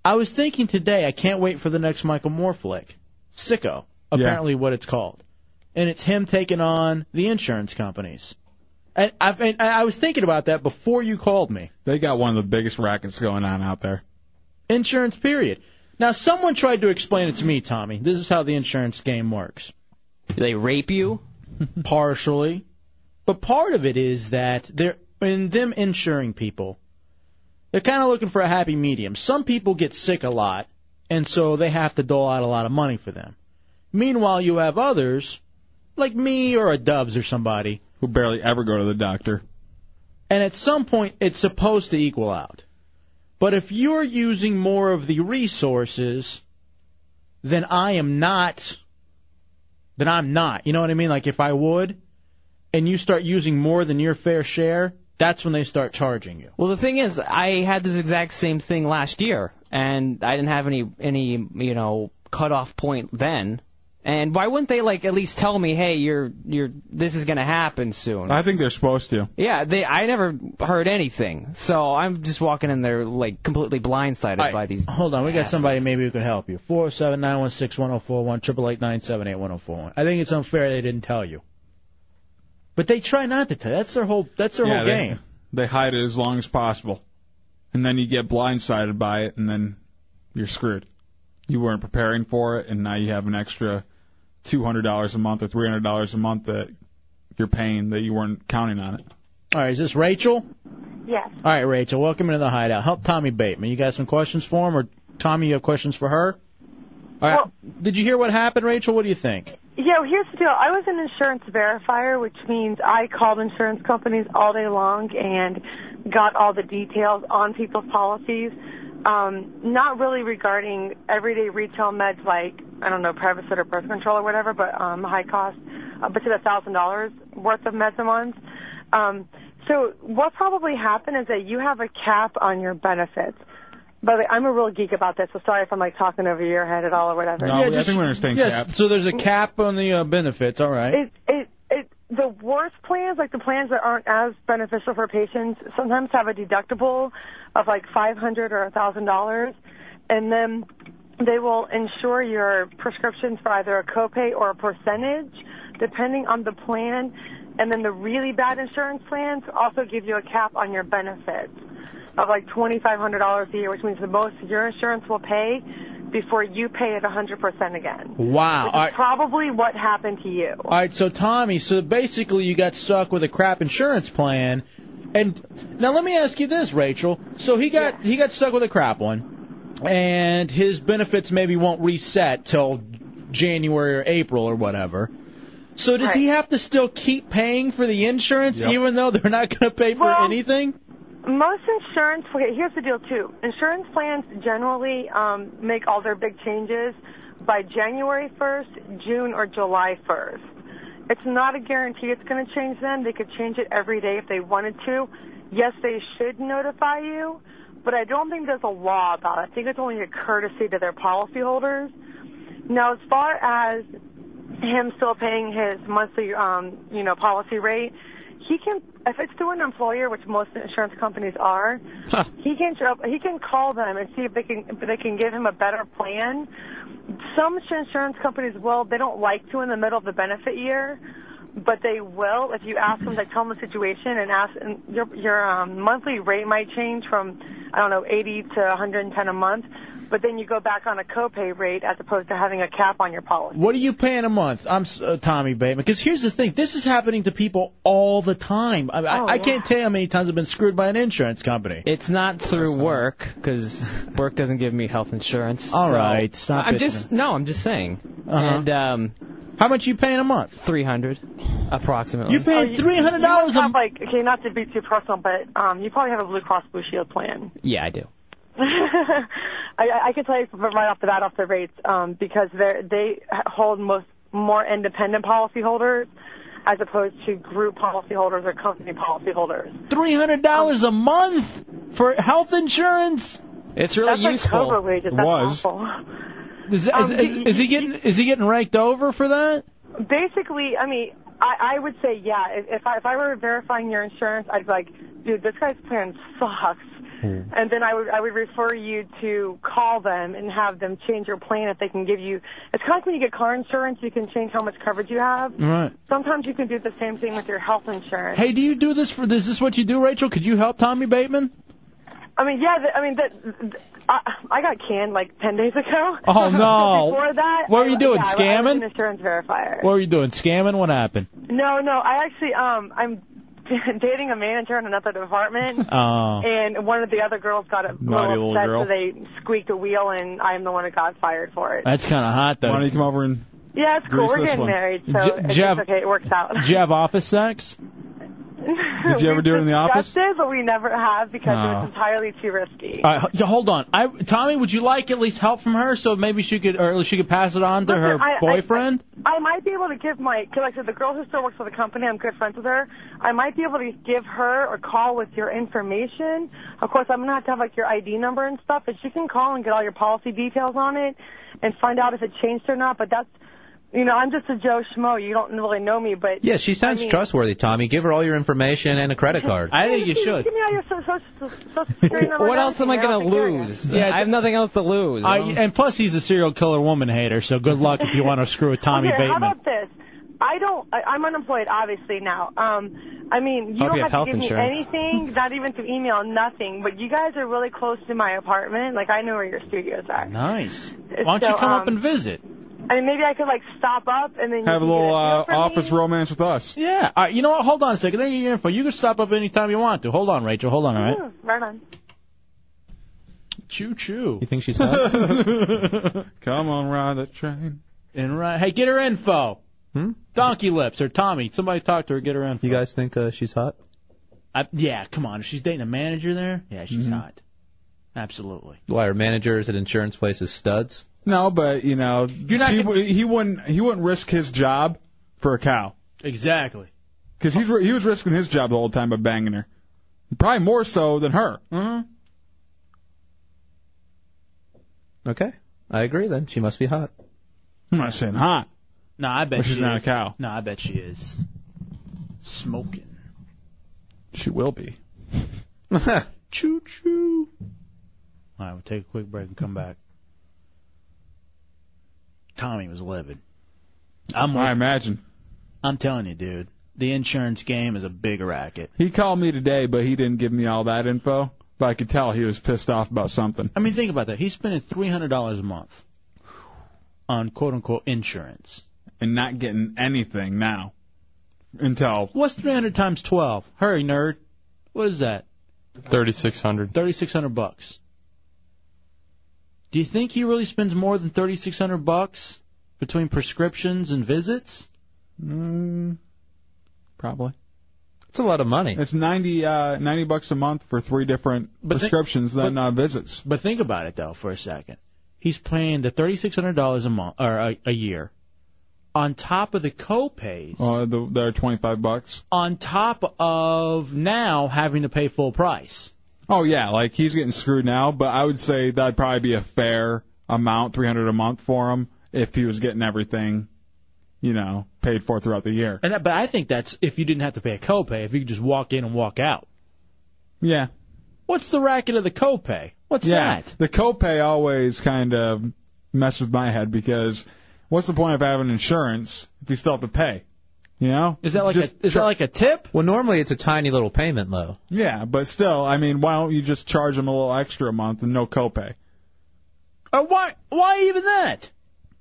Speaker 2: I was thinking today. I can't wait for the next Michael Moore flick, Sicko. Apparently, what it's called, and it's him taking on the insurance companies. And I've, and I was thinking about that before you called me.
Speaker 3: They got one of the biggest rackets going on out there.
Speaker 2: Insurance, period. Now, someone tried to explain it to me, Tommy. This is how the insurance game works. They rape you? (laughs) Partially. But part of it is that they're, in them insuring people, they're kind of looking for a happy medium. Some people get sick a lot, and so they have to dole out a lot of money for them. Meanwhile, you have others, like me or a Dubs or somebody,
Speaker 3: who barely ever go to the doctor.
Speaker 2: And at some point, it's supposed to equal out. But if you're using more of the resources, then I am not. Then I'm not. You know what I mean? Like if I would, and you start using more than your fair share, that's when they start charging you.
Speaker 4: Well, the thing is, I had this exact same thing last year, and I didn't have any any you know cutoff point then. And why wouldn't they like at least tell me, hey, you're you're this is gonna happen soon?
Speaker 3: I think they're supposed to.
Speaker 4: Yeah, they. I never heard anything, so I'm just walking in there like completely blindsided by these.
Speaker 2: Hold on, we got somebody maybe who can help you. Four oh seven nine one six one zero four one triple eight nine seven eight one zero four one. I think it's unfair they didn't tell you. But they try not to tell. That's their whole. That's their
Speaker 3: yeah,
Speaker 2: whole
Speaker 3: they,
Speaker 2: game.
Speaker 3: They hide it as long as possible, and then you get blindsided by it, and then you're screwed. You weren't preparing for it, and now you have an extra two hundred dollars a month or three hundred dollars a month that you're paying that you weren't counting on it.
Speaker 2: All right, is this Rachel?
Speaker 10: Yes.
Speaker 2: All right, Rachel, welcome into the hideout. Help Tommy Bateman. You got some questions for him, or Tommy, you have questions for her? All right. Did you hear what happened, Rachel? What do you think?
Speaker 10: Yeah, well, here's the deal. I was an insurance verifier, which means I called insurance companies all day long and got all the details on people's policies. Um, not really regarding everyday retail meds like, I don't know, Prevacid or birth control or whatever, but um, high cost, uh, but to the $1,000 worth of meds a month. Um, so what probably happened is that you have a cap on your benefits. By the way, I'm a real geek about this, so sorry if I'm like talking over your head at all or whatever.
Speaker 3: No, I think we understand
Speaker 2: yes,
Speaker 3: cap.
Speaker 2: So there's a cap on the uh, benefits. All right.
Speaker 10: it, it, it, the worst plans, like the plans that aren't as beneficial for patients, sometimes have a deductible of like five hundred or a thousand dollars, and then they will insure your prescriptions for either a copay or a percentage, depending on the plan. And then the really bad insurance plans also give you a cap on your benefits of like twenty five hundred dollars a year, which means the most your insurance will pay before you pay it a hundred percent again.
Speaker 2: Wow.
Speaker 10: Which
Speaker 2: All
Speaker 13: I-
Speaker 2: right.
Speaker 10: is probably what happened to you.
Speaker 2: All right, so Tommy, so basically you got stuck with a crap insurance plan, and now let me ask you this, Rachel. So he got he got stuck with a crap one, and his benefits maybe won't reset till January or April or whatever. So does he have to still keep paying for the insurance
Speaker 10: Yep.
Speaker 2: even though they're not going to pay for
Speaker 10: Well-
Speaker 2: anything?
Speaker 10: Most insurance, okay, here's the deal too. Insurance plans generally um, make all their big changes by January 1st, June, or July 1st. It's not a guarantee it's going to change then. They could change it every day if they wanted to. Yes, they should notify you, but I don't think there's a law about it. I think it's only a courtesy to their policyholders. Now, as far as him still paying his monthly, um, you know, policy rate, he can, if it's through an employer, which most insurance companies are, he can show- he can call them and see if they can if they can give him a better plan. Some insurance companies will. They don't like to in the middle of the benefit year, but they will if you ask them. Like tell them the situation and ask. And your your um, monthly rate might change from I don't know 80 to 110 a month, but then you go back on a copay rate as opposed to having a cap on your policy.
Speaker 2: What are you paying a month? I'm s- uh, Tommy Bateman. Because here's the thing: this is happening to people all the time. I, I,
Speaker 10: Oh,
Speaker 2: I can't tell you how many times I've been screwed by an insurance company.
Speaker 4: It's not through work, 'cause work doesn't give me health insurance.
Speaker 2: All
Speaker 4: All right,
Speaker 2: right, stop
Speaker 4: I'm
Speaker 2: it.
Speaker 4: just no, I'm just saying.
Speaker 2: Uh-huh.
Speaker 4: And um,
Speaker 2: how much you paying a month?
Speaker 4: Three hundred, approximately.
Speaker 10: Oh, you- You must have like okay, not to be too personal, but um, you probably have a Blue Cross Blue Shield plan.
Speaker 4: Yeah, I do.
Speaker 10: I, I can tell you from right off the bat off the rates um, because they they hold most more independent policyholders as opposed to group policyholders or company policyholders.
Speaker 2: Three hundred dollars a month for health insurance.
Speaker 4: It's really
Speaker 10: That's like useful. Cobra wages. That's Was.
Speaker 2: Is, is,
Speaker 10: Um,
Speaker 2: is, is he getting is he getting raked over for that?
Speaker 10: Basically, I mean, I, I would say yeah. If, if I if I were verifying your insurance, I'd be like, dude, this guy's plan sucks. and then I would I would refer you to call them and have them change your plan if they can give you. It's kind of like when you get car insurance, you can change how much coverage you have.
Speaker 2: Right.
Speaker 10: Sometimes you can do the same thing with your health insurance.
Speaker 2: Hey, do you do this for? Is this what you do, Rachel? Could you help Tommy Bateman?
Speaker 10: I mean, yeah. The, I mean, the, the, I, I got canned like ten days ago. (laughs)
Speaker 2: Oh, no.
Speaker 10: Before that,
Speaker 2: What were you
Speaker 10: I-
Speaker 2: doing,
Speaker 10: yeah, I- I was
Speaker 2: scamming?
Speaker 10: an insurance verifier.
Speaker 2: What were you doing? Scamming? What happened?
Speaker 10: No, no. I actually um I'm (laughs) dating a manager in another department.
Speaker 2: (laughs) Oh.
Speaker 10: And one of the other girls got a
Speaker 2: Naughty
Speaker 10: little
Speaker 2: little
Speaker 10: upset,
Speaker 2: girl.
Speaker 10: so they squeaked a wheel, and I'm the one who got fired for it.
Speaker 2: That's kind of hot, though. Why
Speaker 3: don't you come over and?
Speaker 10: yeah, it's cool.
Speaker 2: Grease
Speaker 10: We're
Speaker 2: this
Speaker 10: getting
Speaker 2: one.
Speaker 10: married, so
Speaker 2: J-
Speaker 10: it's
Speaker 2: Jeff-
Speaker 10: okay. It works out.
Speaker 2: Did you have office sex? (laughs) Did you ever do it in the office?
Speaker 10: It, but we never have because it
Speaker 2: Oh.
Speaker 10: was entirely too risky.
Speaker 2: All right, h- Uh, hold on. I, Tommy, would you like at least help from her so maybe she could, or she could pass it on to her
Speaker 10: Listen, I- I-
Speaker 2: boyfriend?
Speaker 10: I might be able to give my, 'cause like I said, the girl who still works for the company, I'm good friends with her. I might be able to give her a call with your information. Of course, I'm gonna have to have like your ID number and stuff, but she can call and get all your policy details on it and find out if it changed or not. But that's, you know, I'm just a Joe Schmo. You don't really know me, but
Speaker 14: Yeah, she sounds
Speaker 10: I mean-
Speaker 14: trustworthy, Tommy. Give her all your information and a credit card.
Speaker 2: I think you
Speaker 10: Give me all your so- social, social security number.
Speaker 4: What
Speaker 10: and
Speaker 4: else am I
Speaker 10: everything.
Speaker 4: gonna
Speaker 10: don't care.
Speaker 4: lose? I have nothing else to lose.
Speaker 2: I,
Speaker 4: you know?
Speaker 2: and plus, he's a serial killer woman hater, so good luck if you want to screw with Tommy
Speaker 10: okay,
Speaker 2: Bateman.
Speaker 10: How about this? I don't. I, I'm unemployed, obviously now. Um, I mean, you
Speaker 2: Hope
Speaker 10: don't
Speaker 2: you
Speaker 10: have,
Speaker 2: have health
Speaker 10: to give
Speaker 2: insurance.
Speaker 10: me
Speaker 2: (laughs)
Speaker 10: anything, not even through email, nothing. But you guys are really close to my apartment. Like I know where your studios are.
Speaker 2: Nice. Why don't
Speaker 10: So,
Speaker 2: you come up
Speaker 10: um,
Speaker 2: and visit?
Speaker 10: I mean, maybe I could like stop up and then
Speaker 3: Have a
Speaker 10: you
Speaker 3: little uh,
Speaker 10: for me?
Speaker 3: office romance with us.
Speaker 2: Yeah. All right, you know what? Hold on a second. I need your info. You can stop up anytime you want to. Hold on, Rachel. Hold on, all right?
Speaker 10: Hmm, right on.
Speaker 2: Choo choo. You
Speaker 14: think she's
Speaker 3: hot? (laughs) Come on, ride the train.
Speaker 2: And right, hey, get her info.
Speaker 14: Hmm?
Speaker 2: Donkey Lips or Tommy. Somebody talk to her. Get her info.
Speaker 14: You guys think uh, she's hot?
Speaker 2: I, yeah, come on. If she's dating a manager there, yeah, she's
Speaker 14: Mm-hmm.
Speaker 2: hot. Absolutely.
Speaker 14: Why are managers at insurance places studs?
Speaker 3: No, but you know, he, w- he wouldn't he wouldn't risk his job for a cow
Speaker 2: Exactly.
Speaker 3: because he's he was risking his job the whole time by banging her, probably more so than her.
Speaker 2: Mm-hmm.
Speaker 14: Okay, I agree. Then she must be hot.
Speaker 3: I'm not saying hot.
Speaker 2: No, I bet
Speaker 3: But she's
Speaker 2: she
Speaker 3: not
Speaker 2: is.
Speaker 3: a cow.
Speaker 2: No, I bet she is.
Speaker 3: (laughs)
Speaker 2: Smoking.
Speaker 3: She will be.
Speaker 2: choo choo. All right, we'll take a quick break and come back. Tommy was livid. I'm I
Speaker 3: imagine.
Speaker 2: I'm telling you, dude. The insurance game is a big racket.
Speaker 3: He called me today, but he didn't give me all that info. But I could tell he was pissed off about something.
Speaker 2: I mean, think about that. He's spending three hundred dollars a month on quote unquote insurance
Speaker 3: and not getting anything now until
Speaker 2: what's three hundred times twelve? Hurry, nerd. What is that?
Speaker 7: Thirty six hundred.
Speaker 2: Thirty six hundred bucks. Do you think he really spends more than thirty six hundred bucks between prescriptions and visits?
Speaker 3: Mm, probably.
Speaker 14: It's a lot of money.
Speaker 3: It's ninety uh, ninety bucks a month for three different
Speaker 2: But thi-
Speaker 3: prescriptions, then uh, visits.
Speaker 2: But think about it though for a second. He's paying the thirty six hundred dollars a month or a, a year, on top of the copays,
Speaker 3: Uh, the, they're twenty five bucks.
Speaker 2: on top of now having to pay full price.
Speaker 3: Oh yeah, like he's getting screwed now. But I would say that'd probably be a fair amount, three hundred a month for him if he was getting everything, you know, paid for throughout the year.
Speaker 2: And that- but I think that's if you didn't have to pay a copay, if you could just walk in and walk out.
Speaker 3: Yeah.
Speaker 2: What's the racket of the copay? What's
Speaker 3: yeah,
Speaker 2: that?
Speaker 3: the copay always kind of messed with my head because what's the point of having insurance if you still have to pay? You know?
Speaker 2: Is that like
Speaker 3: Just
Speaker 2: a, is that like a tip?
Speaker 14: Well, normally it's a tiny little payment though.
Speaker 3: Yeah, but still, I mean, why don't you just charge them a little extra a month and no copay?
Speaker 2: Or why why even that?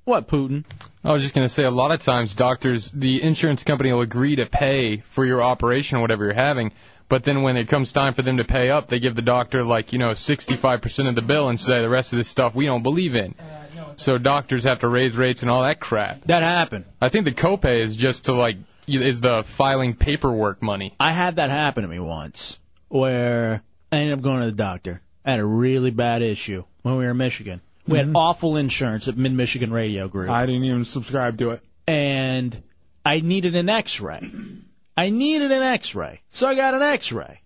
Speaker 2: What Putin?
Speaker 7: I was just gonna say, a lot of times doctors, the insurance company will agree to pay for your operation or whatever you're having, but then when it comes time for them to pay up, they give the doctor like you know 65% of the bill and say the rest of this stuff we don't believe in. So doctors have to raise rates and all that crap.
Speaker 2: That happened.
Speaker 7: I think the copay is just to like is the filing paperwork money.
Speaker 2: I had that happen to me once where I ended up going to the doctor. I had a really bad issue when we were in Michigan. We had awful insurance at Mid Michigan Radio Group.
Speaker 3: Mm-hmm. I didn't even subscribe to it.
Speaker 2: And I needed an x ray. I needed an x ray. So I got an x ray.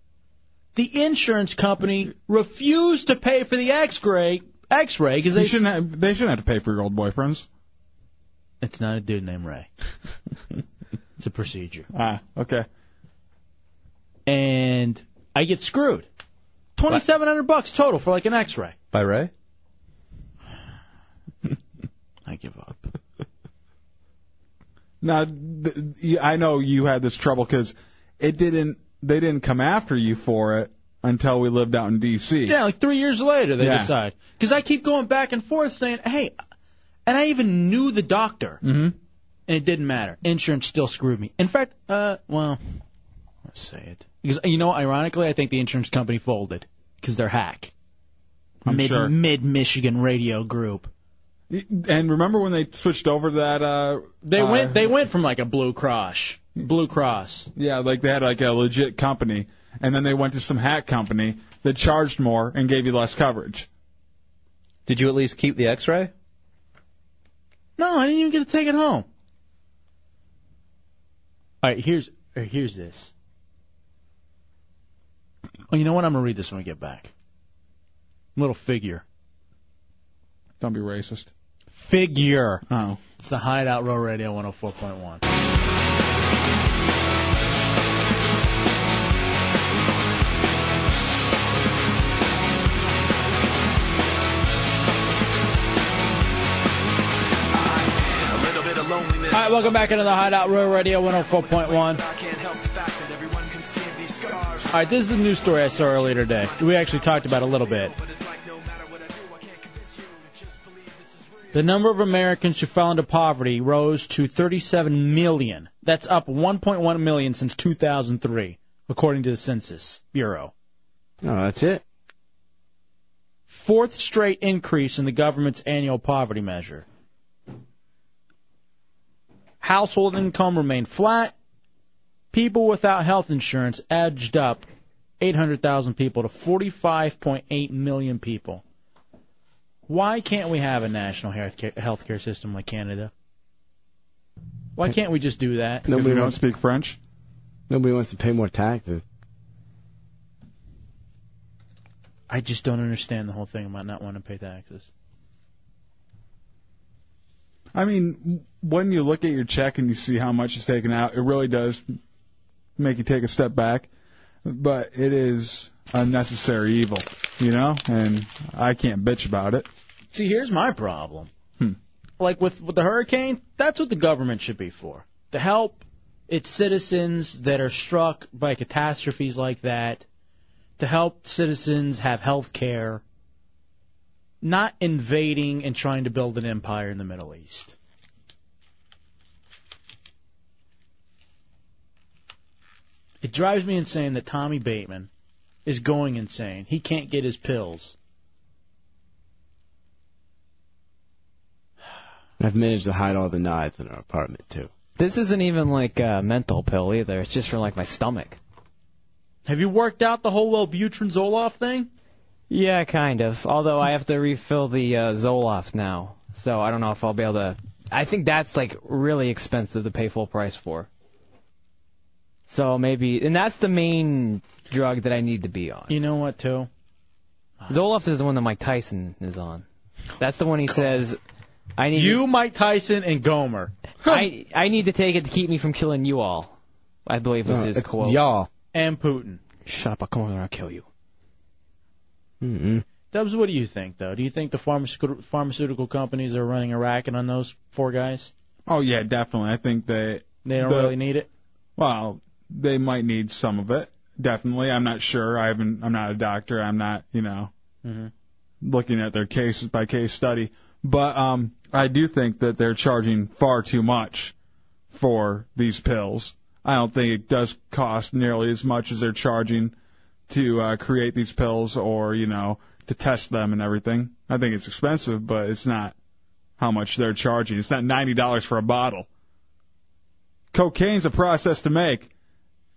Speaker 2: The insurance company refused to pay for the x ray x ray because
Speaker 3: They
Speaker 2: they
Speaker 3: shouldn't. Have, they shouldn't have to pay for your old boyfriends.
Speaker 2: It's not a dude named Ray. (laughs) it's a procedure.
Speaker 3: Ah, okay.
Speaker 2: And I get screwed. Twenty seven hundred bucks total for like an X ray.
Speaker 14: By Ray?
Speaker 2: I give up.
Speaker 3: (laughs) Now, th- y- I know you had this trouble because it didn't. They didn't come after you for it until we lived out in D.C.
Speaker 2: Yeah, like three years later they
Speaker 3: Yeah.
Speaker 2: decide. Because I keep going back and forth saying, hey, and I even knew the doctor,
Speaker 3: Mm-hmm.
Speaker 2: and it didn't matter. Insurance still screwed me. In fact, uh, well, let's say it. Because you know, ironically, I think the insurance company folded because they're hack.
Speaker 3: I'm
Speaker 2: Mid
Speaker 3: sure.
Speaker 2: Mid Michigan Radio Group.
Speaker 3: And remember when they switched over to that? Uh,
Speaker 2: They
Speaker 3: uh,
Speaker 2: went. They went from like a Blue Cross, Blue Cross.
Speaker 3: Yeah, like they had like a legit company, and then they went to some hack company that charged more and gave you less coverage.
Speaker 14: Did you at least keep the X-ray?
Speaker 2: No, I didn't even get to take it home. All right, here's or here's this. Oh, you know what? I'm gonna read this when we get back. Little figure.
Speaker 3: Don't be racist.
Speaker 2: Figure. Oh. It's the Hideout Row Radio 104.1. All right, welcome back into the Hideout Row Radio 104.1. All right, this is the news story I saw earlier today. We actually talked about it a little bit. The number of Americans who fell into poverty rose to 37 million. That's up 1.1 million since 2003, according to the Census Bureau.
Speaker 6: No, that's it.
Speaker 2: Fourth straight increase in the government's annual poverty measure. Household income remained flat. People without health insurance edged up 800,000 people to 45.8 million people. Why can't we have a national health care system like Canada? Why can't we just do that?
Speaker 3: Nobody don't speak French.
Speaker 6: Nobody wants to pay more taxes.
Speaker 2: I just don't understand the whole thing about not wanting to pay taxes.
Speaker 3: I mean, when you look at your check and you see how much is taken out, it really does make you take a step back. But it is unnecessary evil, you know, and I can't bitch about it.
Speaker 2: See, here's my problem.
Speaker 3: Hmm.
Speaker 2: Like with, with the hurricane, that's what the government should be for. To help its citizens that are struck by catastrophes like that, to help citizens have health care, not invading and trying to build an empire in the Middle East. It drives me insane that Tommy Bateman is going insane. He can't get his pills.
Speaker 6: I've managed to hide all the knives in our apartment too.
Speaker 4: This isn't even like a mental pill either. It's just for like my stomach.
Speaker 2: Have you worked out the whole Wellbutrin Zoloft thing?
Speaker 4: Yeah, kind of. Although I have to refill the uh, Zoloft now, so I don't know if I'll be able to. I think that's like really expensive to pay full price for. So maybe, and that's the main drug that I need to be on.
Speaker 2: You know what, too?
Speaker 4: Zoloft is the one that Mike Tyson is on. That's the one he says, "I need
Speaker 2: you, Mike Tyson, and Gomer.
Speaker 4: (laughs) I I need to take it to keep me from killing you all." I believe was
Speaker 2: No,
Speaker 4: his
Speaker 2: Uh, it's
Speaker 4: quote.
Speaker 2: y'all. And Putin.
Speaker 4: Shut up! I'll come over there. I'll kill you.
Speaker 2: Mm-hmm.
Speaker 6: Mm-mm.
Speaker 2: Dubs, what do you think, though? Do you think the pharmaceutical, pharmaceutical companies are running a racket on those four guys?
Speaker 3: Oh yeah, definitely. I think they
Speaker 2: They don't
Speaker 3: the-
Speaker 2: really need it?
Speaker 3: Well, they might need some of it. Definitely. I'm not sure. I haven't. I'm not a doctor. I'm not. You know.
Speaker 2: Mm-hmm.
Speaker 3: looking at their case by case study. But um, I do think that they're charging far too much for these pills. I don't think it does cost nearly as much as they're charging to uh, create these pills or you know to test them and everything. I think it's expensive, but it's not how much they're charging. It's not ninety dollars for a bottle. Cocaine's a process to make,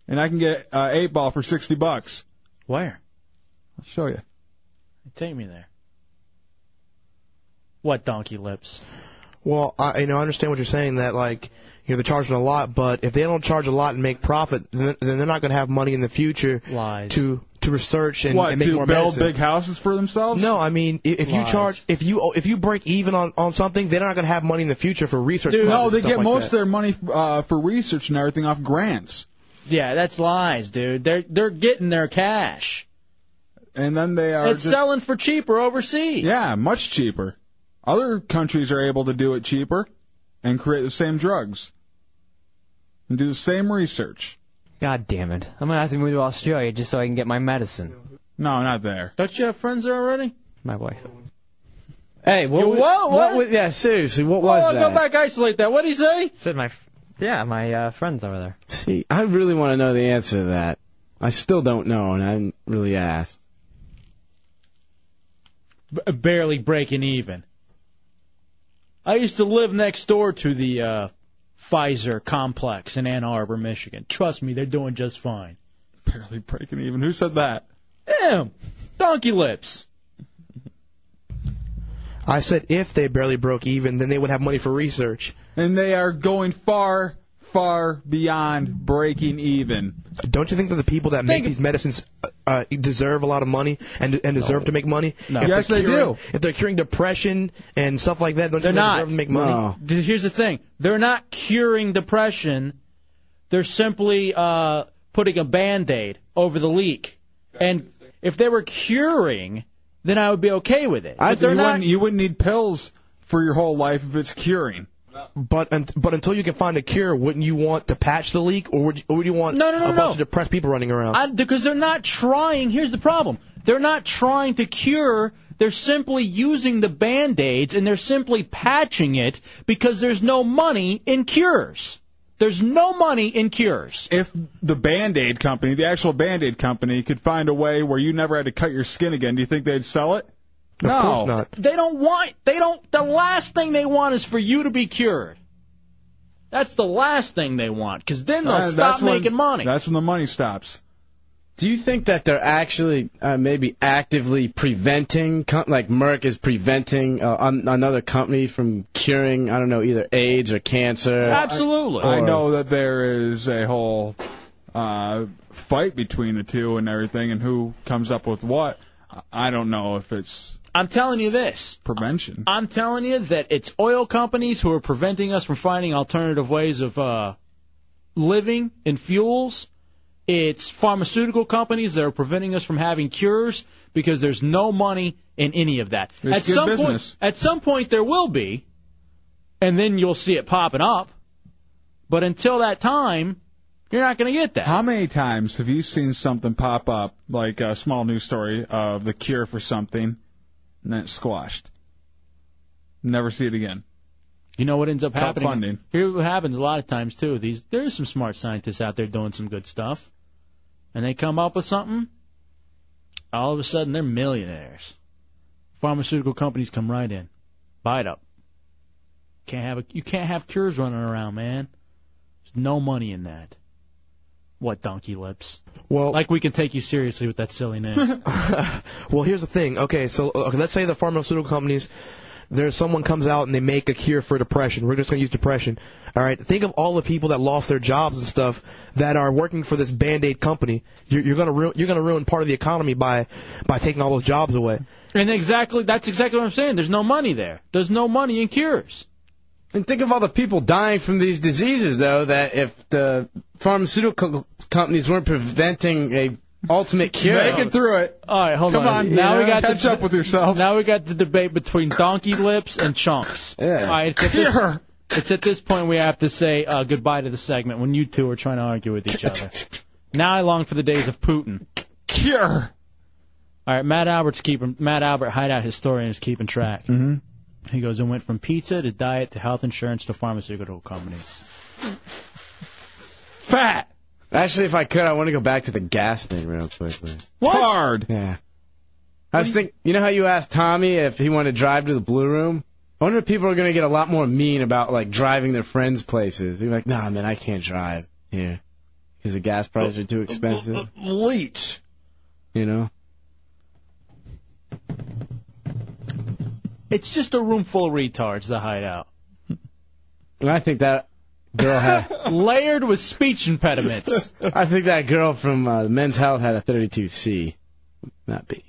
Speaker 3: and I can get uh, eight ball for sixty bucks.
Speaker 2: Where?
Speaker 3: I'll show you.
Speaker 2: Take me there. What, Donkey Lips?
Speaker 17: Well, I, you know, I understand what you're saying that like you know they're charging a lot, but if they don't charge a lot and make profit, then, then they're not going to have money in the future to to research and,
Speaker 3: what
Speaker 17: and make
Speaker 3: to
Speaker 17: more
Speaker 3: build
Speaker 17: medicine.
Speaker 3: big houses for themselves?
Speaker 17: no, I mean, i- if you
Speaker 3: Lies.
Speaker 17: charge, if you if you break even on, on something, they're not going to have money in the future for research.
Speaker 3: Dude,
Speaker 17: projects
Speaker 3: no,
Speaker 17: and
Speaker 3: they
Speaker 17: stuff
Speaker 3: get
Speaker 17: like
Speaker 3: most
Speaker 17: that.
Speaker 3: of their money uh, for research and everything off grants.
Speaker 2: Yeah, that's lies, dude. They're they're getting their cash.
Speaker 3: and then they are
Speaker 2: It's
Speaker 3: just,
Speaker 2: selling for cheaper overseas.
Speaker 3: Yeah, much cheaper. Other countries are able to do it cheaper and create the same drugs and do the same research.
Speaker 4: God damn it. I'm gonna have to move to Australia just so I can get my medicine.
Speaker 3: No, not there.
Speaker 2: Don't you have friends there already?
Speaker 4: My wife.
Speaker 6: Hey, what?
Speaker 4: Yo,
Speaker 6: wa-
Speaker 4: whoa,
Speaker 6: what?
Speaker 4: what?
Speaker 6: wa- yeah, seriously,
Speaker 2: Oh,
Speaker 6: what
Speaker 4: Whoa,
Speaker 6: was
Speaker 4: whoa,
Speaker 6: that?
Speaker 4: go back,
Speaker 2: isolate that. What do you say?
Speaker 4: Said my, f- yeah, my uh, friends over there.
Speaker 6: See, I really want to know the answer to that. I still don't know, and I haven't really asked.
Speaker 2: B- barely breaking even. I used to live next door to the uh, Pfizer complex in Ann Arbor, Michigan. Trust me, they're doing just fine.
Speaker 3: Barely breaking even. Who said that?
Speaker 2: Him. Donkey lips.
Speaker 17: I said if they barely broke even, then they would have money for research.
Speaker 3: And they are going far, far beyond breaking even.
Speaker 17: Don't you think that the people that make these medicines uh, uh, deserve a lot of money and and deserve to make money?
Speaker 2: No.
Speaker 17: If
Speaker 2: Yes,
Speaker 17: they're
Speaker 2: they
Speaker 17: curing-
Speaker 2: do.
Speaker 17: If they're curing depression and stuff like that, don't
Speaker 2: They're
Speaker 17: you think
Speaker 2: not.
Speaker 17: they deserve to make money?
Speaker 2: Th- Here's the thing: they're not curing depression. They're simply uh, putting a band-aid over the leak. And if they were curing, then I would be okay with it.
Speaker 3: I,
Speaker 2: But they're
Speaker 3: you,
Speaker 2: not.
Speaker 3: wouldn't, you wouldn't need pills for your whole life if it's curing.
Speaker 17: But un- but until you can find a cure, wouldn't you want to patch the leak, or would you, or would you want
Speaker 2: no,
Speaker 17: a
Speaker 2: no.
Speaker 17: bunch of depressed people running around?
Speaker 2: I, because they're not trying. Here's the problem: they're not trying to cure. They're simply using the band-aids and they're simply patching it because there's no money in cures. There's no money in cures.
Speaker 3: If the Band Aid company, the actual Band Aid company, could find a way where you never had to cut your skin again, do you think they'd sell it? no.
Speaker 17: course not.
Speaker 2: They don't want. They don't. The last thing they want is for you to be cured. That's the last thing they want, because then they'll
Speaker 3: Uh,
Speaker 2: stop
Speaker 3: that's when-
Speaker 2: making money.
Speaker 3: That's when the money stops.
Speaker 6: Do you think that they're actually uh, maybe actively preventing, com- like Merck is preventing uh, un- another company from curing, I don't know, either AIDS or cancer?
Speaker 2: Uh, Absolutely.
Speaker 3: I
Speaker 6: Or-
Speaker 3: know that there is a whole uh, fight between the two and everything, and who comes up with what. I- I don't know if it's
Speaker 2: I'm telling you this.
Speaker 3: prevention.
Speaker 2: I'm telling you that it's oil companies who are preventing us from finding alternative ways of uh, living and fuels. It's pharmaceutical companies that are preventing us from having cures because there's no money in any of that.
Speaker 3: It's
Speaker 2: at
Speaker 3: good
Speaker 2: some
Speaker 3: business.
Speaker 2: point, at some point there will be, and then you'll see it popping up. But until that time, you're not going to get that.
Speaker 3: How many times have you seen something pop up, like a small news story of the cure for something, and then it's squashed? Never see it again.
Speaker 2: You know what ends up
Speaker 3: Cut
Speaker 2: happening?
Speaker 3: funding.
Speaker 2: Here's what happens a lot of times too. These there's some smart scientists out there doing some good stuff, and they come up with something. All of a sudden, they're millionaires. Pharmaceutical companies come right in, buy it up. Can't have a, you can't have cures running around, man. There's no money in that. What donkey lips?
Speaker 17: Well,
Speaker 2: like we can take you seriously with that silly name. (laughs)
Speaker 17: (laughs) Well, here's the thing. Okay, so okay, let's say the pharmaceutical companies, there's someone comes out and they make a cure for depression. We're just going to use depression. All right. Think of all the people that lost their jobs and stuff that are working for this band-aid company. You're, you're going to ru- you're going to ruin part of the economy by by taking all those jobs away.
Speaker 2: and exactly that's exactly what I'm saying. There's no money there. There's no money in cures.
Speaker 6: And think of all the people dying from these diseases, though, that if the pharmaceutical companies weren't preventing a ultimate cure.
Speaker 2: Make it
Speaker 3: through it.
Speaker 2: All right, hold
Speaker 6: Come on,
Speaker 2: Now
Speaker 6: you
Speaker 2: we
Speaker 6: know,
Speaker 2: got
Speaker 6: catch
Speaker 2: the,
Speaker 6: up
Speaker 3: with yourself.
Speaker 2: Oh. Now we got the debate between donkey lips and chunks. Yeah. All right, it's at, this, it's at this point we have to say uh, goodbye to the segment when you two are trying to argue with each other. now I long for the days of Putin.
Speaker 3: Cure.
Speaker 2: All right, Matt Albert's keeping Matt Albert, hideout historian, is keeping track.
Speaker 3: Mm-hmm.
Speaker 2: He goes and went from pizza to diet to health insurance to pharmaceutical companies. Fat.
Speaker 6: Actually, if I could, I want to go back to the gas thing real quickly.
Speaker 2: What?
Speaker 3: Hard.
Speaker 6: Yeah. I was think you know how you asked Tommy if he wanted to drive to the blue room. I wonder if people are gonna get a lot more mean about like driving their friends' places. They're like, Nah, man, I can't drive here because the gas prices are too expensive.
Speaker 3: Leech.
Speaker 6: You know.
Speaker 2: It's just a room full of retards. The hideout.
Speaker 6: And I think that girl had.
Speaker 2: (laughs) Layered with speech impediments.
Speaker 6: I think that girl from uh, Men's Health had a 32C, not B.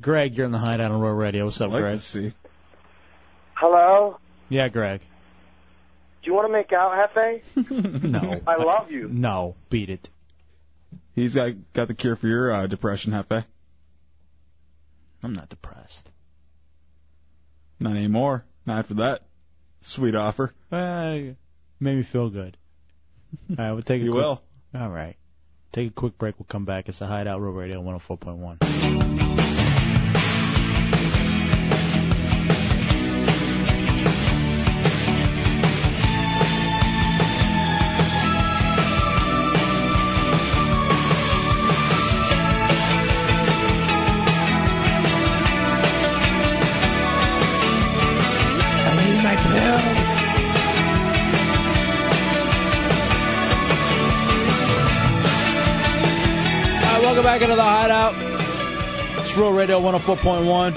Speaker 2: Greg, you're in the hideout on Royal Radio. What's up, Greg?
Speaker 1: Hello?
Speaker 2: Yeah, Greg.
Speaker 1: Do you want to make out,
Speaker 4: (laughs)
Speaker 1: Hefe?
Speaker 2: No.
Speaker 1: (laughs) I love you.
Speaker 2: No, beat it.
Speaker 3: He's got got the cure for your uh, depression, Hefe.
Speaker 2: I'm not depressed.
Speaker 3: Not anymore. Not after that sweet offer.
Speaker 2: Uh, made me feel (laughs) good. All right, we'll take a
Speaker 3: You
Speaker 2: quick,
Speaker 3: will.
Speaker 2: All right. Take a quick break. We'll come back. It's a Hideout Real Radio 104.1. All right, welcome back into the Hideout. It's Real Radio 104.1.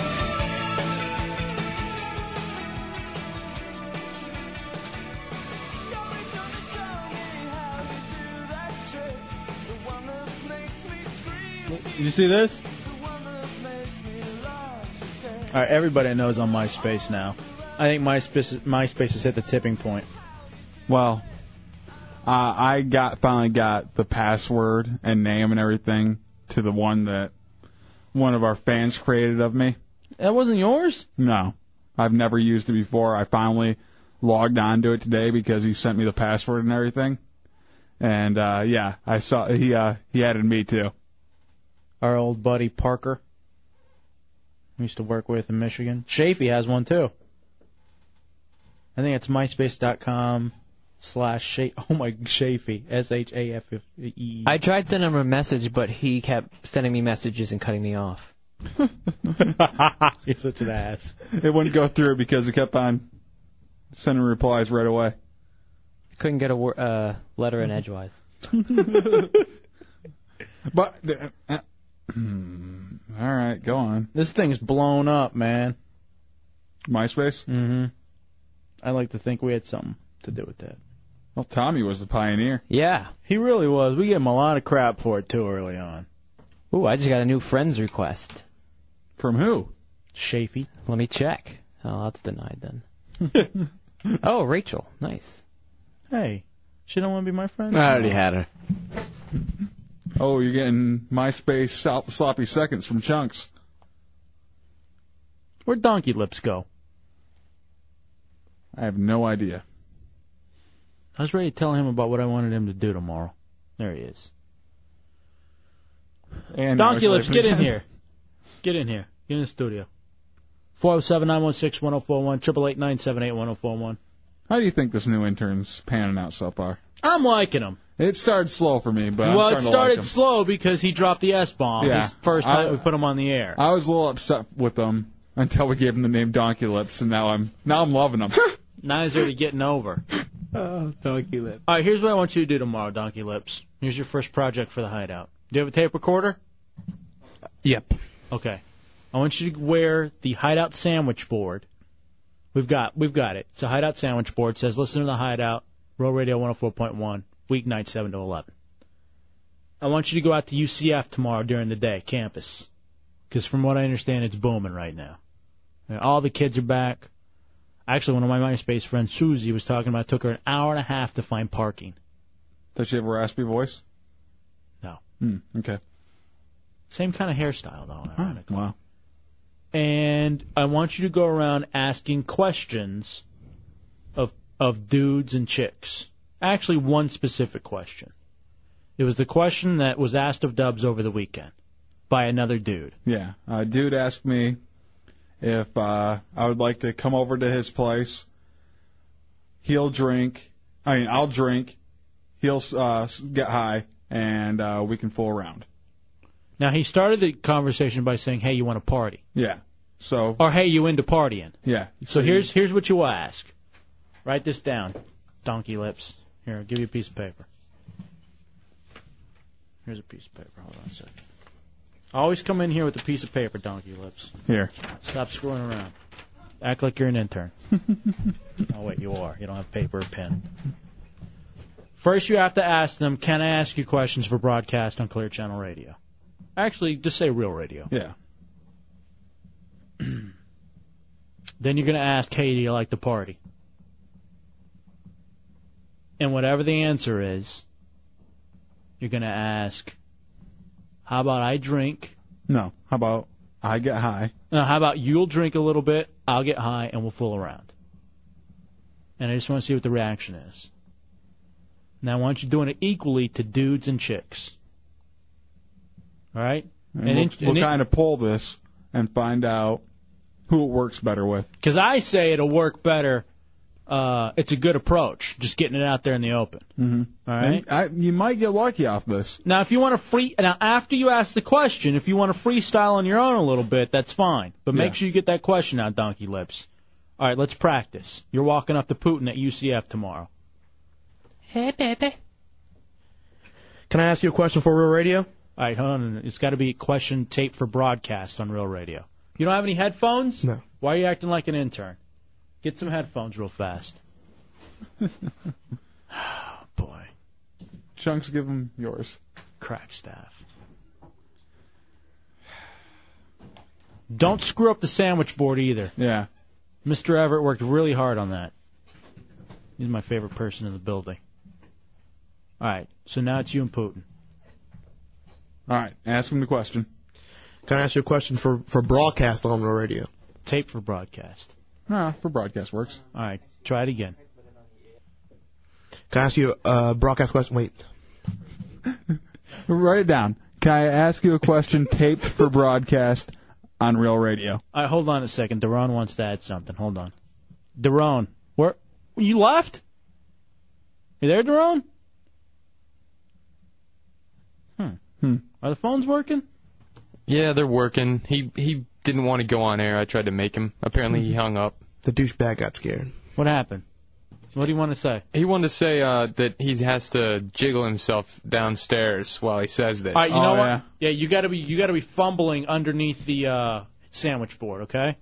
Speaker 2: Did you see this? All right, everybody I know is on MySpace now. I think MySpace MySpace has hit the tipping point.
Speaker 3: Well, uh, I got finally got the password and name and everything to the one that one of our fans created of me.
Speaker 2: That wasn't yours?
Speaker 3: No, I've never used it before. I finally logged on to it today because he sent me the password and everything. And uh, yeah, I saw he uh, he added me too.
Speaker 2: Our old buddy Parker, we used to work with in Michigan. Chafee has one too. I think it's myspace.com slash Sha- oh my Chafee S H A F E E.
Speaker 4: I tried sending him a message, but he kept sending me messages and cutting me off.
Speaker 2: You're such an ass.
Speaker 3: It wouldn't go through because it kept on sending replies right away.
Speaker 4: Couldn't get a wor- uh, letter in edgewise. (laughs)
Speaker 3: But all right, go on.
Speaker 2: This thing's blown up, man.
Speaker 3: MySpace.
Speaker 2: Mm-hmm. I like to think we had something to do with that.
Speaker 3: Well, Tommy was the pioneer.
Speaker 2: Yeah, he really was. We gave him a lot of crap for it too early on.
Speaker 4: Ooh, I just got a new friends request.
Speaker 3: From who?
Speaker 2: Chafee.
Speaker 4: Let me check. Oh, that's denied then.
Speaker 2: (laughs)
Speaker 4: oh, Rachel. Nice.
Speaker 2: Hey, she don't want to be my friend.
Speaker 3: had her. Oh, you're getting MySpace sop- sloppy seconds from Chunks.
Speaker 2: Where'd Donkey Lips go?
Speaker 3: I have no idea.
Speaker 2: I was ready to tell him about what I wanted him to do tomorrow. There he is.
Speaker 3: And
Speaker 2: Donkey
Speaker 3: now
Speaker 2: Lips,
Speaker 3: it's
Speaker 2: get
Speaker 3: (laughs)
Speaker 2: in
Speaker 3: open.
Speaker 2: here. Get in here. Get in the studio. 407 916 1041, 888 978 1041.
Speaker 3: How do you think this new intern's panning out so far?
Speaker 2: I'm liking him.
Speaker 3: It started slow for me, but I'm
Speaker 2: well,
Speaker 3: starting
Speaker 2: it
Speaker 3: to
Speaker 2: started
Speaker 3: like him.
Speaker 2: slow because he dropped the S bomb
Speaker 3: Yeah.
Speaker 2: his Um, first
Speaker 3: I-
Speaker 2: night we put him on the air.
Speaker 3: I was a little upset with them until we gave him the name Donkey Lips, and now I'm now I'm loving him.
Speaker 2: (laughs) Now he's already getting over.
Speaker 4: Oh, Donkey Lips.
Speaker 2: All right, here's what I want you to do tomorrow, Donkey Lips. Here's your first project for the hideout. Do you have a tape recorder?
Speaker 17: Yep.
Speaker 2: Okay. I want you to wear the hideout sandwich board. We've got we've got it. It's a hideout sandwich board. It says listen to the hideout, Roll Radio 104.1, weeknight 7 to 11. I want you to go out to UCF tomorrow during the day, campus. Because from what I understand, it's booming right now. Yeah, All the kids are back. Actually, one of my MySpace friends, Susie, was talking about it took her an hour and a half to find parking.
Speaker 3: Does she have a raspy voice?
Speaker 2: No.
Speaker 3: Hmm, okay.
Speaker 2: Same kind of hairstyle, though.
Speaker 3: Hmm.
Speaker 2: Ironically.
Speaker 3: Wow.
Speaker 2: and I want you to go around asking questions of of dudes and chicks. Actually, one specific question. It was the question that was asked of Dubs over the weekend by another dude.
Speaker 3: Yeah. Uh, dude asked me if uh, I would like to come over to his place. He'll drink. I mean, I'll drink. He'll uh, get high, and uh, we can fool around.
Speaker 2: Now he started the conversation by saying, "Hey, you want to party?"
Speaker 3: Yeah. So.
Speaker 2: Or "Hey, you into partying?"
Speaker 3: Yeah.
Speaker 2: So here's here's what you ask. Write this down, donkey lips. Here, I'll give you a piece of paper. Here's a piece of paper. Hold on a second. Always come in here with a piece of paper, donkey lips.
Speaker 3: Here.
Speaker 2: Stop screwing around. Act like you're an intern. oh wait, you are. You don't have paper or pen. First, you have to ask them, "Can I ask you questions for broadcast on Clear Channel Radio?" Actually, just say real radio.
Speaker 3: Yeah.
Speaker 2: Then you're going to ask, hey, do you like the party? And whatever the answer is, you're going to ask, how about I drink?
Speaker 3: No. How about I get high.
Speaker 2: Now, how about you'll drink a little bit, I'll get high, and we'll fool around. And I just want to see what the reaction is. Now, I want you doing it equally to dudes and chicks. All right?
Speaker 3: And we'll we'll kind of pull this and find out who it works better with.
Speaker 2: Because I say it'll work better. Uh, it's a good approach, just getting it out there in the open.
Speaker 3: Mm-hmm.
Speaker 2: All right.
Speaker 3: I, you might get lucky off this.
Speaker 2: Now, if you want to free, now after you ask the question, if you want to freestyle on your own a little bit, that's fine. But make
Speaker 3: Yeah.
Speaker 2: sure you get that question out, Donkey Lips. All right, let's practice. You're walking up to Putin at UCF tomorrow.
Speaker 11: Hey, baby.
Speaker 17: Can I ask you a question for real radio?
Speaker 2: All right, hold on. It's got to be question tape for broadcast on Real Radio. You don't have any headphones? No. Why are you acting like an intern? Get some headphones real fast. (laughs) Oh,
Speaker 3: Chunks, give him yours.
Speaker 2: Crack staff. Don't screw up the sandwich board either.
Speaker 3: Yeah.
Speaker 2: Mr. Everett worked really hard on that. He's my favorite person in the building. All right, so now it's you and Putin.
Speaker 3: All right, ask him the question.
Speaker 17: Can I ask you a question for for broadcast on the radio?
Speaker 2: Tape for broadcast.
Speaker 3: Nah, for broadcast works.
Speaker 2: All right, try it again.
Speaker 17: Can I ask you uh, a broadcast question? Wait.
Speaker 3: (laughs) Write it down. Can I ask you a
Speaker 2: (laughs)
Speaker 3: question taped for broadcast on real radio?
Speaker 2: All right, hold on a second. Daron wants to add something. Hold on. Daron, where you left? You there, Daron? Hmm.
Speaker 3: Hmm.
Speaker 2: Are the phones working?
Speaker 7: Yeah, they're working. He he didn't want to go on air. I tried to make him. Apparently,
Speaker 2: Mm-hmm.
Speaker 7: he hung up.
Speaker 17: The douchebag got scared.
Speaker 2: What happened? What do you want to say?
Speaker 7: He wanted to say uh, that he has to jiggle himself downstairs while he says this.
Speaker 3: Uh,
Speaker 2: All right, you
Speaker 17: Oh,
Speaker 3: Oh,
Speaker 2: know what? Yeah, you got to be you got to be fumbling underneath the uh, sandwich board, okay?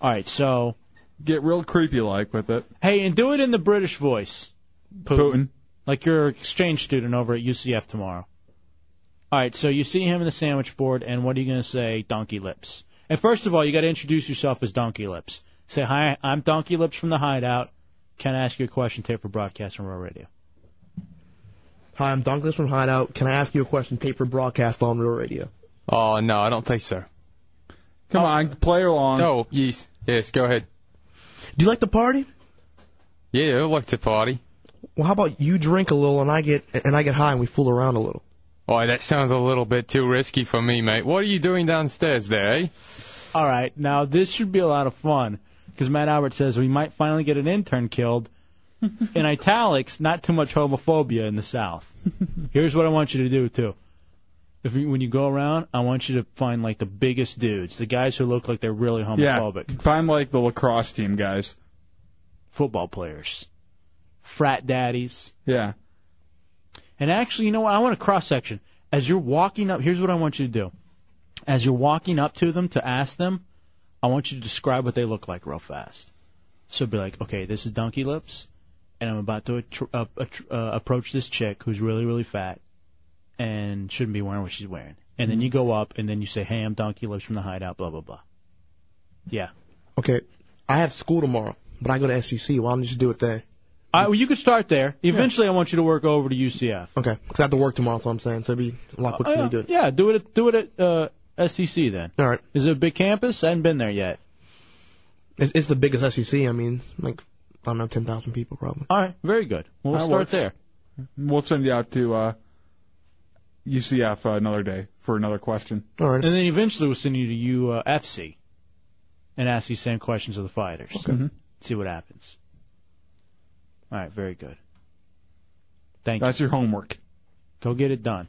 Speaker 2: All right, so
Speaker 3: get real creepy like with it.
Speaker 2: Hey, and do it in the British voice, Putin,
Speaker 3: Putin.
Speaker 2: like you're an exchange student over at UCF tomorrow. All right, so you see him in the sandwich board, and what are you going to say, Donkey Lips? And first of all, you got to introduce yourself as Donkey Lips. Say hi, I'm Donkey Lips from the Hideout. Can I ask you a question? Tape for broadcast on Real Radio.
Speaker 17: Hi, I'm Douglas from Hideout. Can I ask you a question taped for broadcast on real radio?
Speaker 7: Oh no, I don't think so.
Speaker 3: Come on, play along.
Speaker 7: Oh yes, yes. Go ahead.
Speaker 17: Do you like the party?
Speaker 7: Yeah, I like to party.
Speaker 17: Well, how about you drink a little and I get and I get high and we fool around a little.
Speaker 7: Oh, that sounds a little bit too risky for me, mate. What are you doing downstairs there, eh?
Speaker 2: All right, now this should be a lot of fun because Matt Albert says we might finally get an intern killed. in italics, not too much homophobia in the South. Here's what I want you to do too. If you, when you go around, I want you to find like the biggest dudes, the guys who look like they're really
Speaker 3: Yeah,
Speaker 2: homophobic,
Speaker 3: find like the lacrosse team guys.
Speaker 2: football players, frat daddies.
Speaker 3: Yeah.
Speaker 2: And actually, you know what? I want a cross section. As you're walking up, here's what I want you to do. As you're walking up to them to ask them, I want you to describe what they look like real fast. So be like, okay, this is Donkey Lips, and I'm about to attr- uh, attr- uh, approach this chick who's really, really fat and shouldn't be wearing what she's wearing. And then you go up, and then you say, hey, I'm Donkey Lips from the Hideout, blah, blah, blah. Yeah.
Speaker 17: Okay, I have school tomorrow, but I go to SCC. Why don't you just do it there?
Speaker 2: All right, well, you could start there. Eventually, I want you to work over to UCF.
Speaker 17: Okay, 'cause I have to work tomorrow, so I'm saying so it'd be a lot quicker
Speaker 2: Oh,
Speaker 17: than
Speaker 2: yeah.
Speaker 17: you do it.
Speaker 2: Yeah, do it at, do it at uh, SCC then.
Speaker 17: All right.
Speaker 2: Is it a big campus? I haven't been there yet.
Speaker 17: It's, it's the biggest SEC. I mean, it's like I don't know, ten thousand people probably.
Speaker 2: All right, very good. We'll
Speaker 3: That
Speaker 2: start
Speaker 3: works.
Speaker 2: there.
Speaker 3: We'll send you out to uh, UCF another day for another question.
Speaker 17: All right.
Speaker 2: And then eventually we'll send you to UFC and ask these same questions of the fighters.
Speaker 3: Mhm.
Speaker 2: See what happens. All right, very good. Thank
Speaker 3: That's your homework.
Speaker 2: Go get it done.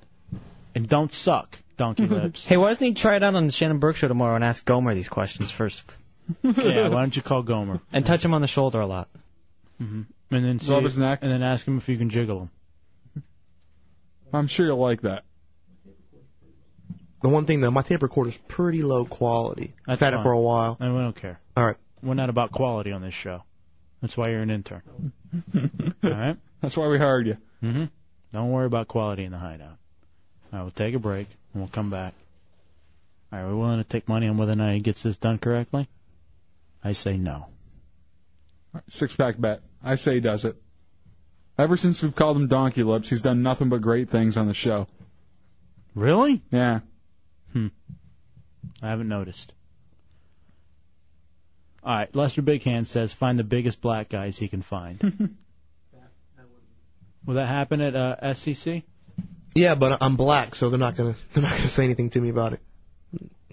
Speaker 2: And don't suck,
Speaker 4: (laughs)
Speaker 2: Donkey Lips.
Speaker 4: Hey, why doesn't he try it out on the Shannon Burke show tomorrow and ask Gomer these questions first?
Speaker 2: (laughs) yeah, why don't you call Gomer?
Speaker 4: And touch him on the shoulder a lot.
Speaker 2: hmm And then see,
Speaker 4: Rub his
Speaker 2: and then ask him if you can jiggle him.
Speaker 3: I'm sure you'll like that.
Speaker 17: The one thing though, my tape recorder's pretty low quality.
Speaker 2: That's
Speaker 17: I've had
Speaker 2: fine.
Speaker 17: it for a while.
Speaker 2: And we don't care.
Speaker 17: All right.
Speaker 2: We're not about quality on this show. That's why you're
Speaker 3: (laughs)
Speaker 2: an intern. All right.
Speaker 3: That's why we hired you.
Speaker 2: hmm Don't worry about quality in the hideout. I will take a break and we'll come back. All right, we willing to take money on whether or not he gets this done correctly? I say no.
Speaker 3: Six pack bet. I say he does it. Ever since we've called him Donkey Lips, he's done nothing but great things on the show.
Speaker 2: Really?
Speaker 3: Yeah.
Speaker 2: Hmm. I haven't noticed. All right, Lester Big Hand says find the biggest black guys he
Speaker 3: (laughs)
Speaker 2: can find. Will that happen at uh, SCC?
Speaker 17: Yeah, but I'm black, so they're not gonna (laughs) they're not gonna say anything to me about it.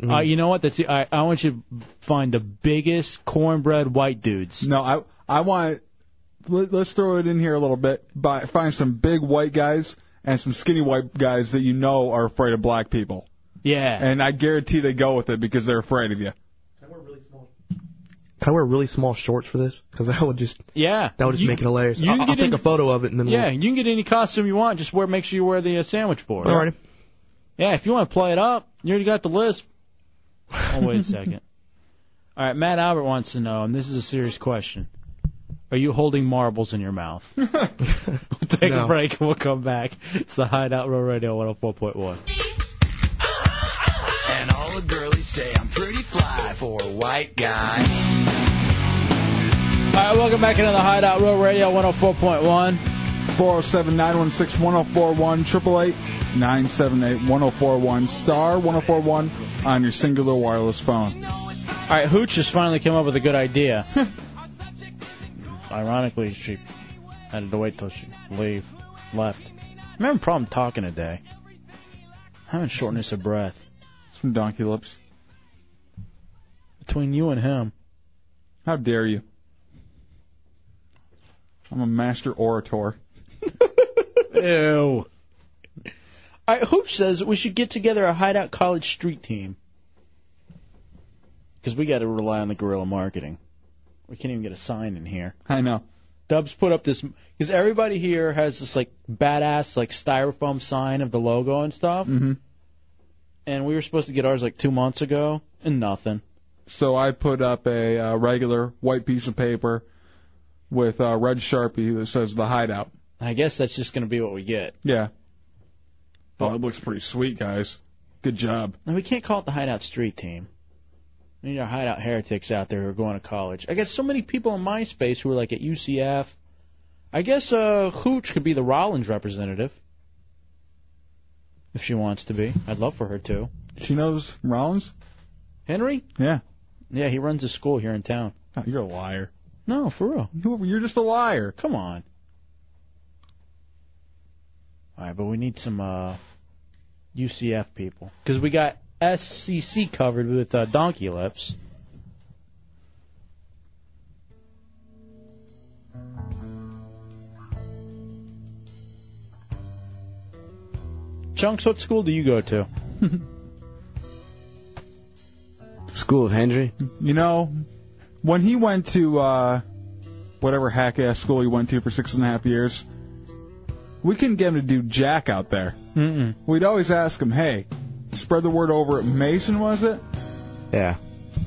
Speaker 2: Uh, you know what? That's all right, I want you to find the biggest cornbread white dudes.
Speaker 3: No, I I want let, let's throw it in here a little bit. By find some big white guys and some skinny white guys that you know are afraid of black people,
Speaker 2: Yeah.
Speaker 3: and I guarantee they go with it because they're afraid of you.
Speaker 17: Can I wear really small shorts for this? Because that would just
Speaker 2: Yeah.
Speaker 17: that would just
Speaker 2: You-
Speaker 17: make it hilarious.
Speaker 2: you
Speaker 17: I'll,
Speaker 2: can
Speaker 17: I'll
Speaker 2: get
Speaker 17: take
Speaker 2: in-
Speaker 17: a photo of it and then
Speaker 2: Yeah, you can get any costume you want. Just wear. Make sure you wear the uh, sandwich board.
Speaker 17: Alrighty.
Speaker 2: Yeah, if you want to play it up, you already got the list. Oh, wait a (laughs) second. All right, Matt Albert wants to know, and this is a serious question. Are you holding marbles in
Speaker 17: (laughs)
Speaker 2: your mouth? (laughs) we'll take a
Speaker 4: No.
Speaker 2: break and we'll come back. It's the Hideout Row Radio 104.1.
Speaker 19: And all the girlies say I'm pretty fly for a white guy.
Speaker 2: All right, welcome back into the Hideout Row Radio 104.1.
Speaker 3: 407 916 1041, 888 978 1041, star 1041 on your singular wireless phone.
Speaker 2: All right, Hooch has finally come up with a good idea. Ironically, she had to wait till she leave left. I'm having a problem talking today. having shortness of breath.
Speaker 3: It's from Donkey Lips.
Speaker 2: Between you and him.
Speaker 3: How dare you? I'm a master orator.
Speaker 2: (laughs) Ew. All right, Hoop says we should get together a hideout college street team. Because we got to rely on the guerrilla marketing. We can't even get a sign in here.
Speaker 3: I know.
Speaker 2: Dubs put up this because everybody here has this like badass like styrofoam sign of the logo and stuff. Mm-hmm. And we were supposed to get ours like two months ago, and nothing.
Speaker 3: So I put up a uh, regular white piece of paper with a red sharpie that says the hideout.
Speaker 2: I guess that's just gonna be what we get.
Speaker 3: Yeah. Oh, it looks pretty sweet, guys. Good job.
Speaker 2: And we can't call it the Hideout Street Team. We need our Hideout heretics out there who are going to college. I got so many people in MySpace who are like at UCF. I guess uh, Hooch could be the Rollins representative if she wants to be. I'd love for her to.
Speaker 3: She knows Rollins?
Speaker 2: Henry?
Speaker 3: Yeah. Oh,
Speaker 2: Yeah, he runs a school here in town.
Speaker 3: you're a liar.
Speaker 2: No, for real.
Speaker 3: You're just a liar.
Speaker 2: Come on. All right, but we need some uh, UCF people because we got SCC covered with uh, donkey lips. Chunks, what school do you go to? (laughs)
Speaker 3: School of Hendry. You know, when he went to uh, whatever hack ass school he went to for six and a half years, we couldn't get him to do jack out there.
Speaker 2: Mm-mm.
Speaker 3: We'd always ask him, "Hey, spread the word over at Mason, was it?"
Speaker 6: Yeah.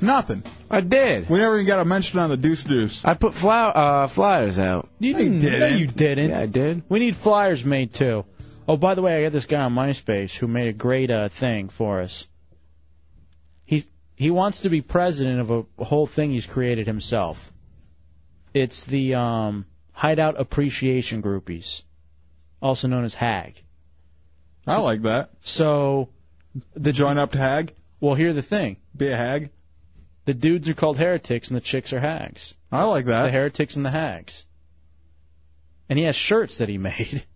Speaker 3: Nothing.
Speaker 6: I did.
Speaker 3: We never even got a mention on the Deuce Deuce.
Speaker 6: I put fly- uh, flyers out.
Speaker 2: You didn't.
Speaker 6: didn't.
Speaker 2: No, you didn't.
Speaker 6: Yeah, I did.
Speaker 2: We need flyers made too. Oh, by the way, I got this guy on MySpace who made a great uh, thing for us. He he wants to be president of a whole thing he's created himself. It's the um, Hideout Appreciation Groupies, also known as HAG.
Speaker 3: I like that.
Speaker 2: So,
Speaker 3: the join up to hag.
Speaker 2: Well, here's the thing.
Speaker 3: Be a hag.
Speaker 2: The dudes are called heretics and the chicks are hags.
Speaker 3: I like that.
Speaker 2: The heretics and the hags. And he has shirts that he made. (laughs)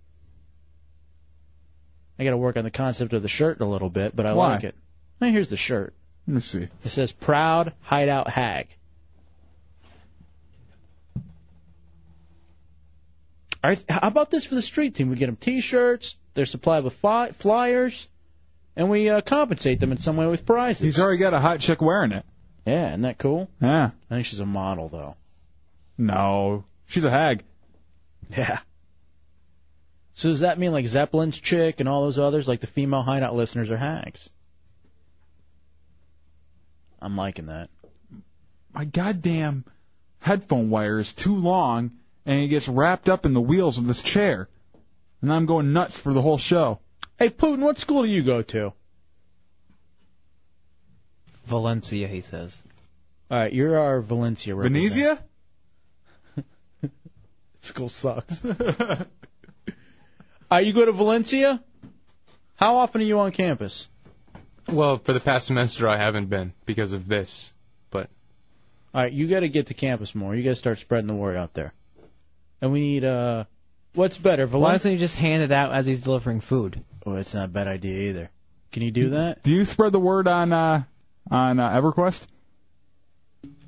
Speaker 2: I got to work on the concept of the shirt a little bit, but I
Speaker 3: Why?
Speaker 2: like it. Now here's the shirt.
Speaker 3: Let me see.
Speaker 2: It says "Proud Hideout Hag." All right, how about this for the street team? We get them T-shirts. They're supplied with fly- flyers, and we uh, compensate them in some way with prizes.
Speaker 3: He's already got a hot chick wearing it.
Speaker 2: Yeah, isn't that cool?
Speaker 3: Yeah.
Speaker 2: I think she's a model though.
Speaker 3: No, she's a hag.
Speaker 2: Yeah. So does that mean like Zeppelin's chick and all those others, like the female hideout listeners, are hags? I'm liking that.
Speaker 3: my goddamn headphone wire is too long and it gets wrapped up in the wheels of this chair. And I'm going nuts for the whole show.
Speaker 2: Hey, Putin, what school do you go to?
Speaker 4: Valencia, he says.
Speaker 2: All right, you're our Valencia.
Speaker 3: Venezia?
Speaker 2: (laughs) School sucks. uh, you go to Valencia? How often are you on campus?
Speaker 7: Well, for the past semester, I haven't been because of this. But
Speaker 2: All right, you got to get to campus more. You got to start spreading the word out there. And we need uh, what's better,
Speaker 4: Why
Speaker 2: Valen?
Speaker 4: doesn't he just hand it out as he's delivering food?
Speaker 2: Oh, it's not a bad idea either. Can you do that?
Speaker 3: Do you spread the word on uh, on uh, EverQuest?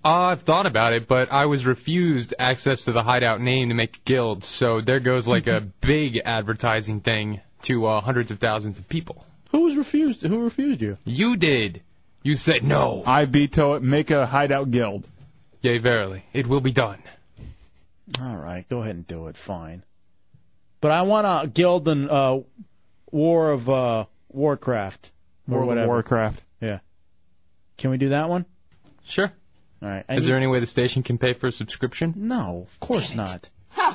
Speaker 7: uh, I've thought about it, but I was refused access to the hideout name to make a guild. So there goes like
Speaker 2: (laughs)
Speaker 7: a big advertising thing to uh, hundreds of thousands of people.
Speaker 2: Who was refused? Who refused you?
Speaker 7: You did. You said no.
Speaker 3: I veto it. Make a hideout guild.
Speaker 7: Yea, verily, it will be done.
Speaker 2: All right, go ahead and do it. Fine. But I want a guild and uh, War of uh, Warcraft
Speaker 3: World
Speaker 2: or
Speaker 3: of
Speaker 2: whatever.
Speaker 3: Warcraft.
Speaker 2: Yeah. Can we do that one?
Speaker 7: Sure.
Speaker 2: All right.
Speaker 7: Is there any way the station can pay for a subscription?
Speaker 2: No, of course not.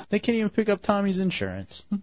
Speaker 2: They can't even pick up Tommy's insurance. (laughs)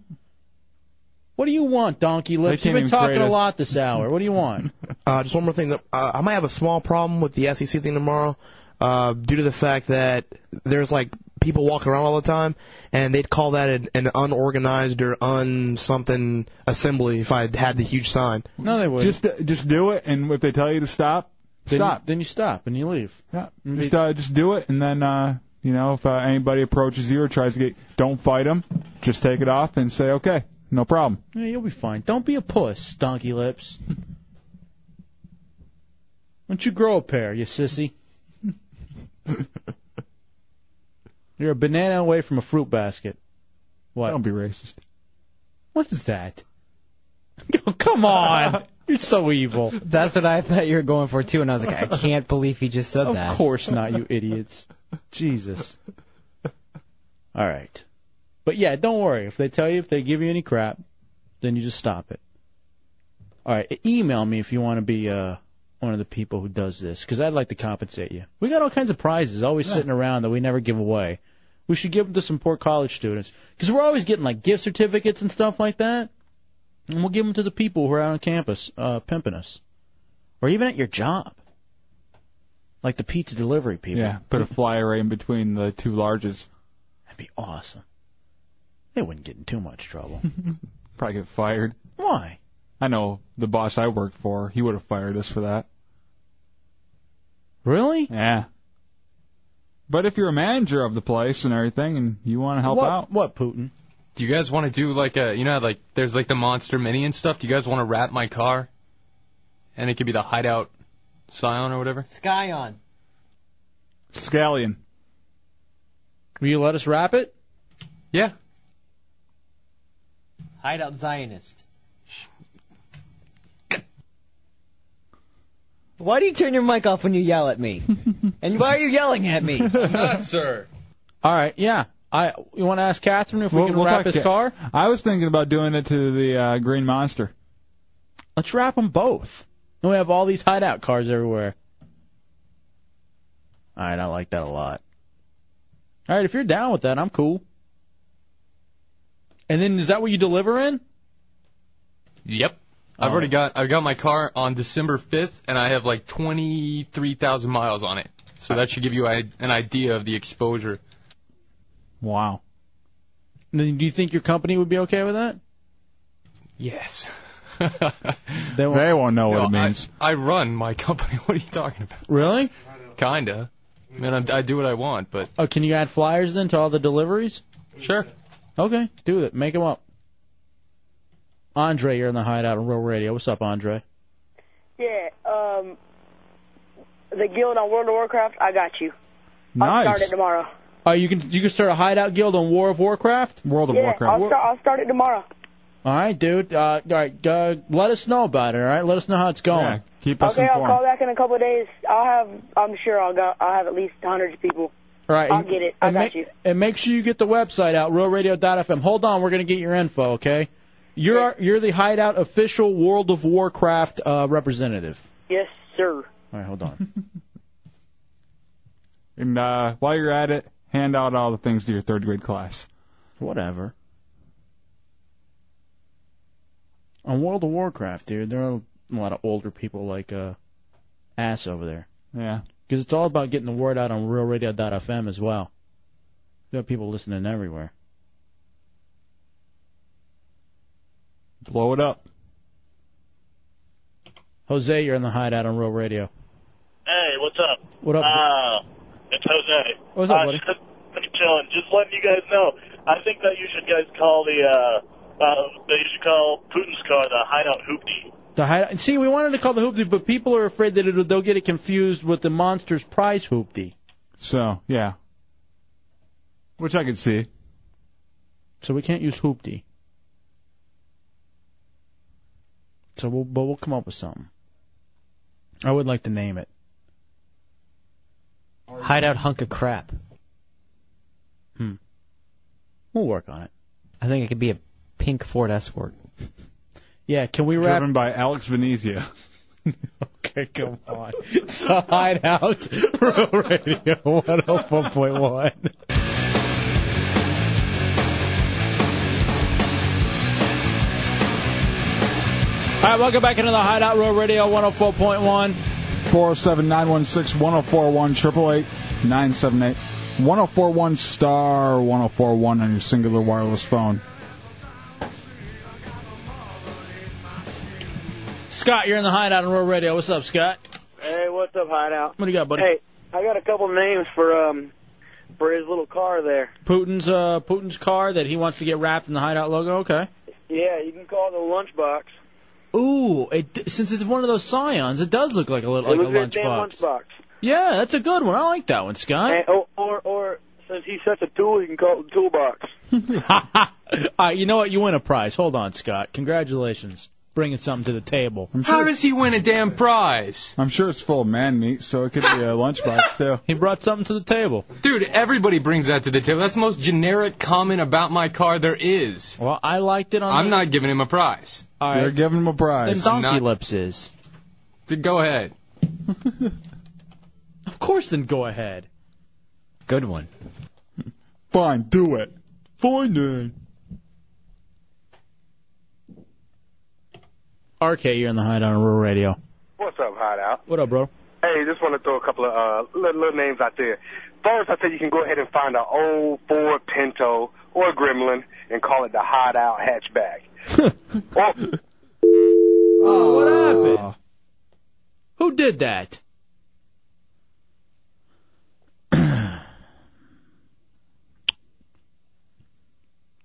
Speaker 2: What do you want, Donkey Lips?
Speaker 17: They
Speaker 2: You've
Speaker 17: can't
Speaker 2: been
Speaker 17: even
Speaker 2: talking
Speaker 17: grade
Speaker 2: a
Speaker 17: us.
Speaker 2: lot this hour. What do you want?
Speaker 17: Uh, just one more thing. that- Uh, I might have a small problem with the SEC thing tomorrow uh, due to the fact that there's like people walking around all the time, and they'd call that an, an unorganized or un something assembly if I had the huge sign.
Speaker 2: No, they would.
Speaker 3: Just just do it, and if they tell you to stop,
Speaker 2: (laughs) Then you-
Speaker 3: stop.
Speaker 2: then you stop and you leave.
Speaker 3: Yeah.
Speaker 2: Mm-hmm.
Speaker 3: Just uh, just do it, and then uh, you know if uh, anybody approaches you or tries to get, don't fight them. Just take it off and say okay, no problem.
Speaker 2: Yeah, you'll be fine. Don't be a puss, Donkey Lips. Why don't you grow a pair, you (laughs) sissy? You're a banana away from a fruit basket. What? Don't
Speaker 3: be racist.
Speaker 2: What is that? Oh, come on. (laughs) You're so evil.
Speaker 4: That's what I thought you were going for too, and I was like, I can't believe he just said
Speaker 2: of
Speaker 4: that.
Speaker 2: course not, you idiots. Jesus. All right. But yeah, don't worry. If they tell you, if they give you any crap, then you just stop it. All right. e- Email me if you want to be uh, one of the people who does this, because I'd like to compensate you. We got all kinds of prizes always sitting around that we never give away. We should give them to some poor college students, because we're always getting like gift certificates and stuff like that, and we'll give them to the people who are out on campus uh, pimping us, or even at your job, like the pizza delivery people.
Speaker 3: Yeah. Put a flyer in between the two largest.
Speaker 2: That'd be awesome. They wouldn't get in too much trouble.
Speaker 3: (laughs) Probably get fired.
Speaker 2: Why?
Speaker 3: I know the boss I worked for. He would have fired us for that.
Speaker 2: Really?
Speaker 3: Yeah. But if you're a manager of the place and everything, and you want to help
Speaker 7: What-
Speaker 3: out,
Speaker 2: what Putin?
Speaker 7: Do you guys want to do like a, you know, like there's like the Monster Mini and stuff. Do you guys want to wrap my car? And it could be the Hideout Scion or whatever.
Speaker 4: Sky on.
Speaker 3: Scallion.
Speaker 2: Will you let us wrap it?
Speaker 7: Yeah.
Speaker 4: Hideout Zionist. Why do you turn your mic off when you yell at me? and why are you yelling
Speaker 7: (laughs)
Speaker 4: at me?
Speaker 7: Not, sir.
Speaker 2: All right. Yeah. I. You want to ask Catherine if we can wrap
Speaker 3: talk
Speaker 2: his
Speaker 3: to-
Speaker 2: car?
Speaker 3: I was thinking about doing it to the uh, Green Monster.
Speaker 2: Let's wrap them both. And we have all these hideout cars everywhere. All right. I like that a lot. All right. If you're down with that, I'm cool. And then is that what you deliver in?
Speaker 7: Yep. I've already got I got my car on December 5th, and I have like 23,000 miles on it. So that should give you a, an idea of the exposure.
Speaker 3: Wow.
Speaker 2: Then do you think your company would be okay with that?
Speaker 7: Yes.
Speaker 2: They won't,
Speaker 3: know
Speaker 7: No, I, I run my (laughs) company. What are you talking about?
Speaker 2: Really?
Speaker 7: Kinda. I mean, I, I do what I want, but
Speaker 2: Oh, can you add flyers then to all the deliveries?
Speaker 7: Sure.
Speaker 2: Okay, do it. Make 'em up. Andre, you're in the hideout on Real Radio. What's up, Andre?
Speaker 11: Yeah, um, the guild on World of Warcraft, I got you. I'll start it
Speaker 2: Nice.
Speaker 11: tomorrow.
Speaker 2: Oh, you can you can start a hideout guild on War of Warcraft. World
Speaker 11: yeah, I'll, start, I'll start it tomorrow.
Speaker 2: All right, dude. Uh, all right, uh, let us know about it. All right, let us know how it's going. Yeah,
Speaker 3: keep
Speaker 11: okay, I'll call back in a couple of days. I'll have, I'm sure I'll go, I'll have at least 100 people.
Speaker 2: All right,
Speaker 11: I'll
Speaker 2: and-
Speaker 11: get it. I
Speaker 2: and
Speaker 11: got
Speaker 2: make,
Speaker 11: you.
Speaker 2: And make sure you get the website out, realradio.fm. Hold on, we're gonna get your info, okay? You're our, you're the hideout official World of Warcraft uh, representative.
Speaker 11: Yes, sir.
Speaker 2: All right, hold on.
Speaker 3: (laughs) And uh, while you're at it, hand out all the things to your third grade class.
Speaker 2: Whatever. On World of Warcraft, dude, there are a lot of older people like uh, ass over there.
Speaker 3: Yeah.
Speaker 2: Because it's all about getting the word out on RealRadio.fm as well. We have people listening everywhere.
Speaker 3: Blow it up.
Speaker 2: Jose, you're in the hideout on Real Radio.
Speaker 20: Hey, what's up?
Speaker 2: What up?
Speaker 20: Uh, it's Jose.
Speaker 2: What's up,
Speaker 20: uh,
Speaker 2: buddy?
Speaker 20: Just, pretty chilling. Just letting you guys know. I think that you should guys call the uh, uh, that you should call Putin's car the hideout hoopty.
Speaker 2: The hideout. See, we wanted to call the hoopty, but people are afraid that it'll, they'll get it confused with the Monsters Prize hoopty.
Speaker 3: So yeah, which I could see.
Speaker 2: So we can't use hoopty. So we'll, but we'll come up with something. I would like to name it.
Speaker 4: Hideout hunk of crap.
Speaker 2: Hmm. We'll work on it.
Speaker 4: I think it could be a pink Ford Escort.
Speaker 2: Yeah, can we wrap?
Speaker 3: Driven by Alex Venezia.
Speaker 2: (laughs) okay, come on. It's the Hideout Real Radio 101.1. All right, welcome back into the Hideout Row Radio 104.1.
Speaker 3: 407 916 1041 888 978 1041 star 1041 on your singular wireless phone.
Speaker 2: Scott, you're in the Hideout on Row Radio. What's up, Scott?
Speaker 1: Hey, what's up, Hideout?
Speaker 2: What do you got, buddy?
Speaker 1: Hey, I got a couple names for um for his little car there.
Speaker 2: Putin's uh, Putin's car that he wants to get wrapped in the Hideout logo. Okay.
Speaker 1: Yeah, you can call it a lunchbox.
Speaker 2: Ooh, it since it's one of those Scions, it does look like a little
Speaker 1: it
Speaker 2: like a
Speaker 1: looks like a damn
Speaker 2: lunchbox.
Speaker 1: lunchbox.
Speaker 2: Yeah, that's a good one. I like that one, Scott.
Speaker 1: And, oh, or, or or since he's such a tool, you can call it a toolbox.
Speaker 2: (laughs) All right, you know what? You win a prize. Hold on, Scott. Congratulations. Bringing something to the table.
Speaker 3: How
Speaker 7: does he win a damn prize?
Speaker 3: I'm sure it's full of man meat, so it could be
Speaker 7: (laughs)
Speaker 3: a lunchbox too.
Speaker 2: He brought something to the table.
Speaker 7: Dude, everybody brings that to the table. That's the most generic comment about my car there is.
Speaker 2: Well, I liked it on
Speaker 7: I'm
Speaker 2: the-
Speaker 7: not giving him a prize.
Speaker 2: All right. You're
Speaker 3: giving him a prize.
Speaker 2: Then Donkey
Speaker 7: Not-
Speaker 2: Lips is.
Speaker 7: Dude, go ahead.
Speaker 2: Of course, then go ahead. Good one.
Speaker 3: Fine, do it. Fine then.
Speaker 2: RK, you're in the hideout on Rural Radio.
Speaker 24: What's up, Hideout?
Speaker 2: What up, bro?
Speaker 24: Hey, just want to throw a couple of uh, little, little names out there. First, I say you can go ahead and find an old Ford Pinto or Gremlin and call it the Hideout
Speaker 2: (laughs)
Speaker 24: Hatchback. or,
Speaker 2: Oh, what
Speaker 3: Ah.
Speaker 2: happened? Who did that?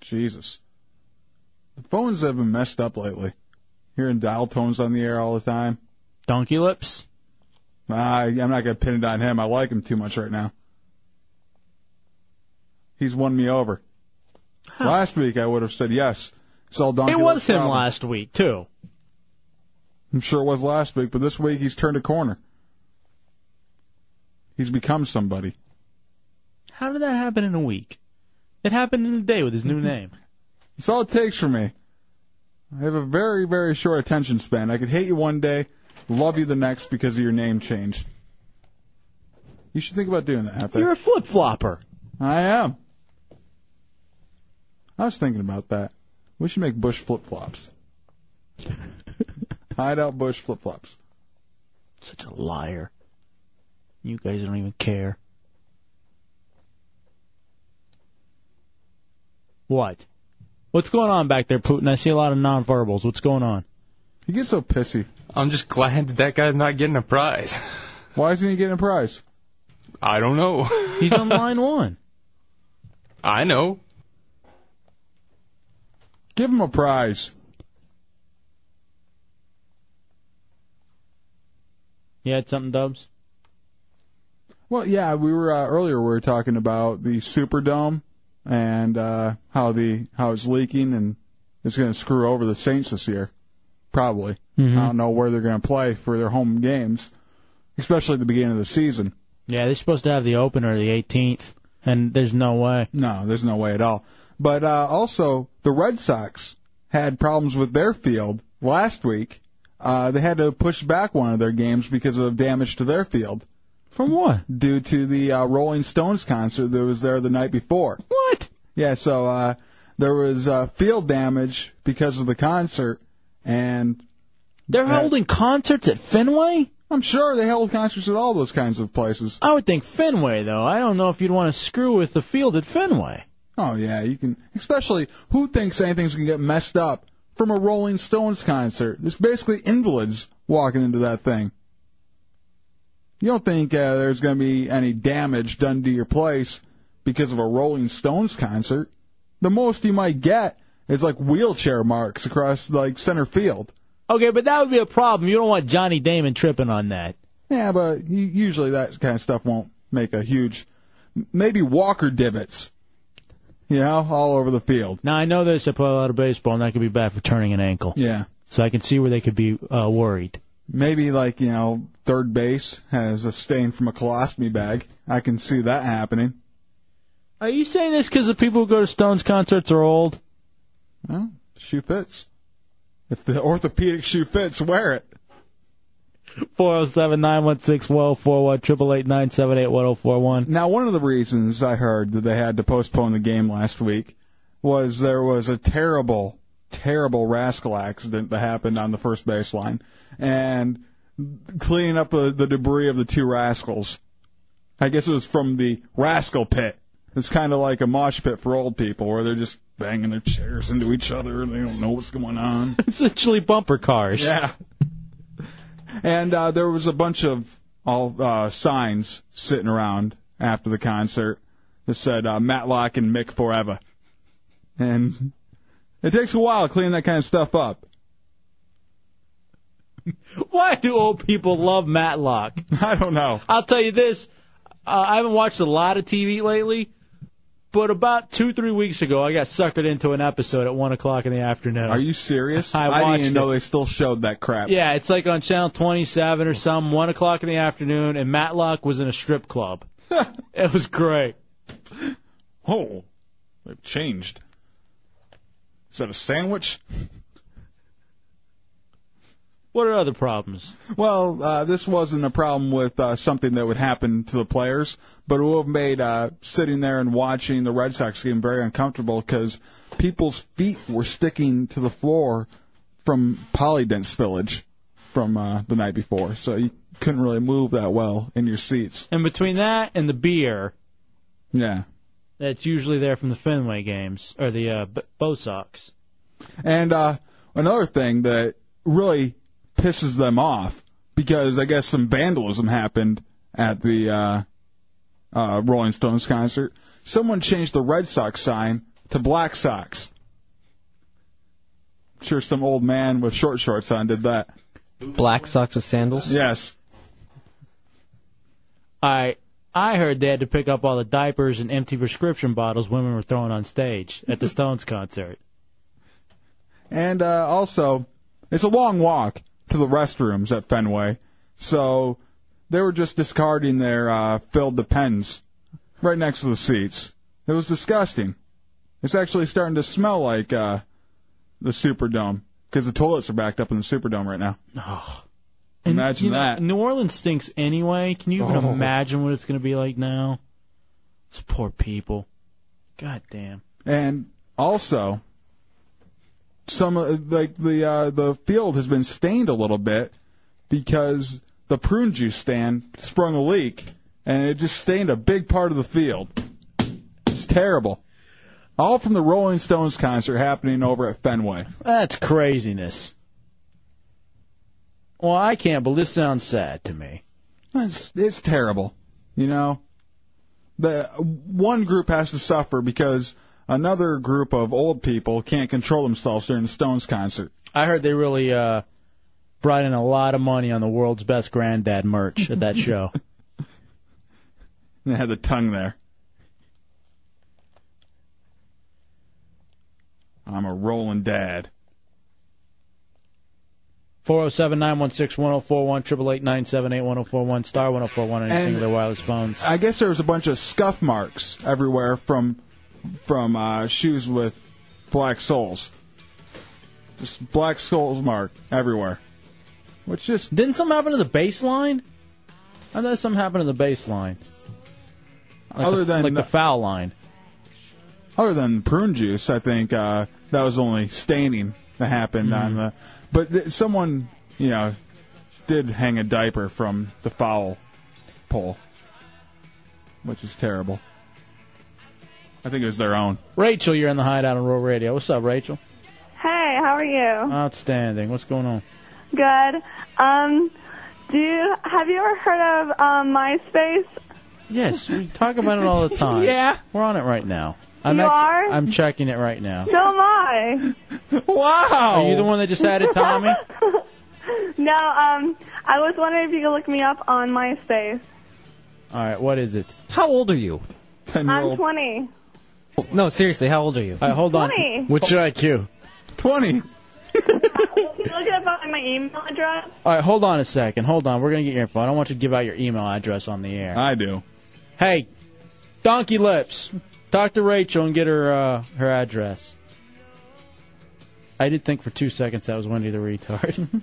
Speaker 3: Jesus. The phones have been messed up lately. Hearing dial tones on the air all the time.
Speaker 2: Donkey lips?
Speaker 3: I, I'm not going to pin it on him. I like him too much right now. He's won me over. Last week I would have said yes. It's all donkey
Speaker 2: it was
Speaker 3: lips
Speaker 2: him
Speaker 3: problem.
Speaker 2: last week too.
Speaker 3: I'm sure it was last week, but this week he's turned a corner. He's become somebody.
Speaker 2: How did that happen in a week? It happened in a day with his new name.
Speaker 3: That's Mm-hmm. all it takes for me. I have a very, very short attention span. I could hate you one day, love you the next because of your name change. You should think about doing that. Hefe.
Speaker 2: You're a flip flopper.
Speaker 3: I am. I was thinking about that. We should make Bush flip flops. Hideout Bush flip flops.
Speaker 2: Such a liar. You guys don't even care. What? What's going on back there, Putin? I see a lot of nonverbals. What's going on?
Speaker 3: He gets so pissy.
Speaker 7: I'm just glad that that guy's not getting a prize. (laughs)
Speaker 3: Why isn't he getting a prize?
Speaker 7: I don't know.
Speaker 2: He's
Speaker 7: (laughs)
Speaker 2: on line one.
Speaker 7: I know.
Speaker 3: Give him a prize.
Speaker 2: You had something, Dubs?
Speaker 3: Well, yeah, we were uh, earlier. We were talking about the Superdome and uh, how the how it's leaking and it's going to screw over the Saints this year, probably.
Speaker 2: Mhm.
Speaker 3: I don't know where they're going to play for their home games, especially at the beginning of the season.
Speaker 2: Yeah, they're supposed to have the opener the 18th, and there's no way.
Speaker 3: No, there's no way at all. But uh, also, the Red Sox had problems with their field last week. Uh, they had to push back one of their games because of damage to their field.
Speaker 2: From what?
Speaker 3: Due to the uh, Rolling Stones concert that was there the night before.
Speaker 2: What?
Speaker 3: Yeah, so uh, there was uh, field damage because of the concert, and
Speaker 2: they're holding concerts at Fenway.
Speaker 3: I'm sure they held concerts at all those kinds of places.
Speaker 2: I would think Fenway, though. I don't know if you'd want to screw with the field at Fenway.
Speaker 3: Oh yeah, you can. Especially who thinks anything's gonna get messed up from a Rolling Stones concert? It's basically invalids walking into that thing. You don't think uh, there's going to be any damage done to your place because of a Rolling Stones concert. The most you might get is like wheelchair marks across like center field.
Speaker 2: Okay, but that would be a problem. You don't want Johnny Damon tripping on that.
Speaker 3: Yeah, but u- usually that kind of stuff won't make a huge. Maybe Walker divots. You know, all over the field.
Speaker 2: Now I know this. I play a lot of baseball, and that could be bad for turning an ankle.
Speaker 3: Yeah.
Speaker 2: So I can see where they could be uh, worried.
Speaker 3: Maybe like you know, third base has a stain from a colostomy bag. I can see that happening.
Speaker 2: Are you saying this because the people who go to Stones concerts are old? (laughs)
Speaker 3: Well, shoe fits. If the orthopedic shoe fits, wear it.
Speaker 2: Four zero seven nine one six one oh four one triple eight nine seven eight one zero four one.
Speaker 3: Now, one of the reasons I heard that they had to postpone the game last week was there was a terrible, terrible rascal accident that happened on the first baseline, and cleaning up uh, the debris of the two rascals. I guess it was from the rascal pit. It's kind of like a mosh pit for old people, where they're just banging their chairs into each other and they don't know what's going
Speaker 2: (laughs)
Speaker 3: on.
Speaker 2: Essentially bumper cars.
Speaker 3: Yeah. And uh, there was a bunch of all uh, signs sitting around after the concert that said uh, Matlock and Mick forever. And it takes a while to clean that kind of stuff up.
Speaker 2: Why do old people love Matlock?
Speaker 3: (laughs) I don't know.
Speaker 2: I'll tell you this. Uh, I haven't watched a lot of TV lately, but about two, three weeks ago, I got suckered into an episode at 1 o'clock in the afternoon.
Speaker 3: Are you (laughs) serious?
Speaker 2: I
Speaker 3: didn't
Speaker 2: watched
Speaker 3: even know
Speaker 2: it.
Speaker 3: they still showed that crap.
Speaker 2: Yeah, it's like on channel 27 or some, 1 o'clock in the afternoon, and Matlock was in a
Speaker 3: (laughs)
Speaker 2: strip club. it was great.
Speaker 3: Oh, they've changed. Is that a sandwich?
Speaker 2: What are other problems?
Speaker 3: Well, uh, this wasn't a problem with uh, something that would happen to the players, but it would have made uh, sitting there and watching the Red Sox game very uncomfortable because people's feet were sticking to the floor from polydent spillage from uh, the night before, so you couldn't really move that well in your seats.
Speaker 2: And between that and the beer
Speaker 3: Yeah.
Speaker 2: that's usually there from the Fenway games, or the uh, B- Bo Sox.
Speaker 3: And uh, another thing that really pisses them off because I guess some vandalism happened at the uh, uh, Rolling Stones concert. Someone changed the Red Sox sign to Black Sox. I'm sure some old man with short shorts on did that.
Speaker 4: Black socks with sandals.
Speaker 3: Yes.
Speaker 2: I I heard they had to pick up all the diapers and empty prescription bottles women were throwing on stage
Speaker 3: Mm-hmm.
Speaker 2: at the Stones concert.
Speaker 3: And uh, also, it's a long walk to the restrooms at Fenway, so they were just discarding their uh, filled the pens right next to the seats. It was disgusting. It's actually starting to smell like uh, the Superdome because the toilets are backed up in the Superdome right now. Imagine
Speaker 2: You know,
Speaker 3: that.
Speaker 2: New Orleans stinks anyway. Can you even
Speaker 3: Oh.
Speaker 2: imagine what it's going to be like now? Those poor people. God damn.
Speaker 3: And also, some of- like the uh, the field has been stained a little bit because the prune juice stand sprung a leak and it just stained a big part of the field. It's terrible. All from the Rolling Stones concert happening over at Fenway.
Speaker 2: That's craziness. Well, I can't, but this sounds sad to me.
Speaker 3: It's, it's terrible, you know. The one group has to suffer because another group of old people can't control themselves during the Stones concert.
Speaker 2: I heard they really uh, brought in a lot of money on the world's best granddad merch at that show.
Speaker 3: (laughs) They had the tongue there. I'm a rolling dad.
Speaker 2: Four zero seven nine one six one zero four one triple eight nine seven eight one zero four one star one zero four one on your
Speaker 3: And-
Speaker 2: singular wireless phones.
Speaker 3: I guess there was a bunch of scuff marks everywhere from from uh, shoes with black soles. Just black soles mark everywhere. Which just
Speaker 2: didn't something happen to the baseline? I know something happened to the baseline. Like
Speaker 3: other
Speaker 2: the,
Speaker 3: than
Speaker 2: like the foul line.
Speaker 3: Other than prune juice, I think uh, that was only staining that happened
Speaker 2: Mm-hmm.
Speaker 3: on the. But th- someone, you know, did hang a diaper from the foul pole, which is terrible. I think it was their own.
Speaker 2: Rachel, you're in the hideout on Rural Radio. What's up, Rachel?
Speaker 5: Hey, how are you?
Speaker 2: Outstanding. What's going on?
Speaker 5: Good. Um, do you, have you ever heard of um, MySpace?
Speaker 2: Yes, we talk about it (laughs) all the time.
Speaker 5: Yeah.
Speaker 2: We're on it right now. I'm
Speaker 5: You
Speaker 2: act-
Speaker 5: are?
Speaker 2: I'm checking it right now.
Speaker 5: So am I.
Speaker 2: Wow. Are you the one that just added Tommy?
Speaker 5: (laughs)
Speaker 2: (laughs)
Speaker 5: No, um, I was wondering if you could look me up on MySpace.
Speaker 2: All right, what is it?
Speaker 4: How old are you?
Speaker 5: I'm 20.
Speaker 4: No, seriously, how old are you?
Speaker 2: hold
Speaker 5: on. 20.
Speaker 2: What's
Speaker 6: your IQ?
Speaker 2: 20.
Speaker 5: Can you look it up on my email address?
Speaker 2: All right, hold on a second. Hold on. We're going to get your info. I don't want you to give out your email address on the air. I do. Hey, Donkey Lips, talk to Rachel and get her uh, her address. I did think for two seconds that was Wendy the retard. (laughs)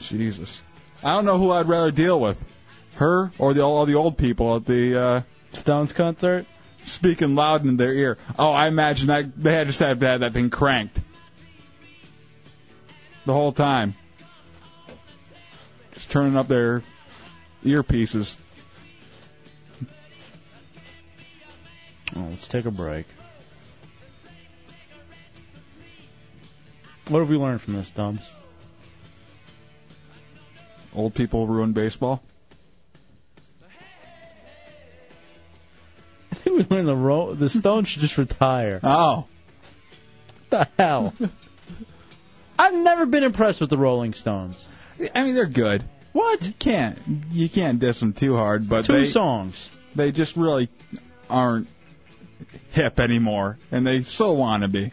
Speaker 3: Jesus. I don't know who I'd rather deal with, her or the all the old people at the uh,
Speaker 2: Stones concert,
Speaker 3: speaking loud in their ear. Oh, I imagine that they had just had to have that thing cranked the whole time, just turning up their earpieces.
Speaker 2: Oh, let's take a break. What have we learned from this, Dums?
Speaker 3: Old people ruin baseball.
Speaker 2: I think we learned the ro- the Stones should just retire.
Speaker 3: Oh.
Speaker 2: What the hell? (laughs) I've never been impressed with the Rolling Stones.
Speaker 3: I mean, they're good.
Speaker 2: What?
Speaker 3: You can't you can't diss them too hard, but
Speaker 2: Two
Speaker 3: they,
Speaker 2: songs.
Speaker 3: They just really aren't hip anymore, and they so want to be.
Speaker 2: do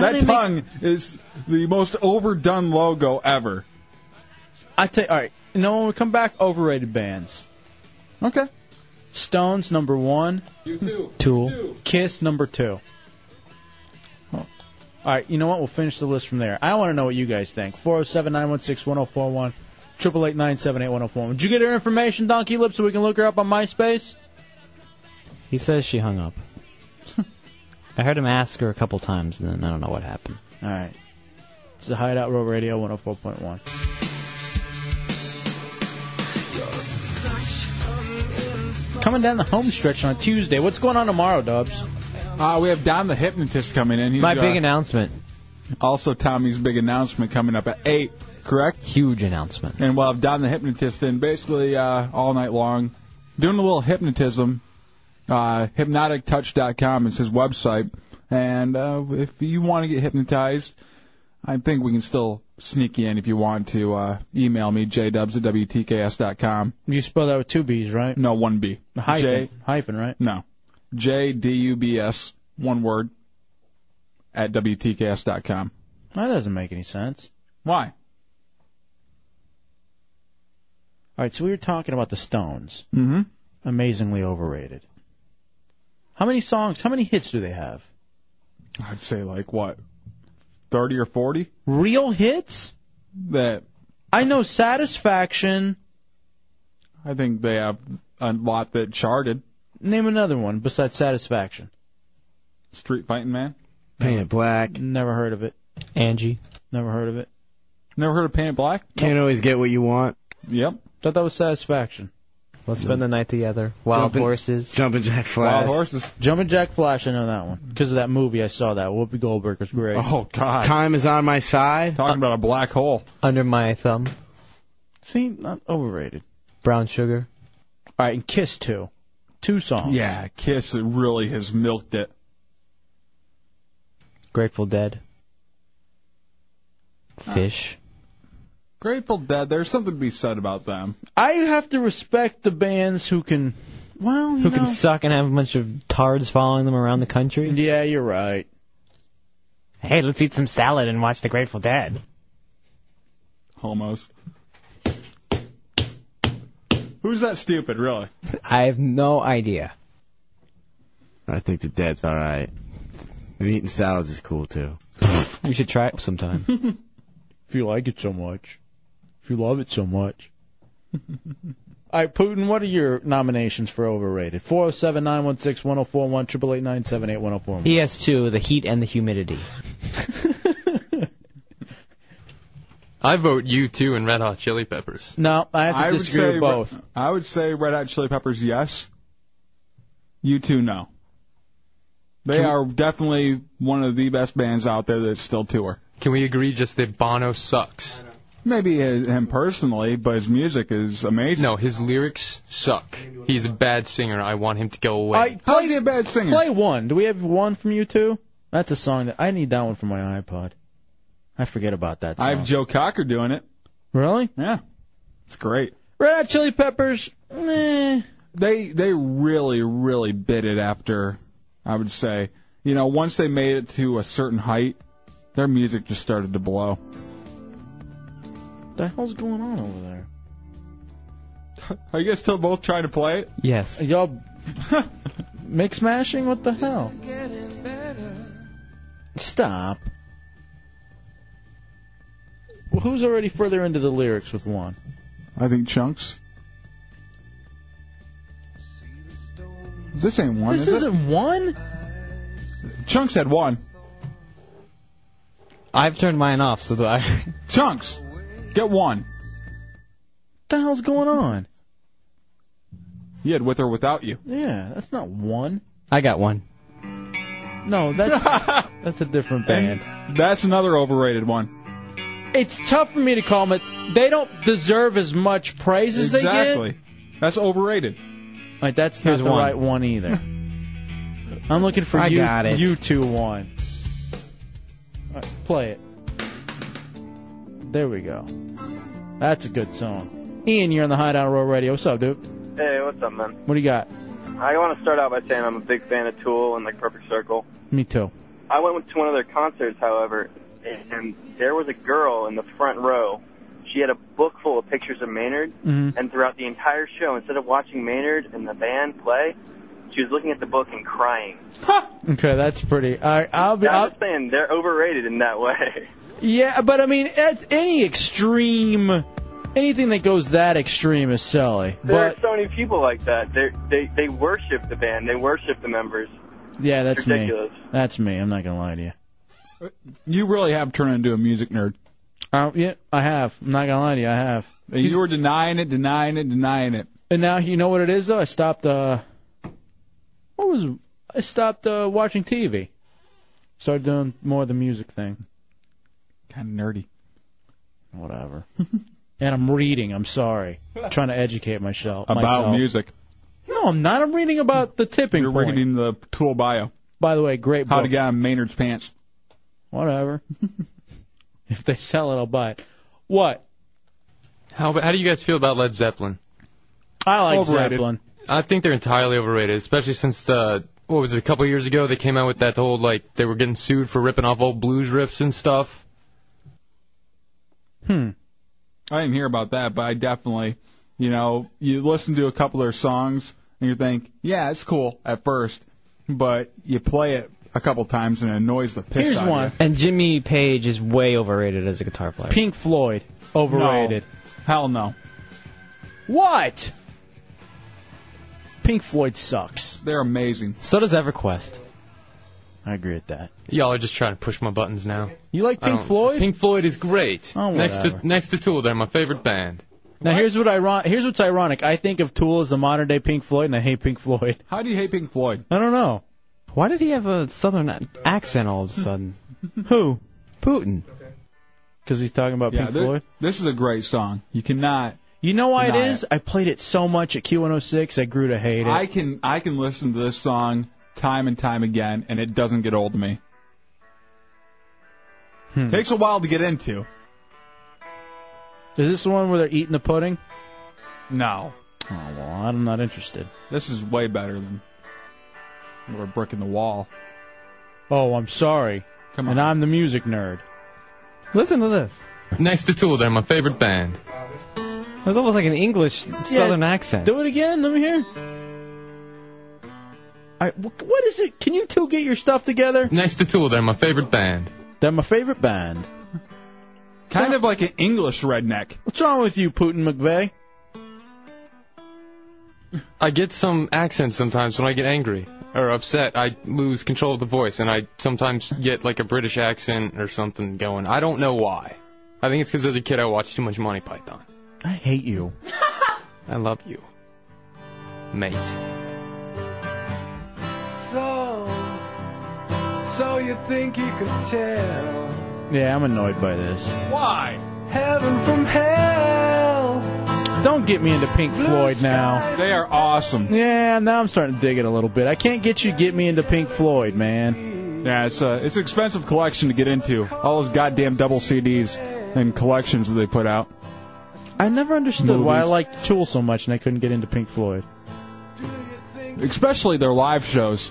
Speaker 3: that
Speaker 2: they make-
Speaker 3: tongue is the most overdone logo ever.
Speaker 2: I tell all right. No, when we come back, overrated bands.
Speaker 3: Okay.
Speaker 2: Stones number one.
Speaker 3: You too.
Speaker 2: Tool. Kiss number two. All right, you know what? We'll finish the list from there. I want to know what you guys think. 407 916 1041, 888 978 1041. Did you get her information, Donkey Lip, so we can look her up on MySpace?
Speaker 4: He says she hung
Speaker 2: (laughs)
Speaker 4: up. I heard him ask her a couple times, and then I don't know what happened.
Speaker 2: All right. It's the Hideout Road Radio 104.1. Coming down the home stretch on Tuesday. What's going on tomorrow, Dubs?
Speaker 3: Uh, we have Don the Hypnotist coming in. He's,
Speaker 2: My big
Speaker 3: announcement. Also, Tommy's big announcement coming up at 8, correct?
Speaker 4: Huge announcement.
Speaker 3: And we'll have Don the Hypnotist in basically uh, all night long, doing a little hypnotism. Uh, hypnotictouch.com is his website. And uh, if you want to get hypnotized, I think we can still sneak you in if you want to. Uh, email me, jdubs at wtks.com.
Speaker 2: You spell that with two B's, right?
Speaker 3: No, one B.
Speaker 2: Hyphen,
Speaker 3: J,
Speaker 2: hyphen, right?
Speaker 3: no. J D U B S, one word, at WTKS.com.
Speaker 2: That doesn't make any sense.
Speaker 3: Why?
Speaker 2: All right, so we were talking about the Stones.
Speaker 3: Mm-hmm.
Speaker 2: Amazingly overrated. How many songs, how many hits do they have?
Speaker 3: I'd say like what, 30 or 40?
Speaker 2: Real hits?
Speaker 3: That.
Speaker 2: I know Satisfaction.
Speaker 3: I think they have a lot that charted.
Speaker 2: Name another one besides Satisfaction.
Speaker 3: Street Fighting Man?
Speaker 6: Paint It Black.
Speaker 2: Never heard of it.
Speaker 4: Angie.
Speaker 2: Never heard of it.
Speaker 3: Never heard of Paint It Black?
Speaker 6: Can't always get what you want.
Speaker 3: Yep.
Speaker 2: Thought that was Satisfaction.
Speaker 4: Let's spend the night together.
Speaker 2: Wild
Speaker 4: Wild
Speaker 2: Jumpin-
Speaker 4: horses.
Speaker 6: Jumping Jack
Speaker 2: Wild Horses. Jumpin' Jack Flash, I know that one. Because of that movie I saw that. Whoopi Goldberg was great.
Speaker 3: Oh, God.
Speaker 6: Time is on my side.
Speaker 3: Talking about a black hole.
Speaker 4: Under my thumb.
Speaker 2: See, not overrated.
Speaker 4: Brown sugar.
Speaker 2: All right, and Kiss too. Two songs.
Speaker 3: Yeah, Kiss really has milked it.
Speaker 4: Grateful Dead. Fish.
Speaker 3: Grateful Dead, there's something to be said about them.
Speaker 2: I have to respect the bands who can, well, you
Speaker 4: Who can
Speaker 2: know.
Speaker 4: suck and have a bunch of tards following them around the country?
Speaker 2: Yeah, you're right.
Speaker 4: Hey, let's eat some salad and watch The Grateful Dead.
Speaker 3: Homos. Who's that stupid, really?
Speaker 4: I have no idea.
Speaker 6: I think the dead's all right. And eating salads is cool
Speaker 4: (laughs)
Speaker 6: too.
Speaker 4: We should try it sometime.
Speaker 2: (laughs) If you like it so much. If you love it so much. All right, Putin, what are your nominations for overrated? 407 916 1041, 888 978 1041.
Speaker 4: He has two, the heat and the humidity.
Speaker 7: I vote you too in Red Hot Chili Peppers.
Speaker 2: No, I have to
Speaker 3: would
Speaker 2: disagree
Speaker 3: say
Speaker 2: with both.
Speaker 3: Re- I would say Red Hot Chili Peppers, yes. You two, no. They are definitely one of the best bands out there that still tour.
Speaker 7: Can we agree just that Bono sucks?
Speaker 3: Maybe hi- him personally, but his music is amazing.
Speaker 7: No, his lyrics suck. He's a bad singer. I want him to go away.
Speaker 2: I, play,
Speaker 3: a bad singer?
Speaker 2: Play one. Do we have one from you two? That's a song that I need that one for my iPod. I forget about that song.
Speaker 3: I have Joe Cocker doing it.
Speaker 2: Really?
Speaker 3: Yeah. It's great.
Speaker 2: Red Hot Chili Peppers. Meh.
Speaker 3: They they really really bit it after. I would say, you know, once they made it to a certain height, their music just started to blow.
Speaker 2: What the hell's going on over there?
Speaker 3: Are you guys still both trying to play it?
Speaker 2: Yes. Y'all (laughs) mix mashing? What the hell? Stop. Well, who's already further into the lyrics with one?
Speaker 3: I think chunks. This ain't one.
Speaker 2: this
Speaker 3: is
Speaker 2: isn't one.
Speaker 3: it? Chunks had one.
Speaker 4: I've turned mine off, so do I.
Speaker 3: (laughs) Chunks, get one.
Speaker 2: What the hell's going on?
Speaker 3: You had with or without you.
Speaker 2: Yeah, that's not one.
Speaker 4: I got one.
Speaker 2: No, that's (laughs) that's a different band.
Speaker 3: That's another overrated one.
Speaker 2: It's tough for me to call them it. They don't deserve as much praise as they
Speaker 3: exactly.
Speaker 2: get.
Speaker 3: That's overrated.
Speaker 2: Like that's not
Speaker 3: Here's
Speaker 2: the
Speaker 3: one.
Speaker 2: right one either. I'm looking for
Speaker 3: I
Speaker 2: you.
Speaker 3: got it.
Speaker 2: You two one. All right, play it. There we go. That's a good song. Ian, you're on the Hideout Row Radio. What's up, dude?
Speaker 11: Hey, what's up, man?
Speaker 2: What do you got?
Speaker 11: I want to start out by saying I'm a big fan of Tool and like Perfect Circle.
Speaker 2: Me too.
Speaker 11: I went to one of their concerts, however, and there was a girl in the front row. She had a book full of pictures of Maynard,
Speaker 2: Mhm.
Speaker 11: and throughout the entire show, instead of watching Maynard and the band play, she was looking at the book and crying.
Speaker 2: Okay, that's pretty. All right, I'll be.
Speaker 11: Now, I'm
Speaker 2: I'll,
Speaker 11: just saying they're overrated in that way. (laughs)
Speaker 2: yeah, but I mean, it's any extreme, anything that goes that extreme is silly.
Speaker 11: There
Speaker 2: But
Speaker 11: are so many people like that. They're, they they worship the band. They worship the members.
Speaker 2: yeah, that's me.
Speaker 11: ridiculous.
Speaker 2: That's me. I'm not gonna lie to you.
Speaker 3: You really have turned into a music nerd.
Speaker 2: Uh, yeah, I have. I'm not gonna lie to you. I have.
Speaker 3: And you were denying it, denying it, denying it.
Speaker 2: And now you know what it is though. I stopped. uh What was? I stopped uh watching TV. Started doing more of the music thing.
Speaker 3: Kind of nerdy.
Speaker 2: Whatever. (laughs) and I'm reading.
Speaker 3: (laughs)
Speaker 2: I'm sorry. trying to educate myself.
Speaker 3: About
Speaker 2: myself.
Speaker 3: music.
Speaker 2: No, I'm not. I'm reading about the tipping
Speaker 3: You're
Speaker 2: point.
Speaker 3: reading the tool bio.
Speaker 2: By the way, great
Speaker 3: How
Speaker 2: book.
Speaker 3: to get out of Maynard's pants. (laughs)
Speaker 2: Whatever. if they sell it, I'll buy it. What?
Speaker 7: How how do you guys feel about Led Zeppelin?
Speaker 2: I like
Speaker 7: Overrated.
Speaker 2: Zeppelin.
Speaker 7: I think they're entirely overrated, especially since the what was it a couple years ago they came out with that whole like they were getting sued for ripping off old blues riffs and stuff.
Speaker 2: Hmm.
Speaker 3: I didn't hear about that, but I definitely, you know, you listen to a couple of their songs and you think, yeah, it's cool at first, but you play it a couple times and it annoys the piss out of you.
Speaker 4: And Jimmy Page is way overrated as a guitar player.
Speaker 2: Pink Floyd, overrated.
Speaker 3: No. Hell no.
Speaker 2: What? Pink Floyd sucks.
Speaker 3: They're amazing.
Speaker 4: So does EverQuest.
Speaker 2: I agree with that.
Speaker 7: Y'all are just trying to push my buttons now.
Speaker 2: You like
Speaker 7: I
Speaker 2: Pink
Speaker 7: don't-
Speaker 2: Floyd?
Speaker 7: Pink Floyd is great.
Speaker 2: Oh,
Speaker 7: next to
Speaker 2: whatever.
Speaker 7: next to Tool, they're my favorite band.
Speaker 2: Now here's what iron- here's what's ironic. I think of Tool as the modern day Pink Floyd, and I hate Pink Floyd.
Speaker 3: How do you hate Pink Floyd?
Speaker 2: I don't know.
Speaker 4: Why did he have a southern accent all of a
Speaker 2: (laughs)
Speaker 4: sudden?
Speaker 2: Who?
Speaker 4: Putin.
Speaker 2: Because he's talking about
Speaker 3: Yeah,
Speaker 2: Pink
Speaker 3: thi-
Speaker 2: Floyd.
Speaker 3: this is a great song. You cannot.
Speaker 2: You know why it
Speaker 3: Deny
Speaker 2: is? I played it so much at Q106, I grew to hate it.
Speaker 3: I can I can listen to this song time and time again, and it doesn't get old to me.
Speaker 2: Hmm.
Speaker 3: Takes a while to get into.
Speaker 2: Is this the one where they're eating the pudding?
Speaker 3: No,
Speaker 2: Oh well, I'm not interested.
Speaker 3: this is way better than "We're a Brick in the Wall."
Speaker 2: Oh, I'm sorry.
Speaker 3: Come
Speaker 2: And I'm the music nerd.
Speaker 4: Listen to this.
Speaker 7: Next to Tool, they're my favorite band.
Speaker 4: It was almost like an English southern accent.
Speaker 2: Do it again. Let me hear. I, wh- what is it? Can you two get your stuff together?
Speaker 7: Next to Tool, they're my favorite band.
Speaker 2: They're my favorite band.
Speaker 3: Kind of like an English redneck.
Speaker 2: What's wrong with you, Putin McVeigh?
Speaker 7: I get some accents sometimes when I get angry or upset. I lose control of the voice, and I sometimes get like a British accent or something going. I don't know why. I think it's because as a kid I watched too much Monty Python.
Speaker 2: I hate you.
Speaker 7: (laughs) I love you, mate.
Speaker 19: So
Speaker 8: (laughs) So you think you could tell
Speaker 2: Yeah, I'm annoyed by this.
Speaker 8: why? Heaven from hell.
Speaker 2: Don't get me into Pink Floyd now.
Speaker 3: They are awesome.
Speaker 2: Yeah, now I'm starting to dig it a little bit. I can't get you to get me into Pink Floyd, man.
Speaker 3: Yeah, it's a it's an expensive collection to get into. All those goddamn double CDs and collections that they put out.
Speaker 2: I never understood why I
Speaker 3: Movies.
Speaker 2: liked Tool so much and I couldn't get into Pink Floyd.
Speaker 3: Especially their live shows.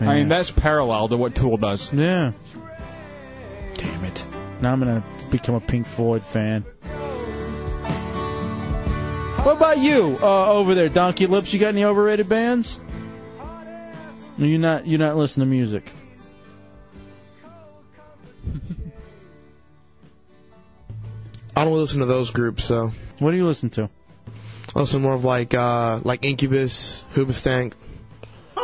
Speaker 3: I mean, that's parallel to what Tool does.
Speaker 2: Yeah. Damn it. Now I'm gonna become a Pink Floyd fan. What about you uh, over there, Donkey Lips? You got any overrated bands? You not you not listen to music?
Speaker 17: I don't listen to those groups, so.
Speaker 2: What do you listen to?
Speaker 17: I listen more of like uh like Incubus, Hoobastank,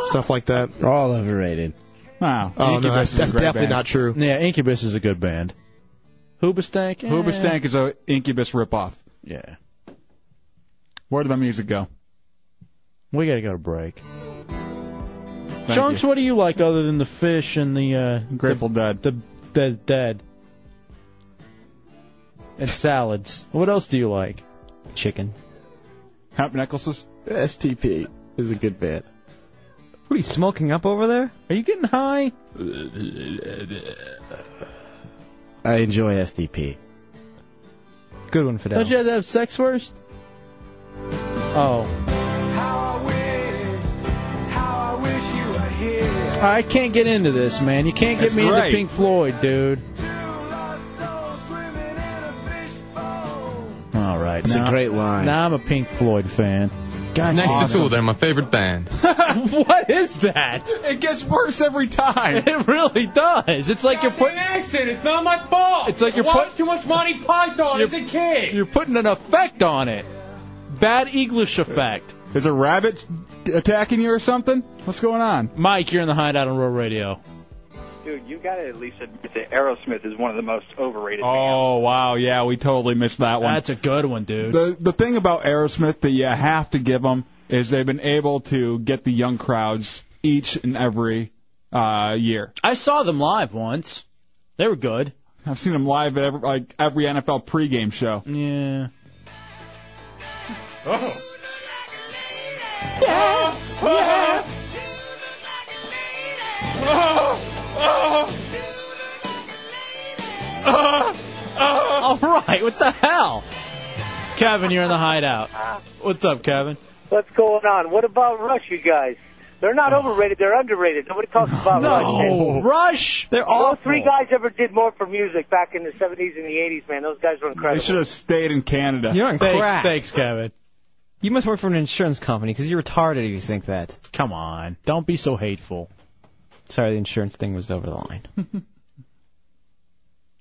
Speaker 17: stuff like that. They're
Speaker 6: all overrated.
Speaker 2: Wow.
Speaker 17: Oh, no, that's- that's definitely not true.
Speaker 2: Yeah, Incubus is a good band. Hoobastank? Eh.
Speaker 3: Hoobastank is a Incubus ripoff.
Speaker 2: Yeah.
Speaker 3: Where did my music go?
Speaker 2: We gotta go to break. Chunks, what do you like other than the fish and the uh, Grateful
Speaker 3: Dead?
Speaker 2: The the dead. And salads. What else do you like? Chicken.
Speaker 3: Hemp necklaces.
Speaker 6: STP is a good band.
Speaker 4: What are you smoking up over there?
Speaker 2: Are you getting high?
Speaker 6: I enjoy STP.
Speaker 4: Good one, Fidel.
Speaker 2: Don't you have to have sex first? Oh. I can't get into this, man. You can't get
Speaker 8: That's
Speaker 2: me into
Speaker 8: great.
Speaker 2: Pink Floyd, dude. All right,
Speaker 7: It's a
Speaker 2: now-
Speaker 7: great line.
Speaker 2: Now I'm a Pink Floyd fan. God,
Speaker 7: Next
Speaker 2: awesome.
Speaker 7: to Tool, they're my favorite band.
Speaker 2: (laughs) what is that?
Speaker 3: It gets worse every time.
Speaker 2: (laughs) It really does. It's like you're putting
Speaker 8: accent. It's not my fault.
Speaker 2: It's like you're
Speaker 8: I watched
Speaker 2: put-
Speaker 8: too much Monty Python
Speaker 2: You're-
Speaker 8: as a kid.
Speaker 2: you're putting an effect on it. Bad English effect.
Speaker 3: Is a rabbit attacking you or something? What's going on?
Speaker 2: Mike, you're in the hideout on Rural Radio.
Speaker 9: Dude, you gotta at least admit that Aerosmith is one of the most overrated.
Speaker 3: Oh wow, yeah, we totally missed that one.
Speaker 2: That's a good one, dude.
Speaker 3: The the thing about Aerosmith that you have to give them is they've been able to get the young crowds each and every uh, year.
Speaker 2: I saw them live once. They were good.
Speaker 3: I've seen them live at every, like every NFL pregame show.
Speaker 2: Yeah.
Speaker 8: Oh. Oh. Oh.
Speaker 2: All (laughs) right, what the hell? Kevin, you're in the hideout. What's up, Kevin?
Speaker 1: What's going on? What about Rush, you guys? They're not overrated. They're underrated. Nobody talks about
Speaker 2: No,
Speaker 1: Rush.
Speaker 2: Rush. They're
Speaker 1: all
Speaker 2: awful.
Speaker 1: three guys ever did more for music back in the 70s and the 80s, man. Those guys were
Speaker 3: They
Speaker 1: incredible.
Speaker 3: should have stayed in Canada.
Speaker 4: You're on
Speaker 2: Thanks-
Speaker 4: crack.
Speaker 2: Thanks, Kevin.
Speaker 4: You must work for an insurance company because you're retarded if you think that.
Speaker 2: Come on, don't be so hateful.
Speaker 4: Sorry, the insurance thing was over the line.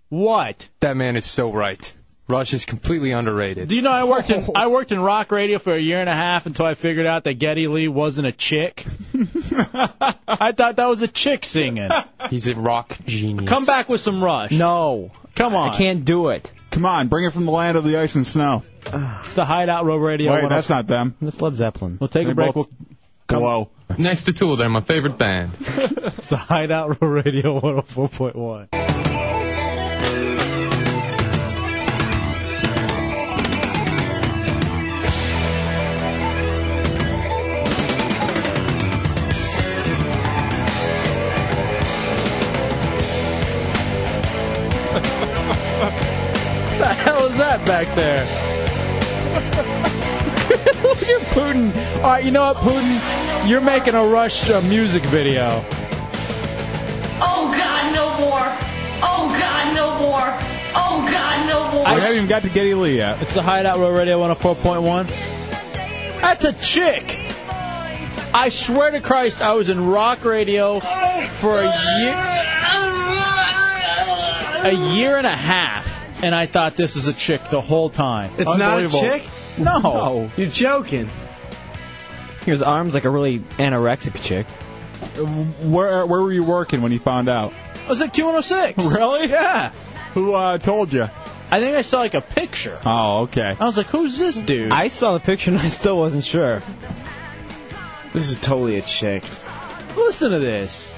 Speaker 2: What?
Speaker 7: That man is so right. Rush is completely underrated.
Speaker 2: Do you know I worked in I worked in rock radio for a year and a half until I figured out that Getty Lee wasn't a
Speaker 3: (laughs)
Speaker 2: chick. I thought that was a chick singing.
Speaker 7: He's a rock genius.
Speaker 2: Come back with some Rush. No. Come on.
Speaker 3: I
Speaker 2: can't do it.
Speaker 3: Come on, bring it from the land of the ice and snow.
Speaker 2: It's the Hideout Row Radio. oh
Speaker 3: Wait,
Speaker 2: What
Speaker 3: that's
Speaker 2: else-
Speaker 3: not them.
Speaker 4: That's Led Zeppelin.
Speaker 2: We'll take a break. We'll-
Speaker 3: Hello.
Speaker 7: Next to Tool, they're my favorite band.
Speaker 2: It's the Hideout (laughs) Row Radio (laughs) 104.1. What the hell is that back there? (laughs) Look at Putin. All right, you know what, Putin? You're making a Rush uh, music video.
Speaker 8: Oh God, no more. Oh God, no more. Oh God, no more.
Speaker 3: we haven't even got to Getty Lee yet.
Speaker 2: It's the Hideout Road Radio 104.1. That's a chick. I swear to Christ, I was in rock radio for a year, a year and a half, and I thought this was a chick the whole time.
Speaker 6: It's not a
Speaker 2: Unbelievable.
Speaker 6: chick?
Speaker 2: No.
Speaker 6: You're joking.
Speaker 4: His arm's like a really anorexic chick.
Speaker 3: Where where were you working when you found out?
Speaker 2: I was at Q106.
Speaker 3: Really?
Speaker 2: Yeah.
Speaker 3: Who uh, told you?
Speaker 2: I think I saw like a picture.
Speaker 3: Oh, okay.
Speaker 2: I was like, who's this dude?
Speaker 4: I saw the picture and I still wasn't sure.
Speaker 6: This is totally a chick.
Speaker 2: Listen to this.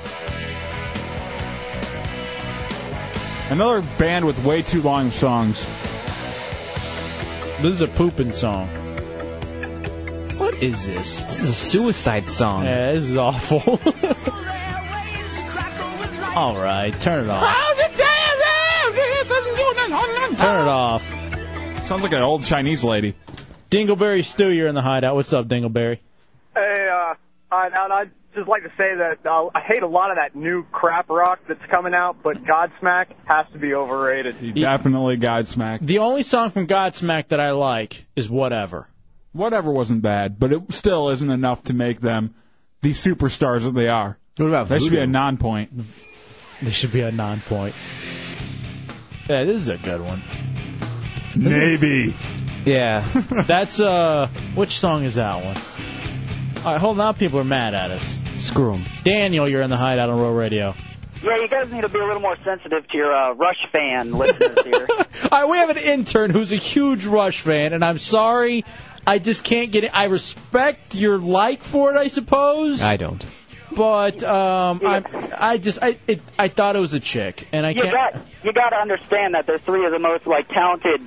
Speaker 3: Another band with way too long songs.
Speaker 2: This is a pooping song. What is this? This is a suicide song. Yeah, this is (laughs) awful. All right, turn it off. Turn it off.
Speaker 3: Sounds like an old Chinese lady.
Speaker 2: Dingleberry Stew, you're in the hideout. What's up, Dingleberry?
Speaker 12: Hey, uh, I, and I'd just like to say that uh, I hate a lot of that new crap rock that's coming out, but Godsmack has to be overrated.
Speaker 3: Definitely Godsmack.
Speaker 2: The only song from Godsmack that I like is Whatever.
Speaker 3: Whatever wasn't bad, but it still isn't enough to make them the superstars that they are.
Speaker 2: What about
Speaker 3: That should be
Speaker 2: Voodoo?
Speaker 3: a non-point.
Speaker 2: This should be a non-point. Yeah, this is a good one.
Speaker 3: Navy. (laughs)
Speaker 2: Yeah. That's, uh, which song is that one? All right, hold on. People are mad at us. Screw them. Daniel, you're in the hideout on Roll Radio.
Speaker 8: Yeah, you guys need to be a little more sensitive to your uh, Rush fan (laughs) listeners here.
Speaker 2: All right, we have an intern who's a huge Rush fan, and I'm sorry, I just can't get it. I respect your like for it, I suppose.
Speaker 4: I don't.
Speaker 2: But um, I'm, I just I it, I thought it was a chick, and I
Speaker 8: you
Speaker 2: can't.
Speaker 8: got you got to understand that they're three of the most like talented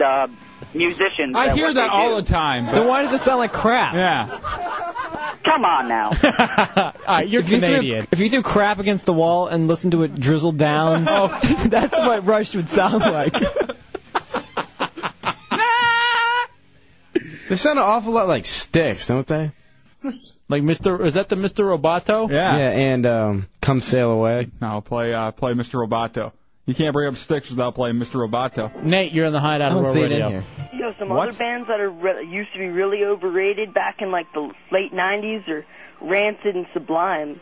Speaker 8: uh, musicians.
Speaker 3: I
Speaker 8: at
Speaker 3: hear
Speaker 8: what
Speaker 3: that
Speaker 8: they
Speaker 3: all
Speaker 8: do.
Speaker 3: the time.
Speaker 8: Then why
Speaker 3: does it sound like crap?
Speaker 4: (laughs)
Speaker 3: Yeah.
Speaker 8: Come on now.
Speaker 2: you're
Speaker 4: if you threw-
Speaker 2: Canadian.
Speaker 4: if you threw crap against the wall and listened to it drizzle down, (laughs) that's what Rush would sound like.
Speaker 6: They sound an awful lot like sticks, don't they?
Speaker 2: Like Mr. Is that the Mr. Roboto?
Speaker 3: Yeah.
Speaker 6: Yeah, and um, come sail away.
Speaker 3: Now play uh, play Mr. Roboto. You can't bring up sticks without playing Mr. Roboto.
Speaker 2: Nate, you're in the hideout
Speaker 3: of
Speaker 2: on Roll
Speaker 3: Roll
Speaker 2: Radio.
Speaker 15: You know, some
Speaker 3: What?
Speaker 15: other bands that are re- used to be really overrated back in like the late '90s are Rancid and Sublime.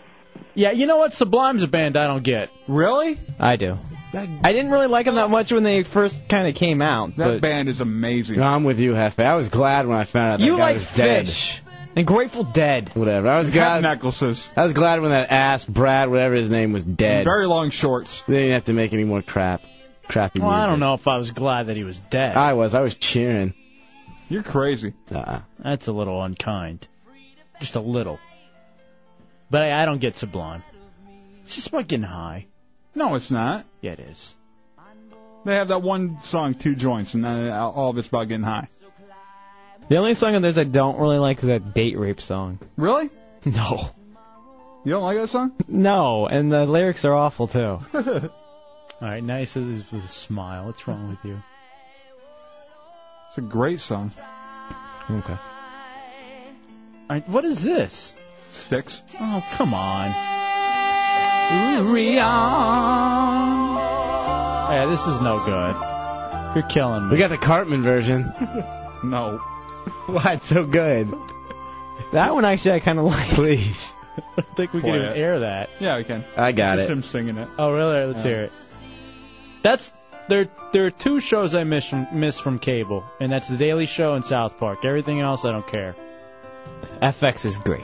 Speaker 2: Yeah, you know what? Sublime's a band I don't get.
Speaker 3: Really?
Speaker 4: I do. I didn't really like them that much when they first kind of came out.
Speaker 6: That
Speaker 4: but
Speaker 3: band is amazing.
Speaker 6: I'm with you, Hefe. I was glad when I found out that
Speaker 4: You
Speaker 6: guy
Speaker 4: like
Speaker 6: was dead.
Speaker 4: Fish and Grateful Dead.
Speaker 6: Whatever. I was
Speaker 4: You have
Speaker 6: glad.
Speaker 3: necklaces.
Speaker 6: I was glad when that ass Brad, whatever his name was, dead.
Speaker 3: Very long shorts.
Speaker 6: They didn't have to make any more crap, crappy
Speaker 2: Well, I
Speaker 6: music.
Speaker 2: don't know if I was glad that he was dead.
Speaker 6: I was. I was cheering.
Speaker 3: You're crazy.
Speaker 6: Uh-uh.
Speaker 2: That's a little unkind. Just a little. But I, I don't get Sublime. It's just about getting high.
Speaker 3: No, it's not.
Speaker 2: Yeah, it is.
Speaker 3: They have that one song, two joints, and then all of it's about getting high.
Speaker 4: The only song of theirs I don't really like is that date rape song.
Speaker 3: Really?
Speaker 4: (laughs) No.
Speaker 3: You don't like that song?
Speaker 4: No, and the lyrics are
Speaker 3: (laughs)
Speaker 4: awful too.
Speaker 3: it's
Speaker 2: All right, now he says this with a smile. What's wrong with you?
Speaker 3: a great song.
Speaker 4: Okay.
Speaker 2: All right, what is this?
Speaker 3: Sticks.
Speaker 2: Oh, come on. Yeah, this is no good. You're killing me.
Speaker 6: We got the Cartman version.
Speaker 3: (laughs) no.
Speaker 6: Why it's so good?
Speaker 4: That one actually I kind of like.
Speaker 6: Please.
Speaker 2: (laughs) I think we
Speaker 6: Play
Speaker 2: can even
Speaker 6: it.
Speaker 2: air that.
Speaker 3: Yeah, we can.
Speaker 6: I got
Speaker 3: Just
Speaker 6: it.
Speaker 3: him singing it.
Speaker 2: Oh, really? All right, let's
Speaker 3: Yeah.
Speaker 2: hear it. That's there. There are two shows I miss from, miss from cable, and that's The Daily Show and South Park. Everything else, I don't care.
Speaker 4: FX is great.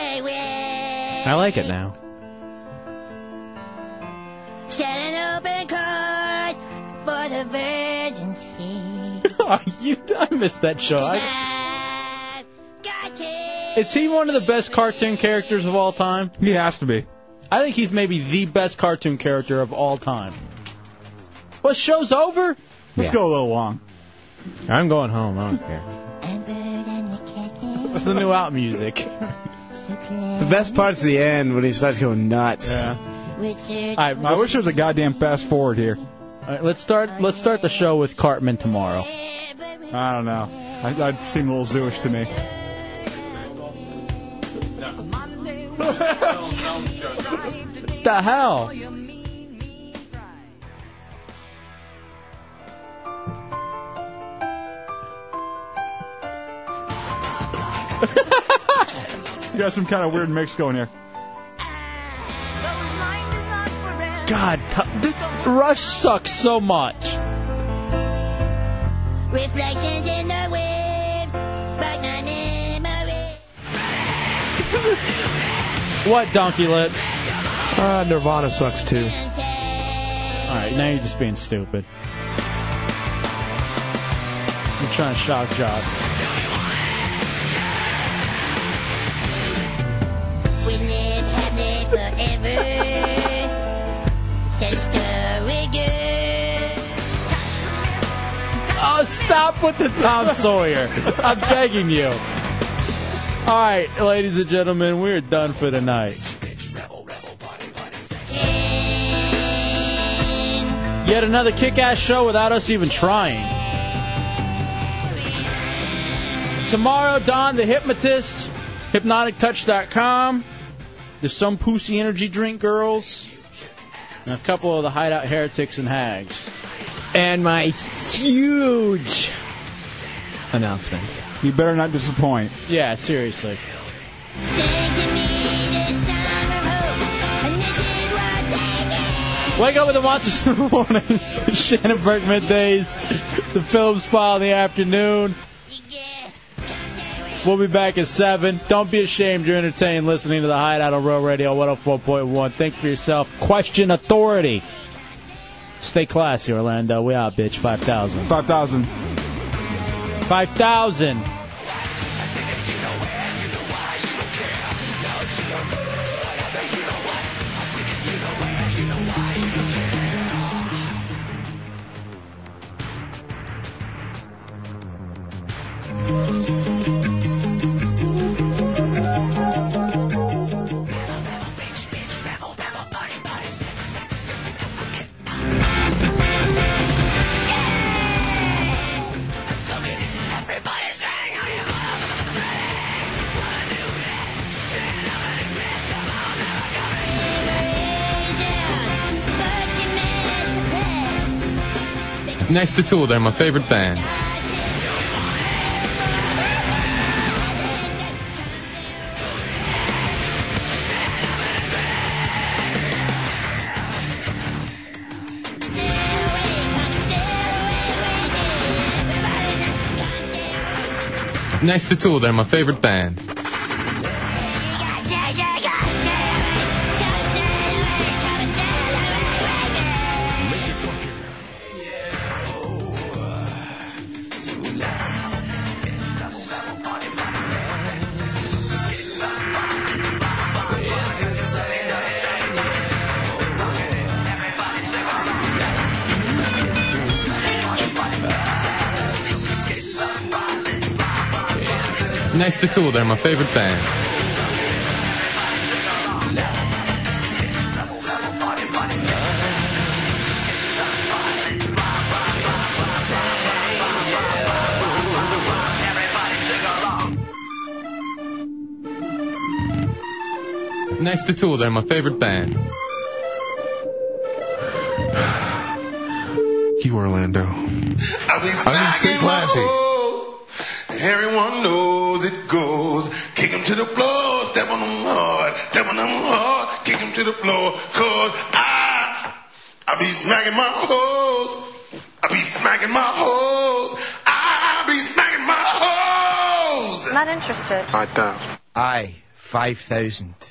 Speaker 4: I like it now.
Speaker 14: Set an open card for the virgin sea.
Speaker 2: (laughs) Oh, you, I missed that show. I, is he one of the best cartoon characters of all time?
Speaker 3: He has to be.
Speaker 2: I think he's maybe the best cartoon character of all time. Well, show's over. Let's go a little long.
Speaker 4: I'm going home. I don't care.
Speaker 2: It's the new
Speaker 3: (laughs)
Speaker 2: out music.
Speaker 6: The best part's the end when he starts going nuts.
Speaker 3: Yeah.
Speaker 14: Richard.
Speaker 3: I, I wish there was a goddamn fast forward here.
Speaker 2: All right, let's start. Let's start the show with Cartman tomorrow.
Speaker 3: I don't know. I, that seemed a little zooish to me.
Speaker 2: What the hell?
Speaker 3: (laughs) You got some kind of weird mix going here.
Speaker 2: God, t- th- Rush sucks so much.
Speaker 14: Reflections in the waves, but not memories.
Speaker 2: What donkey lips?
Speaker 25: Uh, Nirvana sucks too.
Speaker 2: All right, now you're just being stupid. You're trying to shock job.
Speaker 14: We live, have lived, but
Speaker 2: Oh, Stop with the Tom Sawyer. I'm begging you. All right, ladies and gentlemen, we're done for tonight. Yet another kick-ass show without us even trying. Tomorrow, Don the Hypnotist, hypnotictouch.com. There's some Pussy Energy Drink girls, and a couple of the Hideout Heretics and Hags. And my huge
Speaker 4: announcement.
Speaker 3: You better not disappoint.
Speaker 2: Yeah, seriously. Wake up with the monsters in the morning. (laughs) Shannon Burke middays. The Phillips file in the afternoon. We'll be back at 7. Don't be ashamed. You're entertained listening to the Hideout on Real Radio 104.1. Think for yourself. Question authority. Stay classy, Orlando. We out, bitch. 5,000.
Speaker 3: 5,000.
Speaker 2: 5,000.
Speaker 7: (laughs) Next to Tool, they're my favorite band. Next to Tool, they're my favorite band. Next to Tool, they're my favorite band. Next to Tool, they're my favorite band.
Speaker 23: You, Orlando.
Speaker 15: I'll
Speaker 23: I
Speaker 15: be
Speaker 23: mean, stay
Speaker 15: smacking my
Speaker 23: classy.
Speaker 15: hoes. Everyone knows it goes. Kick 'em to the floor, Oh, step on 'em hard, step on 'em hard, kick 'em to the floor, cause I, I be smacking my hoes. I be smacking my hoes. I be smacking my hoes.
Speaker 16: Not interested.
Speaker 23: I, 5,000.